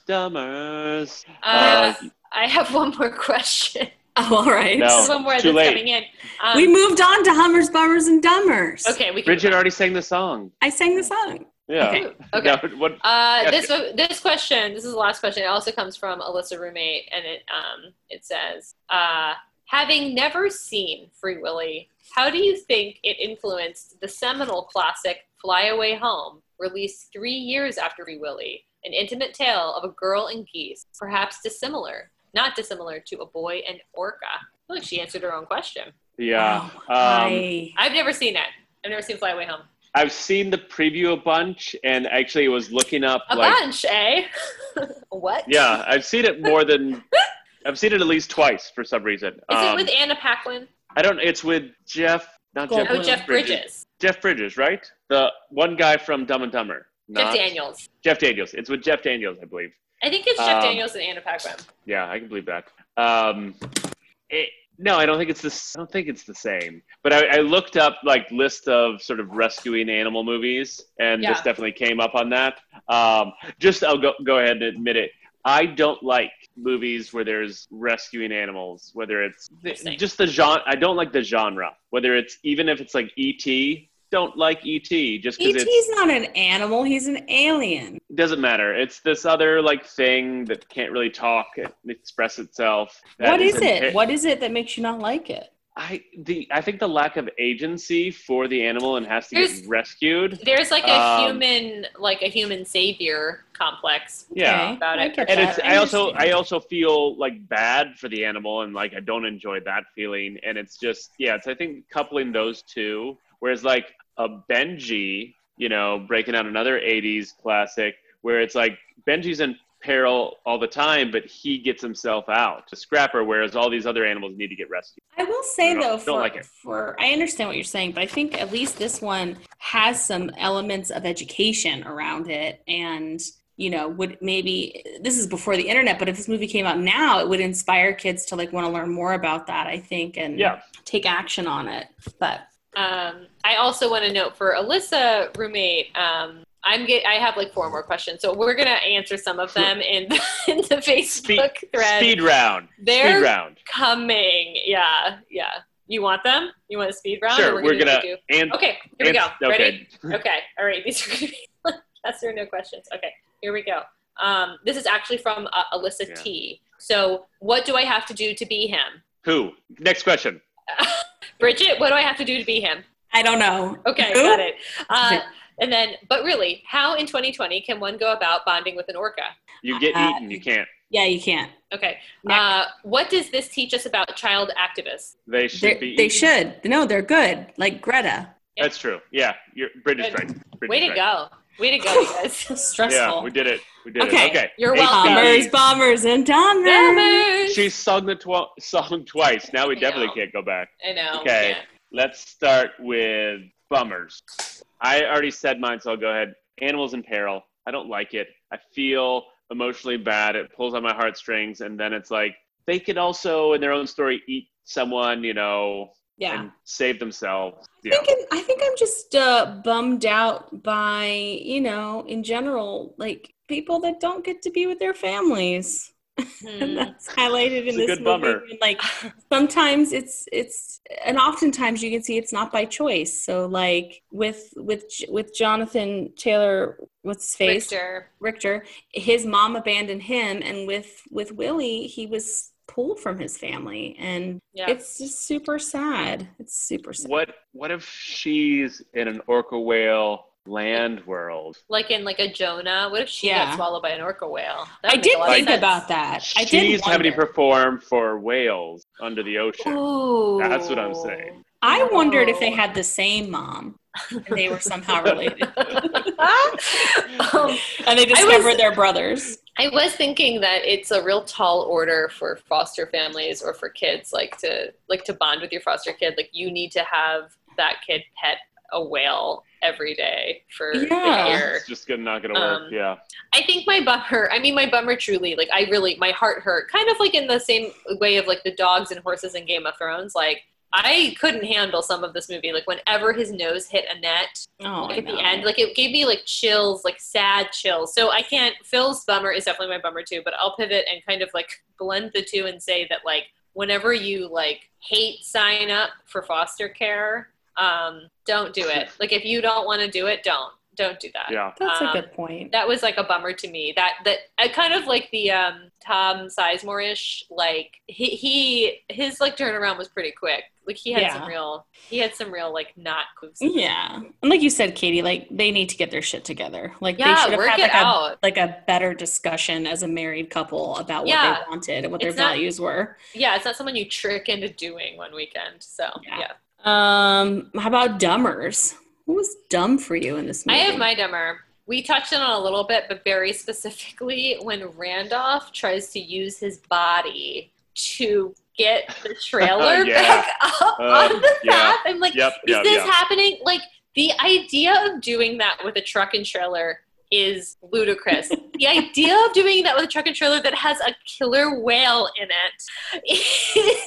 [SPEAKER 2] dumbers.
[SPEAKER 1] Uh,
[SPEAKER 2] Uh,
[SPEAKER 1] I have one more question.
[SPEAKER 3] oh, all right.
[SPEAKER 2] No.
[SPEAKER 1] There's one more
[SPEAKER 2] too
[SPEAKER 1] that's
[SPEAKER 2] late.
[SPEAKER 1] coming in. Um,
[SPEAKER 3] we moved on to hummers, bummers, and dummers.
[SPEAKER 1] okay, we can.
[SPEAKER 2] Bridget already sang the song.
[SPEAKER 3] I sang the song.
[SPEAKER 2] Yeah.
[SPEAKER 1] Okay. okay.
[SPEAKER 2] Yeah, what,
[SPEAKER 1] Uh,
[SPEAKER 2] Yeah.
[SPEAKER 1] this this question, this is the last question. It also comes from Alyssa Roommate, and it um it says, uh, having never seen Free Willy, how do you think it influenced the seminal classic Fly Away Home, released three years after Free Willy, an intimate tale of a girl and geese, perhaps dissimilar, not dissimilar to a boy and orca. I feel like she answered her own question.
[SPEAKER 2] yeah.
[SPEAKER 3] Oh,
[SPEAKER 2] um,
[SPEAKER 3] I-
[SPEAKER 1] I've never seen it. I've never seen Fly Away Home.
[SPEAKER 2] I've seen the preview a bunch, and actually was looking up
[SPEAKER 1] A
[SPEAKER 2] like
[SPEAKER 1] bunch, eh? what?
[SPEAKER 2] yeah, I've seen it more than I've seen it at least twice for some reason.
[SPEAKER 1] Is
[SPEAKER 2] Um,
[SPEAKER 1] it with Anna Paquin?
[SPEAKER 2] I don't. It's with Jeff. Not Jeff.
[SPEAKER 3] Goldblum.
[SPEAKER 1] Oh, Jeff Bridges.
[SPEAKER 2] Jeff Bridges, right? The one guy from Dumb and Dumber.
[SPEAKER 1] Jeff
[SPEAKER 2] Not-
[SPEAKER 1] Daniels.
[SPEAKER 2] Jeff Daniels. It's with Jeff Daniels, I believe.
[SPEAKER 1] I think it's Jeff
[SPEAKER 2] Um,
[SPEAKER 1] Daniels and Anna Paquin.
[SPEAKER 2] Yeah, I can believe that. Um, it, no, I don't think it's the. s- I don't think it's the same. But I, I looked up like list of sort of rescuing animal movies, and this
[SPEAKER 1] Yeah.
[SPEAKER 2] definitely came up on that. Um, just I'll go go ahead and admit it. I don't like movies where there's rescuing animals, whether it's
[SPEAKER 1] Interesting.
[SPEAKER 2] just the genre. I don't like the genre, whether it's even if it's like E.T. Don't like E.T. just
[SPEAKER 3] E
[SPEAKER 2] because it's
[SPEAKER 3] E.T.'s not an animal, he's an alien.
[SPEAKER 2] it doesn't matter. It's this other like thing that can't really talk and express itself. That
[SPEAKER 3] what is
[SPEAKER 2] an-
[SPEAKER 3] it? What is it that makes you not like it?
[SPEAKER 2] I the I think the lack of agency for the animal and has to
[SPEAKER 1] There's-
[SPEAKER 2] get rescued.
[SPEAKER 1] There's like a
[SPEAKER 2] um,
[SPEAKER 1] human, like a human savior complex.
[SPEAKER 2] Yeah.
[SPEAKER 3] Okay,
[SPEAKER 1] About
[SPEAKER 3] I
[SPEAKER 1] it.
[SPEAKER 3] get
[SPEAKER 2] And
[SPEAKER 3] that.
[SPEAKER 2] it's I also
[SPEAKER 3] understand.
[SPEAKER 2] I also feel like bad for the animal and like I don't enjoy that feeling. And it's just yeah, it's I think coupling those two. Whereas like a Benji, you know, breaking out another eighties classic where it's like Benji's in peril all the time, but he gets himself out to scrapper, whereas all these other animals need to get rescued.
[SPEAKER 3] I will say
[SPEAKER 2] Don't-
[SPEAKER 3] though,
[SPEAKER 2] don't
[SPEAKER 3] for,
[SPEAKER 2] like it.
[SPEAKER 3] for I understand what you're saying, but I think at least this one has some elements of education around it, and you know would maybe this is before the internet, but if this movie came out now, it would inspire kids to like want to learn more about that. I think and
[SPEAKER 2] Yeah.
[SPEAKER 3] take action on it. But
[SPEAKER 1] Um, I also want to note for Alyssa, roommate. Um, I'm get. I have like four more questions, so we're gonna answer some of them in the, in the Facebook thread.
[SPEAKER 2] Speed round.
[SPEAKER 1] They're
[SPEAKER 2] Speed round.
[SPEAKER 1] coming. Yeah, yeah. You want them? You want a speed round? or
[SPEAKER 2] Sure, we're gonna
[SPEAKER 1] do-
[SPEAKER 2] and
[SPEAKER 1] Okay, here we go.
[SPEAKER 2] and-
[SPEAKER 1] Ready?
[SPEAKER 2] okay.
[SPEAKER 1] Okay. All right. These are going to be like yes or no questions. Okay. Here we go. Um, this is actually from uh, Alyssa
[SPEAKER 2] Yeah.
[SPEAKER 1] T. So, what do I have to do to be him?
[SPEAKER 2] Who? Next question.
[SPEAKER 1] Bridget, what do I have to do to be him?
[SPEAKER 3] I don't know.
[SPEAKER 1] Okay,
[SPEAKER 3] Who?
[SPEAKER 1] got it. Uh, and then, but really, how in 2020 can one go about bonding with an orca?
[SPEAKER 2] You get
[SPEAKER 3] Uh,
[SPEAKER 2] eaten, you can't.
[SPEAKER 3] Yeah, you can't.
[SPEAKER 1] Okay.
[SPEAKER 3] Next.
[SPEAKER 1] Uh, what does this teach us about child activists?
[SPEAKER 2] They should
[SPEAKER 3] They're-
[SPEAKER 2] be
[SPEAKER 3] they
[SPEAKER 2] eaten.
[SPEAKER 3] should. No, they're good. Like Greta.
[SPEAKER 2] That's true. Yeah, you're Bridget's
[SPEAKER 1] Good.
[SPEAKER 2] right. Bridget's
[SPEAKER 1] Way to go.
[SPEAKER 2] right.
[SPEAKER 1] Way to go, you guys.
[SPEAKER 3] Stressful.
[SPEAKER 2] Yeah, we did it. We did
[SPEAKER 3] Okay.
[SPEAKER 2] it. Okay.
[SPEAKER 1] You're welcome.
[SPEAKER 3] Bombers,
[SPEAKER 2] HBD.
[SPEAKER 3] bombers, and bombers.
[SPEAKER 1] Bombers!
[SPEAKER 2] She sung the tw- song twice. Now we
[SPEAKER 1] I
[SPEAKER 2] definitely
[SPEAKER 1] know.
[SPEAKER 2] can't go back.
[SPEAKER 1] I know.
[SPEAKER 2] Okay.
[SPEAKER 1] yeah.
[SPEAKER 2] Let's start with bummers. I already said mine, so I'll go ahead. Animals in peril. I don't like it. I feel emotionally bad. It pulls on my heartstrings, and then it's like they could also, in their own story, eat someone, you know,
[SPEAKER 3] Yeah.
[SPEAKER 2] and save themselves.
[SPEAKER 3] I
[SPEAKER 2] Yeah.
[SPEAKER 3] think I'm, I think I'm just uh, bummed out by you know in general like people that don't get to be with their families. and
[SPEAKER 1] Hmm.
[SPEAKER 3] that's highlighted in
[SPEAKER 2] Mm. It's a
[SPEAKER 3] this
[SPEAKER 2] good
[SPEAKER 3] movie.
[SPEAKER 2] bummer.
[SPEAKER 3] And like sometimes it's it's and oftentimes you can see it's not by choice. So like with with J- with Jonathan Taylor, what's his face
[SPEAKER 1] Richter.
[SPEAKER 3] Richter, his mom abandoned him, and with with Willie, he was pulled from his family, and
[SPEAKER 1] Yeah.
[SPEAKER 3] it's just super sad. It's super sad.
[SPEAKER 2] What What if she's in an orca whale land world?
[SPEAKER 1] like in like a Jonah. What if she
[SPEAKER 3] Yeah.
[SPEAKER 1] got swallowed by an orca whale? That
[SPEAKER 3] I
[SPEAKER 1] would make
[SPEAKER 3] did
[SPEAKER 1] a lot of
[SPEAKER 3] think
[SPEAKER 1] sense.
[SPEAKER 3] about that. I did.
[SPEAKER 2] she's having to
[SPEAKER 3] wonder.
[SPEAKER 2] perform for whales under the ocean.
[SPEAKER 1] Ooh.
[SPEAKER 2] That's what I'm saying.
[SPEAKER 3] I wondered if they
[SPEAKER 1] Oh.
[SPEAKER 3] had the same mom, and they were somehow related,
[SPEAKER 1] Um,
[SPEAKER 3] and they
[SPEAKER 1] was-
[SPEAKER 3] discovered they're brothers.
[SPEAKER 1] I was thinking that it's a real tall order for foster families or for kids like to like to bond with your foster kid. Like you need to have that kid pet a whale every day for
[SPEAKER 3] Yeah.
[SPEAKER 1] a year.
[SPEAKER 2] It's just gonna not gonna work.
[SPEAKER 1] Oh. Um,
[SPEAKER 2] yeah.
[SPEAKER 1] I think my bummer, I mean, my bummer truly, like, I really, my heart hurt. Kind of like in the same way of like the dogs and horses in Game of Thrones. Like, I couldn't handle some of this movie. Like, whenever his nose hit a net
[SPEAKER 3] Oh,
[SPEAKER 1] like,
[SPEAKER 3] I
[SPEAKER 1] at the
[SPEAKER 3] know.
[SPEAKER 1] end, like, it gave me like chills, like sad chills. So I can't, Phil's bummer is definitely my bummer too, but I'll pivot and kind of like blend the two and say that, like, whenever you like hate sign up for foster care, um, don't do it. Like, if you don't want to do it, don't. Don't do that
[SPEAKER 2] Yeah.
[SPEAKER 3] That's
[SPEAKER 1] Um,
[SPEAKER 3] a good point.
[SPEAKER 1] that was like a bummer to me. That that I kind of like the um Tom Sizemore ish. Like he he his like turnaround was pretty quick. Like he had
[SPEAKER 3] Yeah. Mm-hmm.
[SPEAKER 1] some real he had some real like not clues.
[SPEAKER 3] yeah, and like you said, Katie, like they need to get their shit together. Like they
[SPEAKER 1] yeah
[SPEAKER 3] should have
[SPEAKER 1] work
[SPEAKER 3] had
[SPEAKER 1] it
[SPEAKER 3] like a,
[SPEAKER 1] out.
[SPEAKER 3] like a better discussion as a married couple about what
[SPEAKER 1] Yeah.
[SPEAKER 3] they wanted and what their
[SPEAKER 1] It's not-
[SPEAKER 3] values were.
[SPEAKER 1] Yeah, it's not someone you trick into doing one weekend. So
[SPEAKER 3] Yeah.
[SPEAKER 1] yeah,
[SPEAKER 3] Um, how about dumbers? What was dumb for you in this
[SPEAKER 1] I
[SPEAKER 3] movie?
[SPEAKER 1] have my dumber. We touched on it a little bit, but very specifically when Randolph tries to use his body to get the trailer
[SPEAKER 2] Yeah.
[SPEAKER 1] back up
[SPEAKER 2] Uh,
[SPEAKER 1] on the
[SPEAKER 2] yeah.
[SPEAKER 1] map. I'm like,
[SPEAKER 2] Yep.
[SPEAKER 1] is
[SPEAKER 2] Yep.
[SPEAKER 1] this
[SPEAKER 2] Yep.
[SPEAKER 1] happening? Like the idea of doing that with a truck and trailer is ludicrous. the idea of doing that with a truck and trailer that has a killer whale in it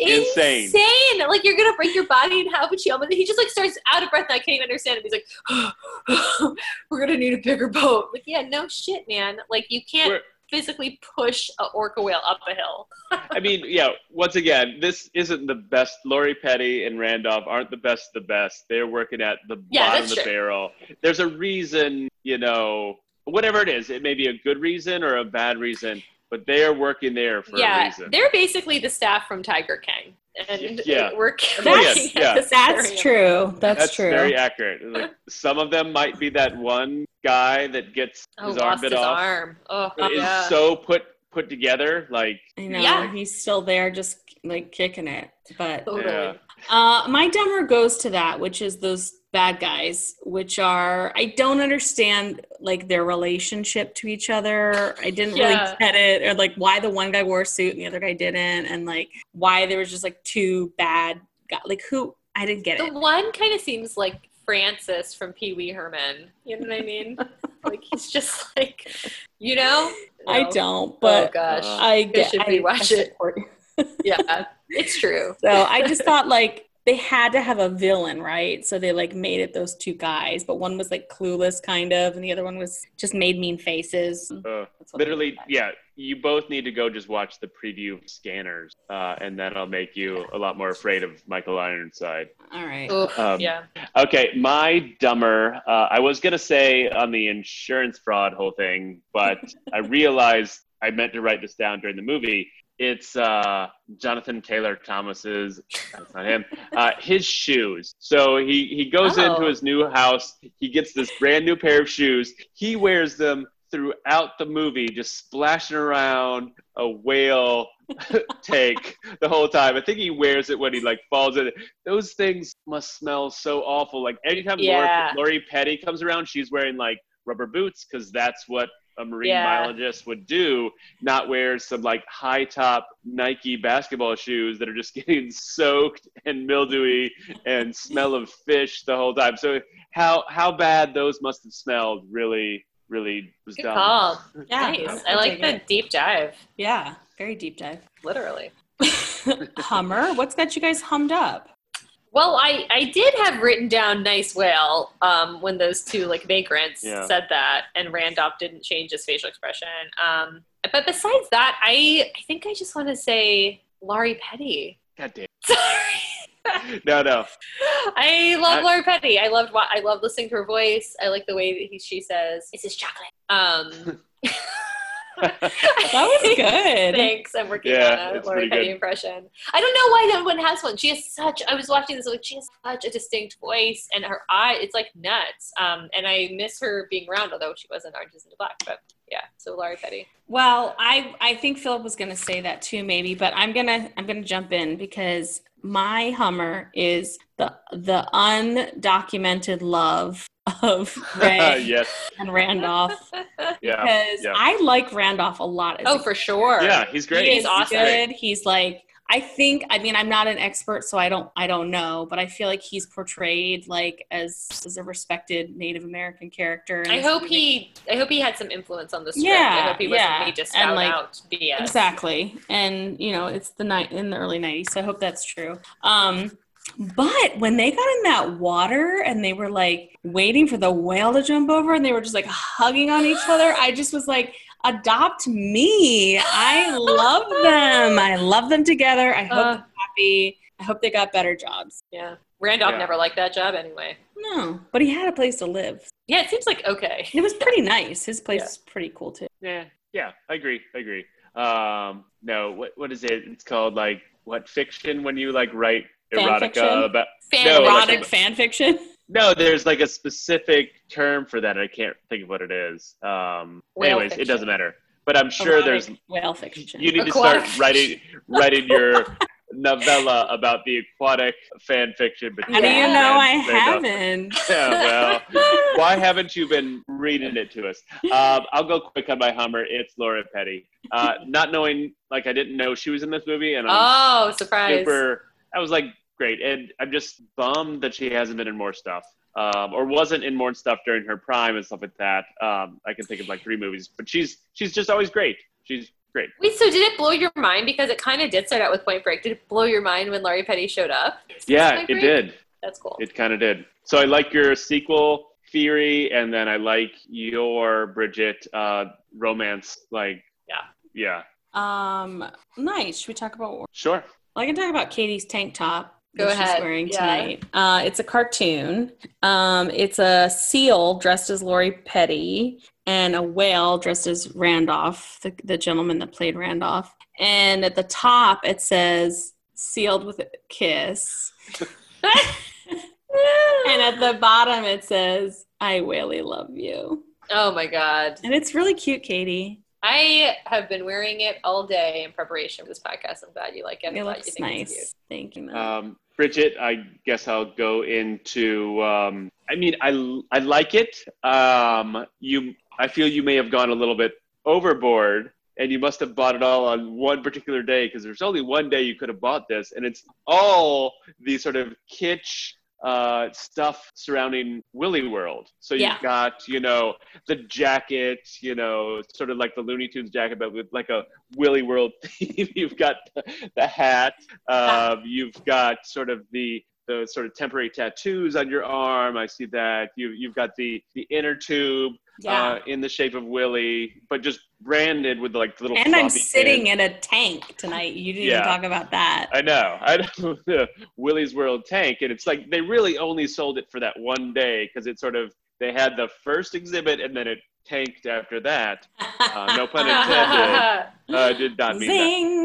[SPEAKER 1] is
[SPEAKER 2] Insane.
[SPEAKER 1] insane. Like you're gonna break your body in half, and she almost he just like starts out of breath. And I can't even understand him. He's like, "We're gonna need a bigger boat." Like, yeah, no shit, man. Like you can't
[SPEAKER 2] We're-
[SPEAKER 1] physically push a orca whale up a hill.
[SPEAKER 2] I mean, yeah. Once again, this isn't the best. Lori Petty and Randolph aren't the best. of The best. They're working at the
[SPEAKER 1] Yeah,
[SPEAKER 2] bottom of
[SPEAKER 1] that's
[SPEAKER 2] the
[SPEAKER 1] true.
[SPEAKER 2] barrel. There's a reason, you know, whatever it is. It may be a good reason or a bad reason, but they're working there for a
[SPEAKER 1] yeah,
[SPEAKER 2] reason.
[SPEAKER 1] they're basically the staff from Tiger King, and
[SPEAKER 2] Yeah. Oh,
[SPEAKER 1] we're
[SPEAKER 2] yes, yeah.
[SPEAKER 3] That's true. That's,
[SPEAKER 2] That's
[SPEAKER 3] true.
[SPEAKER 2] very accurate. Like, some of them might be that one guy that gets
[SPEAKER 1] Oh,
[SPEAKER 2] his arm
[SPEAKER 1] lost
[SPEAKER 2] bit
[SPEAKER 1] his
[SPEAKER 2] off.
[SPEAKER 1] arm. Oh,
[SPEAKER 2] but is
[SPEAKER 1] yeah.
[SPEAKER 2] so put put together. Like
[SPEAKER 3] I know
[SPEAKER 1] Yeah.
[SPEAKER 3] he's still there, just like kicking it. But
[SPEAKER 1] totally.
[SPEAKER 2] Yeah.
[SPEAKER 3] Uh, my dumber goes to that, which is those bad guys, which are I don't understand like their relationship to each other. I didn't
[SPEAKER 1] Yeah.
[SPEAKER 3] really get it, or like why the one guy wore a suit and the other guy didn't, and like why there was just like two bad guys. Like who I didn't get
[SPEAKER 1] The
[SPEAKER 3] it.
[SPEAKER 1] one kind of seems like Francis from Pee Wee Herman. You know what I mean? like he's just like, you know.
[SPEAKER 3] I
[SPEAKER 1] No.
[SPEAKER 3] don't,
[SPEAKER 1] oh
[SPEAKER 3] but
[SPEAKER 1] gosh.
[SPEAKER 2] Uh,
[SPEAKER 3] I get.
[SPEAKER 1] should
[SPEAKER 3] I,
[SPEAKER 1] rewatch
[SPEAKER 3] I
[SPEAKER 1] it.
[SPEAKER 3] support-
[SPEAKER 1] yeah, it's true.
[SPEAKER 3] So I just thought like they had to have a villain, right? So they like made it those two guys, but one was like clueless kind of, and the other one was just made mean faces.
[SPEAKER 2] uh,
[SPEAKER 3] That's what they
[SPEAKER 2] literally,
[SPEAKER 3] look like.
[SPEAKER 2] yeah. You both need to go just watch the preview of Scanners, uh, and that'll make you a lot more afraid of Michael Ironside.
[SPEAKER 3] All right.
[SPEAKER 1] Oof,
[SPEAKER 2] Um,
[SPEAKER 1] yeah.
[SPEAKER 2] Okay, my dumber. Uh, I was gonna say on the insurance fraud whole thing, but I realized I meant to write this down during the movie. It's uh, Jonathan Taylor Thomas's. That's not him. Uh, his shoes. So he he goes
[SPEAKER 1] Oh.
[SPEAKER 2] into his new house. He gets this brand new pair of shoes. He wears them throughout the movie just splashing around a whale tank the whole time. I think he wears it when he like falls in it. Those things must smell so awful. Like anytime
[SPEAKER 1] Yeah.
[SPEAKER 2] Lori, Lori Petty comes around, she's wearing like rubber boots because that's what a marine
[SPEAKER 1] Yeah.
[SPEAKER 2] biologist would do, not wear some like high top Nike basketball shoes that are just getting soaked and mildewy and smell of fish the whole time. So how how bad those must have smelled really really was
[SPEAKER 1] Good
[SPEAKER 2] dumb.
[SPEAKER 1] call.
[SPEAKER 3] Yeah,
[SPEAKER 1] nice.
[SPEAKER 3] I'll
[SPEAKER 1] I like
[SPEAKER 3] take
[SPEAKER 1] the
[SPEAKER 3] it.
[SPEAKER 1] deep dive.
[SPEAKER 3] Yeah, very deep dive.
[SPEAKER 1] Literally.
[SPEAKER 3] Hummer, what's got you guys hummed up?
[SPEAKER 1] Well, I, I did have written down nice whale um, when those two like vagrants
[SPEAKER 2] Yeah.
[SPEAKER 1] said that, and Randolph didn't change his facial expression. Um, but besides that, I I think I just want to say Laurie Petty.
[SPEAKER 2] God damn.
[SPEAKER 1] Sorry,
[SPEAKER 2] No, no.
[SPEAKER 1] I love
[SPEAKER 2] I-
[SPEAKER 1] Laurie Petty. I loved wa- I love listening to her voice. I like the way that he, she says, "This is chocolate." Um,
[SPEAKER 3] That was good.
[SPEAKER 1] Thanks. I'm working
[SPEAKER 2] Yeah,
[SPEAKER 1] on a
[SPEAKER 2] it's
[SPEAKER 1] Laura
[SPEAKER 2] pretty
[SPEAKER 1] Petty
[SPEAKER 2] good.
[SPEAKER 1] impression. I don't know why no one has one. She has such. I was watching this like she has such a distinct voice and her eye. It's like nuts. Um, and I miss her being around, although she was in Orange Is the New Black. But yeah, so Laura Petty.
[SPEAKER 3] Well, I I think Philip was gonna say that too, maybe, but I'm gonna I'm gonna jump in because my Hummer is the the undocumented love of Ray
[SPEAKER 2] yes.
[SPEAKER 3] and Randolph
[SPEAKER 2] Yeah.
[SPEAKER 3] because
[SPEAKER 2] yeah.
[SPEAKER 3] I like Randolph a lot. as a
[SPEAKER 1] oh, for sure.
[SPEAKER 2] Yeah, he's great.
[SPEAKER 3] He
[SPEAKER 1] He's
[SPEAKER 3] is
[SPEAKER 1] awesome.
[SPEAKER 3] good. He's like I think I mean I'm not an expert so I don't I don't know, but I feel like he's portrayed like as as a respected Native American character. in
[SPEAKER 1] I
[SPEAKER 3] this
[SPEAKER 1] hope
[SPEAKER 3] movie.
[SPEAKER 1] he. I hope he had some influence on the script. I
[SPEAKER 3] Yeah,
[SPEAKER 1] hope he
[SPEAKER 3] yeah.
[SPEAKER 1] wasn't made to
[SPEAKER 3] And,
[SPEAKER 1] spout
[SPEAKER 3] like,
[SPEAKER 1] out BS.
[SPEAKER 3] Exactly. And you know, it's the night in the early 90s, so I hope that's true. Um but when they got in that water and they were like waiting for the whale to jump over and they were just like hugging on each other, I just was like, adopt me. I love them. I love them together. I hope
[SPEAKER 1] Uh,
[SPEAKER 3] they're happy. I hope they got better jobs.
[SPEAKER 1] yeah. Randolph
[SPEAKER 2] Yeah.
[SPEAKER 1] never liked that job anyway.
[SPEAKER 3] No, but he had a place to live.
[SPEAKER 1] Yeah, it seems like okay.
[SPEAKER 3] It was pretty nice. His place
[SPEAKER 1] Yeah.
[SPEAKER 3] is pretty cool too.
[SPEAKER 2] yeah. Yeah. I agree. I agree. Um, no, what what is it? It's called like what fiction when you like write
[SPEAKER 3] Fan
[SPEAKER 2] erotica
[SPEAKER 3] fiction?
[SPEAKER 2] about
[SPEAKER 1] Fan
[SPEAKER 2] No, like-
[SPEAKER 3] Erotic fan fiction.
[SPEAKER 2] No, there's like a specific term for that. I can't think of what it is. Um
[SPEAKER 1] Whale
[SPEAKER 2] anyways, it
[SPEAKER 1] fiction.
[SPEAKER 2] doesn't matter. But I'm sure there's
[SPEAKER 3] Erotic whale fiction.
[SPEAKER 2] you need to
[SPEAKER 1] Aquatic
[SPEAKER 2] start writing writing your novella about the aquatic fan fiction
[SPEAKER 3] How
[SPEAKER 2] between
[SPEAKER 3] do you
[SPEAKER 1] Yeah.
[SPEAKER 3] know I
[SPEAKER 2] Randolph and
[SPEAKER 3] haven't?
[SPEAKER 2] yeah, well, why haven't you been reading it to us? Um, I'll go quick on my Hummer. It's Laura Petty. Uh, not knowing, like, I didn't know she was in this movie, and I'm
[SPEAKER 1] Oh, surprise!
[SPEAKER 2] super. I was like, great, and I'm just bummed that she hasn't been in more stuff, um, or wasn't in more stuff during her prime and stuff like that. Um, I can think of like three movies, but she's she's just always great. She's great.
[SPEAKER 1] Wait, so did it blow your mind? Because it kind of did start out with Point Break. Did it blow your mind when Laurie Petty showed up?
[SPEAKER 2] Yeah,
[SPEAKER 1] Point
[SPEAKER 2] it
[SPEAKER 1] Break?
[SPEAKER 2] did.
[SPEAKER 1] That's cool.
[SPEAKER 2] It kind of did. So I like your sequel theory, and then I like your Bridget uh, romance. Like,
[SPEAKER 1] Yeah.
[SPEAKER 2] yeah,
[SPEAKER 3] Um, nice. Should we talk about? Well,
[SPEAKER 2] sure.
[SPEAKER 3] I can talk about Katie's tank top
[SPEAKER 1] Go
[SPEAKER 3] that
[SPEAKER 1] ahead.
[SPEAKER 3] she's wearing
[SPEAKER 1] Yeah.
[SPEAKER 3] tonight. Uh, it's a cartoon. Um, it's a seal dressed as Lori Petty and a whale dressed as Randolph, the, the gentleman that played Randolph. And at the top, it says "sealed with a kiss," and at the bottom, it says "I whaley love you."
[SPEAKER 1] oh my god.
[SPEAKER 3] And it's really cute, Katie.
[SPEAKER 1] I have been wearing it all day in preparation for this podcast. I'm glad you like it. I'm
[SPEAKER 3] It
[SPEAKER 1] glad you
[SPEAKER 3] looks
[SPEAKER 1] think it's
[SPEAKER 3] nice. Thank you. Mel.
[SPEAKER 2] Um, Bridget, I guess I'll go into. Um, I mean, I I like it. Um, you, I feel you may have gone a little bit overboard, and you must have bought it all on one particular day because there's only one day you could have bought this, and it's all the sort of kitsch uh, stuff surrounding Willy World. So you've
[SPEAKER 3] Yeah.
[SPEAKER 2] got, you know, the jacket, you know, sort of like the Looney Tunes jacket, but with like a Willy World theme. you've got the, the hat. Um, you've got sort of the the sort of temporary tattoos on your arm. I see that. You you've got the the inner tube uh, in the shape of Willy, but just branded with like little.
[SPEAKER 3] and I'm
[SPEAKER 2] floppy
[SPEAKER 3] sitting
[SPEAKER 2] pins.
[SPEAKER 3] in a tank tonight. You didn't
[SPEAKER 2] Yeah.
[SPEAKER 3] even talk about that.
[SPEAKER 2] I know. I know the Willy's World tank, and it's like they really only sold it for that one day because it sort of they had the first exhibit and then it tanked after that. Uh, no pun intended.
[SPEAKER 1] cute.
[SPEAKER 2] Uh, did not mean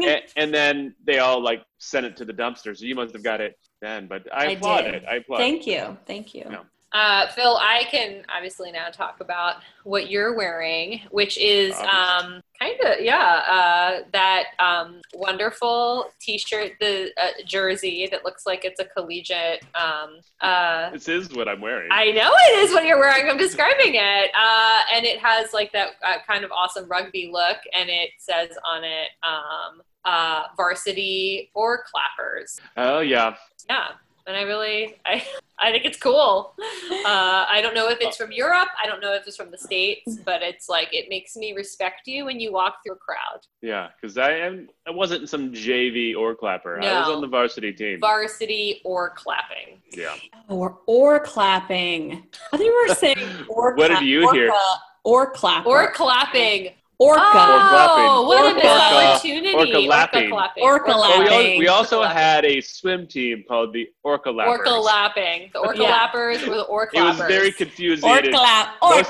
[SPEAKER 2] that.
[SPEAKER 3] Zing!
[SPEAKER 2] and, and then they all like sent it to the dumpster. So you must have got it then. But I,
[SPEAKER 3] I
[SPEAKER 2] applaud
[SPEAKER 3] did.
[SPEAKER 2] it. I applaud.
[SPEAKER 3] Thank you. Thank you.
[SPEAKER 2] No.
[SPEAKER 1] Uh, Phil, I can obviously now talk about what you're wearing, which is
[SPEAKER 2] Obviously.
[SPEAKER 1] um, kind of, yeah, uh, that um, wonderful t shirt, the uh, jersey that looks like it's a collegiate. Um, uh,
[SPEAKER 2] This is what I'm wearing.
[SPEAKER 1] I know it is what you're wearing. I'm describing it. Uh, and it has like that uh, kind of awesome rugby look, and it says on it um, uh, varsity or clappers.
[SPEAKER 2] oh yeah.
[SPEAKER 1] Yeah. And I really, I, I think it's cool. Uh, I don't know if it's from Europe. I don't know if it's from the States, but it's like, it makes me respect you when you walk through a crowd.
[SPEAKER 2] Yeah, because I am. I wasn't some JV or clapper. I was
[SPEAKER 1] No.
[SPEAKER 2] on the varsity team.
[SPEAKER 1] Varsity or clapping.
[SPEAKER 2] yeah.
[SPEAKER 3] Or or Oh, clapping. I think we were saying or
[SPEAKER 2] What did
[SPEAKER 3] clap-
[SPEAKER 2] you hear?
[SPEAKER 3] orca, Or clapper.
[SPEAKER 1] Or clapping.
[SPEAKER 3] Orca.
[SPEAKER 1] Oh, what a
[SPEAKER 3] Orca.
[SPEAKER 1] missed opportunity.
[SPEAKER 2] Orca lapping.
[SPEAKER 1] clapping. Oh,
[SPEAKER 3] Orca
[SPEAKER 2] But we,
[SPEAKER 3] Lapping.
[SPEAKER 2] al- we also had a swim team called the Orca Lappers.
[SPEAKER 1] Orca lapping. The orca
[SPEAKER 3] Yeah.
[SPEAKER 1] lappers or the orca
[SPEAKER 2] It was
[SPEAKER 1] lappers.
[SPEAKER 2] very confusing.
[SPEAKER 3] Or
[SPEAKER 2] It-
[SPEAKER 3] clap, or
[SPEAKER 2] Most-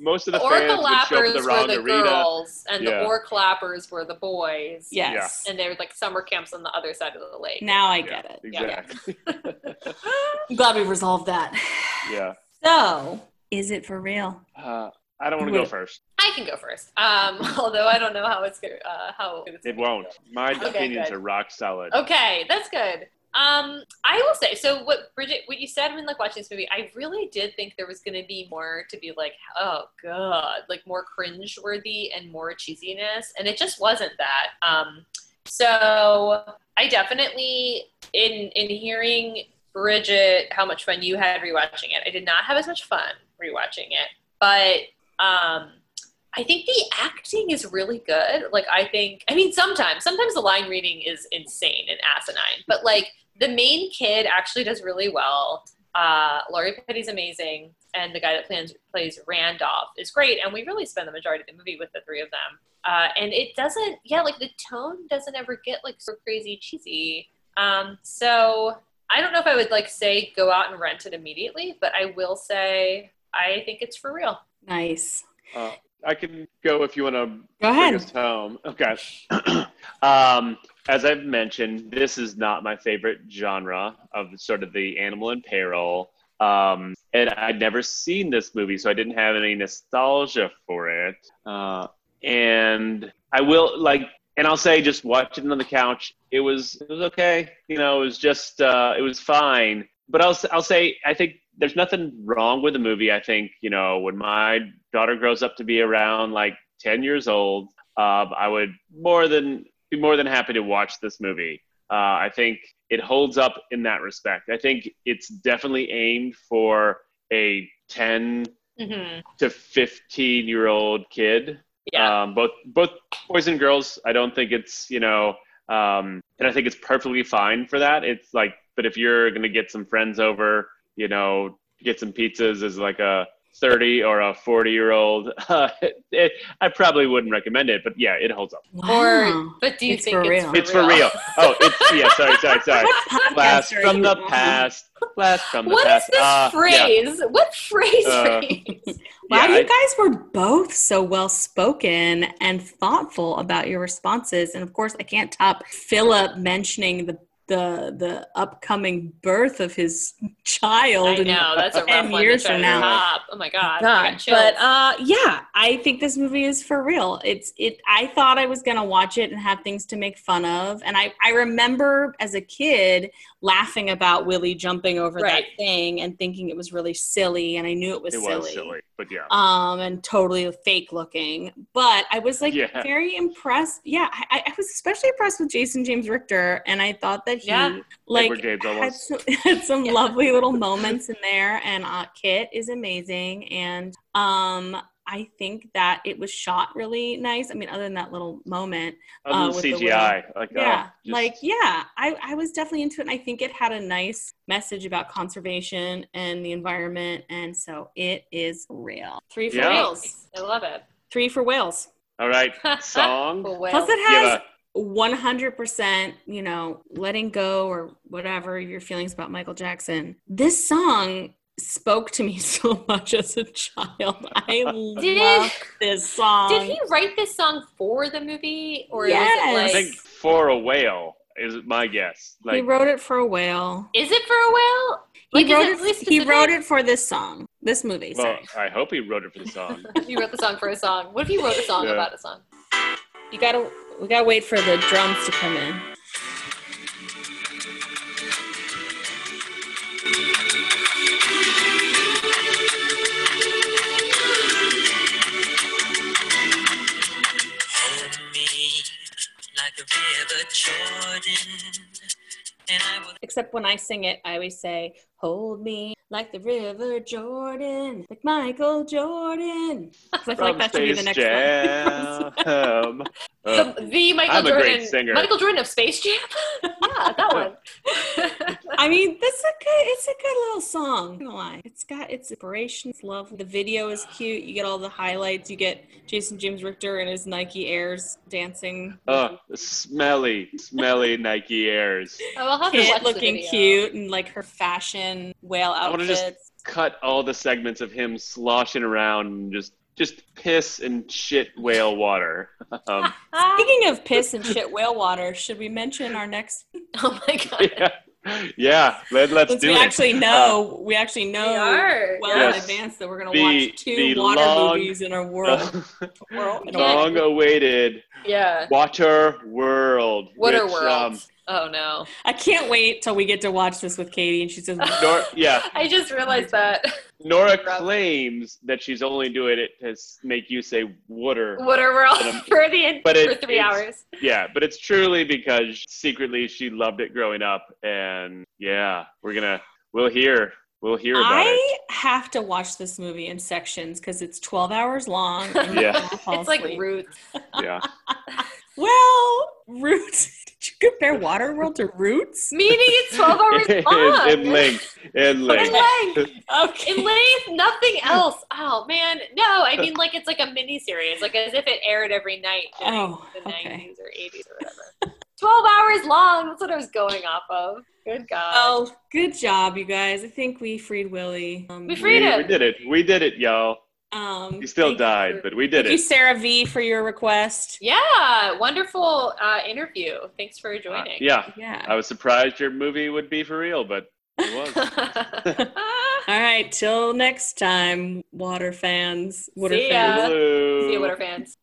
[SPEAKER 2] Most of
[SPEAKER 1] the
[SPEAKER 2] the
[SPEAKER 1] orca
[SPEAKER 2] fans would show up
[SPEAKER 1] lappers
[SPEAKER 2] at the
[SPEAKER 1] were
[SPEAKER 2] wrong
[SPEAKER 1] the
[SPEAKER 2] arena.
[SPEAKER 1] girls, and
[SPEAKER 2] Yeah.
[SPEAKER 1] the orca lappers were the boys.
[SPEAKER 3] Yes.
[SPEAKER 1] And they were like summer camps on the other side of the lake.
[SPEAKER 3] Now I
[SPEAKER 2] Yeah,
[SPEAKER 3] get it.
[SPEAKER 2] Exactly.
[SPEAKER 3] I'm glad we resolved that.
[SPEAKER 2] Yeah.
[SPEAKER 3] So, is it for real?
[SPEAKER 2] Uh, I don't want to go
[SPEAKER 3] Wait.
[SPEAKER 2] first.
[SPEAKER 1] I can go first. Um, although I don't know how it's gonna uh, how it's
[SPEAKER 2] It
[SPEAKER 1] gonna
[SPEAKER 2] won't. My
[SPEAKER 1] Okay,
[SPEAKER 2] opinions
[SPEAKER 1] good.
[SPEAKER 2] are rock solid.
[SPEAKER 1] Okay, that's good. Um, I will say so. What Bridget, what you said when like watching this movie, I really did think there was going to be more to be like, oh god, like more cringe-worthy and more cheesiness, and it just wasn't that. Um, so I definitely in in hearing Bridget how much fun you had rewatching it, I did not have as much fun rewatching it, but um, I think the acting is really good. Like I think I mean sometimes sometimes the line reading is insane and asinine, but like the main kid actually does really well. Uh, Laurie Petty's amazing, and the guy that plans, plays Randolph is great. And we really spend the majority of the movie with the three of them. Uh, and it doesn't, yeah, like the tone doesn't ever get like so crazy cheesy. Um, so I don't know if I would like say go out and rent it immediately, but I will say I think it's for real.
[SPEAKER 3] Nice.
[SPEAKER 2] Uh, I can go if you want to
[SPEAKER 3] Go
[SPEAKER 2] bring
[SPEAKER 3] ahead.
[SPEAKER 2] us home. Okay. um, as I've mentioned, this is not my favorite genre of sort of the animal in peril. Um, and I'd never seen this movie, so I didn't have any nostalgia for it. Uh, and I will like, and I'll say, just watch it on the couch. It was it was okay. You know, it was just uh, it was fine. But I'll s- I'll say I think there's nothing wrong with the movie. I think you know when my daughter grows up to be around like 10 years old, um, I would more than be more than happy to watch this movie. Uh, I think it holds up in that respect. I think it's definitely aimed for a 10
[SPEAKER 1] Mm-hmm.
[SPEAKER 2] to 15 year old kid.
[SPEAKER 1] Yeah.
[SPEAKER 2] Um, both both boys and girls. I don't think it's you know, um, and I think it's perfectly fine for that. It's like, but if you're gonna get some friends over, you know, get some pizzas as like a 30 or a 40 year old, it, I probably wouldn't recommend it. But yeah, it holds up.
[SPEAKER 1] Or, but do you
[SPEAKER 3] Ah, It's
[SPEAKER 1] think
[SPEAKER 3] for
[SPEAKER 1] it's
[SPEAKER 3] real.
[SPEAKER 1] for
[SPEAKER 2] it's for real. Oh, it's yeah. Sorry, sorry, sorry.
[SPEAKER 3] Podcast
[SPEAKER 2] Blast
[SPEAKER 3] are
[SPEAKER 2] from
[SPEAKER 3] you
[SPEAKER 2] the
[SPEAKER 3] on?
[SPEAKER 2] past. Blast from the
[SPEAKER 1] What is
[SPEAKER 2] past.
[SPEAKER 1] this
[SPEAKER 2] Uh, yeah,
[SPEAKER 1] phrase? What phrase?
[SPEAKER 2] Uh,
[SPEAKER 1] phrase?
[SPEAKER 3] Wow,
[SPEAKER 2] yeah,
[SPEAKER 3] you
[SPEAKER 2] I-
[SPEAKER 3] guys were both so well spoken and thoughtful about your responses. And of course, I can't top Philip mentioning the the the upcoming birth of his child.
[SPEAKER 1] I
[SPEAKER 3] and-
[SPEAKER 1] know that's a rough
[SPEAKER 3] 10
[SPEAKER 1] one to
[SPEAKER 3] years
[SPEAKER 1] try
[SPEAKER 3] from
[SPEAKER 1] to
[SPEAKER 3] now.
[SPEAKER 1] top. Oh my god! I got
[SPEAKER 3] God,
[SPEAKER 1] chills.
[SPEAKER 3] but uh, yeah, I think this movie is for real. It's it. I thought I was gonna watch it and have things to make fun of, and I I remember as a kid laughing about Willie jumping over
[SPEAKER 1] Right.
[SPEAKER 3] that thing and thinking it was really silly, and I knew it was
[SPEAKER 2] it
[SPEAKER 3] silly
[SPEAKER 2] was silly, but yeah.
[SPEAKER 3] um and totally fake looking but i was like
[SPEAKER 2] Yeah.
[SPEAKER 3] very impressed yeah I, I- I was especially impressed with jason james richter and i thought that he
[SPEAKER 1] Yeah.
[SPEAKER 3] like
[SPEAKER 2] Edward James
[SPEAKER 3] had
[SPEAKER 2] almost.
[SPEAKER 3] some, had some
[SPEAKER 1] Yeah.
[SPEAKER 3] lovely little moments in there and uh, kit is amazing and um i think that it was shot really nice i mean other than that little moment uh,
[SPEAKER 2] Other
[SPEAKER 3] with
[SPEAKER 2] than
[SPEAKER 3] the
[SPEAKER 2] CGI, like oh,
[SPEAKER 3] yeah
[SPEAKER 2] just-
[SPEAKER 3] like yeah I, I was definitely into it and i think it had a nice message about conservation and the environment and so it is real three for
[SPEAKER 2] Yeah.
[SPEAKER 3] reals
[SPEAKER 1] I love it.
[SPEAKER 3] three for whales.
[SPEAKER 2] All right, song.
[SPEAKER 1] Well,
[SPEAKER 3] Plus, it
[SPEAKER 2] Give
[SPEAKER 3] has
[SPEAKER 2] a-
[SPEAKER 3] one hundred percent, you know, letting go or whatever your feelings about Michael Jackson. This song spoke to me so much as a child. I
[SPEAKER 1] Did-
[SPEAKER 3] love this song.
[SPEAKER 1] did he write this song for the movie, or
[SPEAKER 3] Yes.
[SPEAKER 2] I
[SPEAKER 1] is it like?
[SPEAKER 2] think for a whale is my guess.
[SPEAKER 3] he
[SPEAKER 2] Like
[SPEAKER 3] wrote it for a whale.
[SPEAKER 1] Is it for a whale? Like,
[SPEAKER 3] he
[SPEAKER 1] is
[SPEAKER 3] wrote
[SPEAKER 1] it
[SPEAKER 3] it.
[SPEAKER 1] really
[SPEAKER 3] he
[SPEAKER 1] specific?
[SPEAKER 3] wrote it for this song, this movie.
[SPEAKER 2] Well,
[SPEAKER 3] sorry.
[SPEAKER 2] I hope he wrote it for the song.
[SPEAKER 1] You wrote the song for a song. What if you wrote a song
[SPEAKER 2] Yeah.
[SPEAKER 1] about a song? uh,
[SPEAKER 3] You gotta. We gotta wait for the drums to come in.
[SPEAKER 6] Hold me like a river Jordan, and I will
[SPEAKER 3] Except when I sing it, I always say, "Hold me like the River Jordan, like Michael Jordan." 'Cause I feel like
[SPEAKER 2] From
[SPEAKER 3] that should be the
[SPEAKER 2] Space
[SPEAKER 3] next one.
[SPEAKER 2] Jam. Um, uh,
[SPEAKER 1] the, the Michael
[SPEAKER 2] I'm a
[SPEAKER 1] Jordan.
[SPEAKER 2] great singer.
[SPEAKER 1] Michael Jordan of Space Jam. yeah, that one.
[SPEAKER 3] I mean, that's a good. It's a good little song. I'm gonna lie. It's got its inspiration. It's love. The video is cute. You get all the highlights. You get Jason James Richter and his Nike Airs dancing.
[SPEAKER 2] uh, smelly, smelly Nike airs.
[SPEAKER 1] I will have to watch
[SPEAKER 3] Kid
[SPEAKER 1] the
[SPEAKER 3] looking
[SPEAKER 1] video.
[SPEAKER 3] cute and like her fashion whale
[SPEAKER 2] I wanna
[SPEAKER 3] outfits.
[SPEAKER 2] just- Cut all the segments of him sloshing around and just just piss and shit whale water. Um,
[SPEAKER 1] Ah.
[SPEAKER 3] Speaking of piss and shit whale water, should we mention our next?
[SPEAKER 1] Oh my god.
[SPEAKER 2] yeah, yeah. Let, us
[SPEAKER 3] Since
[SPEAKER 2] do
[SPEAKER 3] we
[SPEAKER 2] it.
[SPEAKER 3] actually know, we actually
[SPEAKER 1] We
[SPEAKER 2] Oh,
[SPEAKER 3] know
[SPEAKER 1] are.
[SPEAKER 3] well
[SPEAKER 2] Yes.
[SPEAKER 3] in advance that we're gonna
[SPEAKER 2] The-
[SPEAKER 3] watch two
[SPEAKER 2] the
[SPEAKER 3] water
[SPEAKER 2] long-
[SPEAKER 3] movies in our world.
[SPEAKER 2] The
[SPEAKER 3] world in a
[SPEAKER 1] Long-
[SPEAKER 3] world.
[SPEAKER 2] long-awaited
[SPEAKER 1] Yeah.
[SPEAKER 2] Water World.
[SPEAKER 1] Water
[SPEAKER 2] which,
[SPEAKER 1] World.
[SPEAKER 2] um,
[SPEAKER 1] oh no.
[SPEAKER 3] I can't wait till we get to watch this with Katie, and she says,
[SPEAKER 2] Nor- yeah,
[SPEAKER 1] I just realized that.
[SPEAKER 2] Nora
[SPEAKER 1] Rough.
[SPEAKER 2] claims that she's only doing it to s- make you say water.
[SPEAKER 1] Water World
[SPEAKER 2] But, um,
[SPEAKER 1] for the
[SPEAKER 2] but it-
[SPEAKER 1] for three
[SPEAKER 2] it's-
[SPEAKER 1] hours.
[SPEAKER 2] Yeah, but it's truly because secretly she loved it growing up, and yeah, we're gonna we'll hear we'll hear about it.
[SPEAKER 3] I have to watch this movie in sections because it's 12 hours long. And
[SPEAKER 2] Yeah.
[SPEAKER 3] yeah.
[SPEAKER 1] It's like Roots.
[SPEAKER 2] Yeah,
[SPEAKER 3] well, Roots. Did you compare Waterworld to Roots?
[SPEAKER 1] Meaning it's twelve hours long.
[SPEAKER 2] in, in length, in
[SPEAKER 1] In
[SPEAKER 2] length.
[SPEAKER 1] length.
[SPEAKER 3] Okay.
[SPEAKER 1] In length, nothing else. Oh man, no. I mean, like it's like a mini series, like as if it aired every night during
[SPEAKER 3] Oh,
[SPEAKER 1] the
[SPEAKER 3] okay.
[SPEAKER 1] nineties or eighties or whatever. Twelve hours long. That's what I was going off of. Good God.
[SPEAKER 2] Oh.
[SPEAKER 3] Well, good job, you guys. I think we freed Willie. Um,
[SPEAKER 1] We freed
[SPEAKER 2] We,
[SPEAKER 1] him.
[SPEAKER 2] we did it. We did it, y'all.
[SPEAKER 3] Um,
[SPEAKER 2] He still
[SPEAKER 3] thank you
[SPEAKER 2] died,
[SPEAKER 3] for-
[SPEAKER 2] but we
[SPEAKER 3] Thank
[SPEAKER 2] did
[SPEAKER 3] you,
[SPEAKER 2] it.
[SPEAKER 3] Sarah V, for your request.
[SPEAKER 1] yeah, wonderful uh, interview. Thanks for
[SPEAKER 2] Uh,
[SPEAKER 1] joining.
[SPEAKER 2] yeah,
[SPEAKER 3] Yeah.
[SPEAKER 2] I was surprised your movie would be for real, but it was.
[SPEAKER 3] All right. Till next time, water fans. Water
[SPEAKER 1] See ya.
[SPEAKER 3] fans.
[SPEAKER 1] See
[SPEAKER 2] Blue.
[SPEAKER 1] you, Water fans.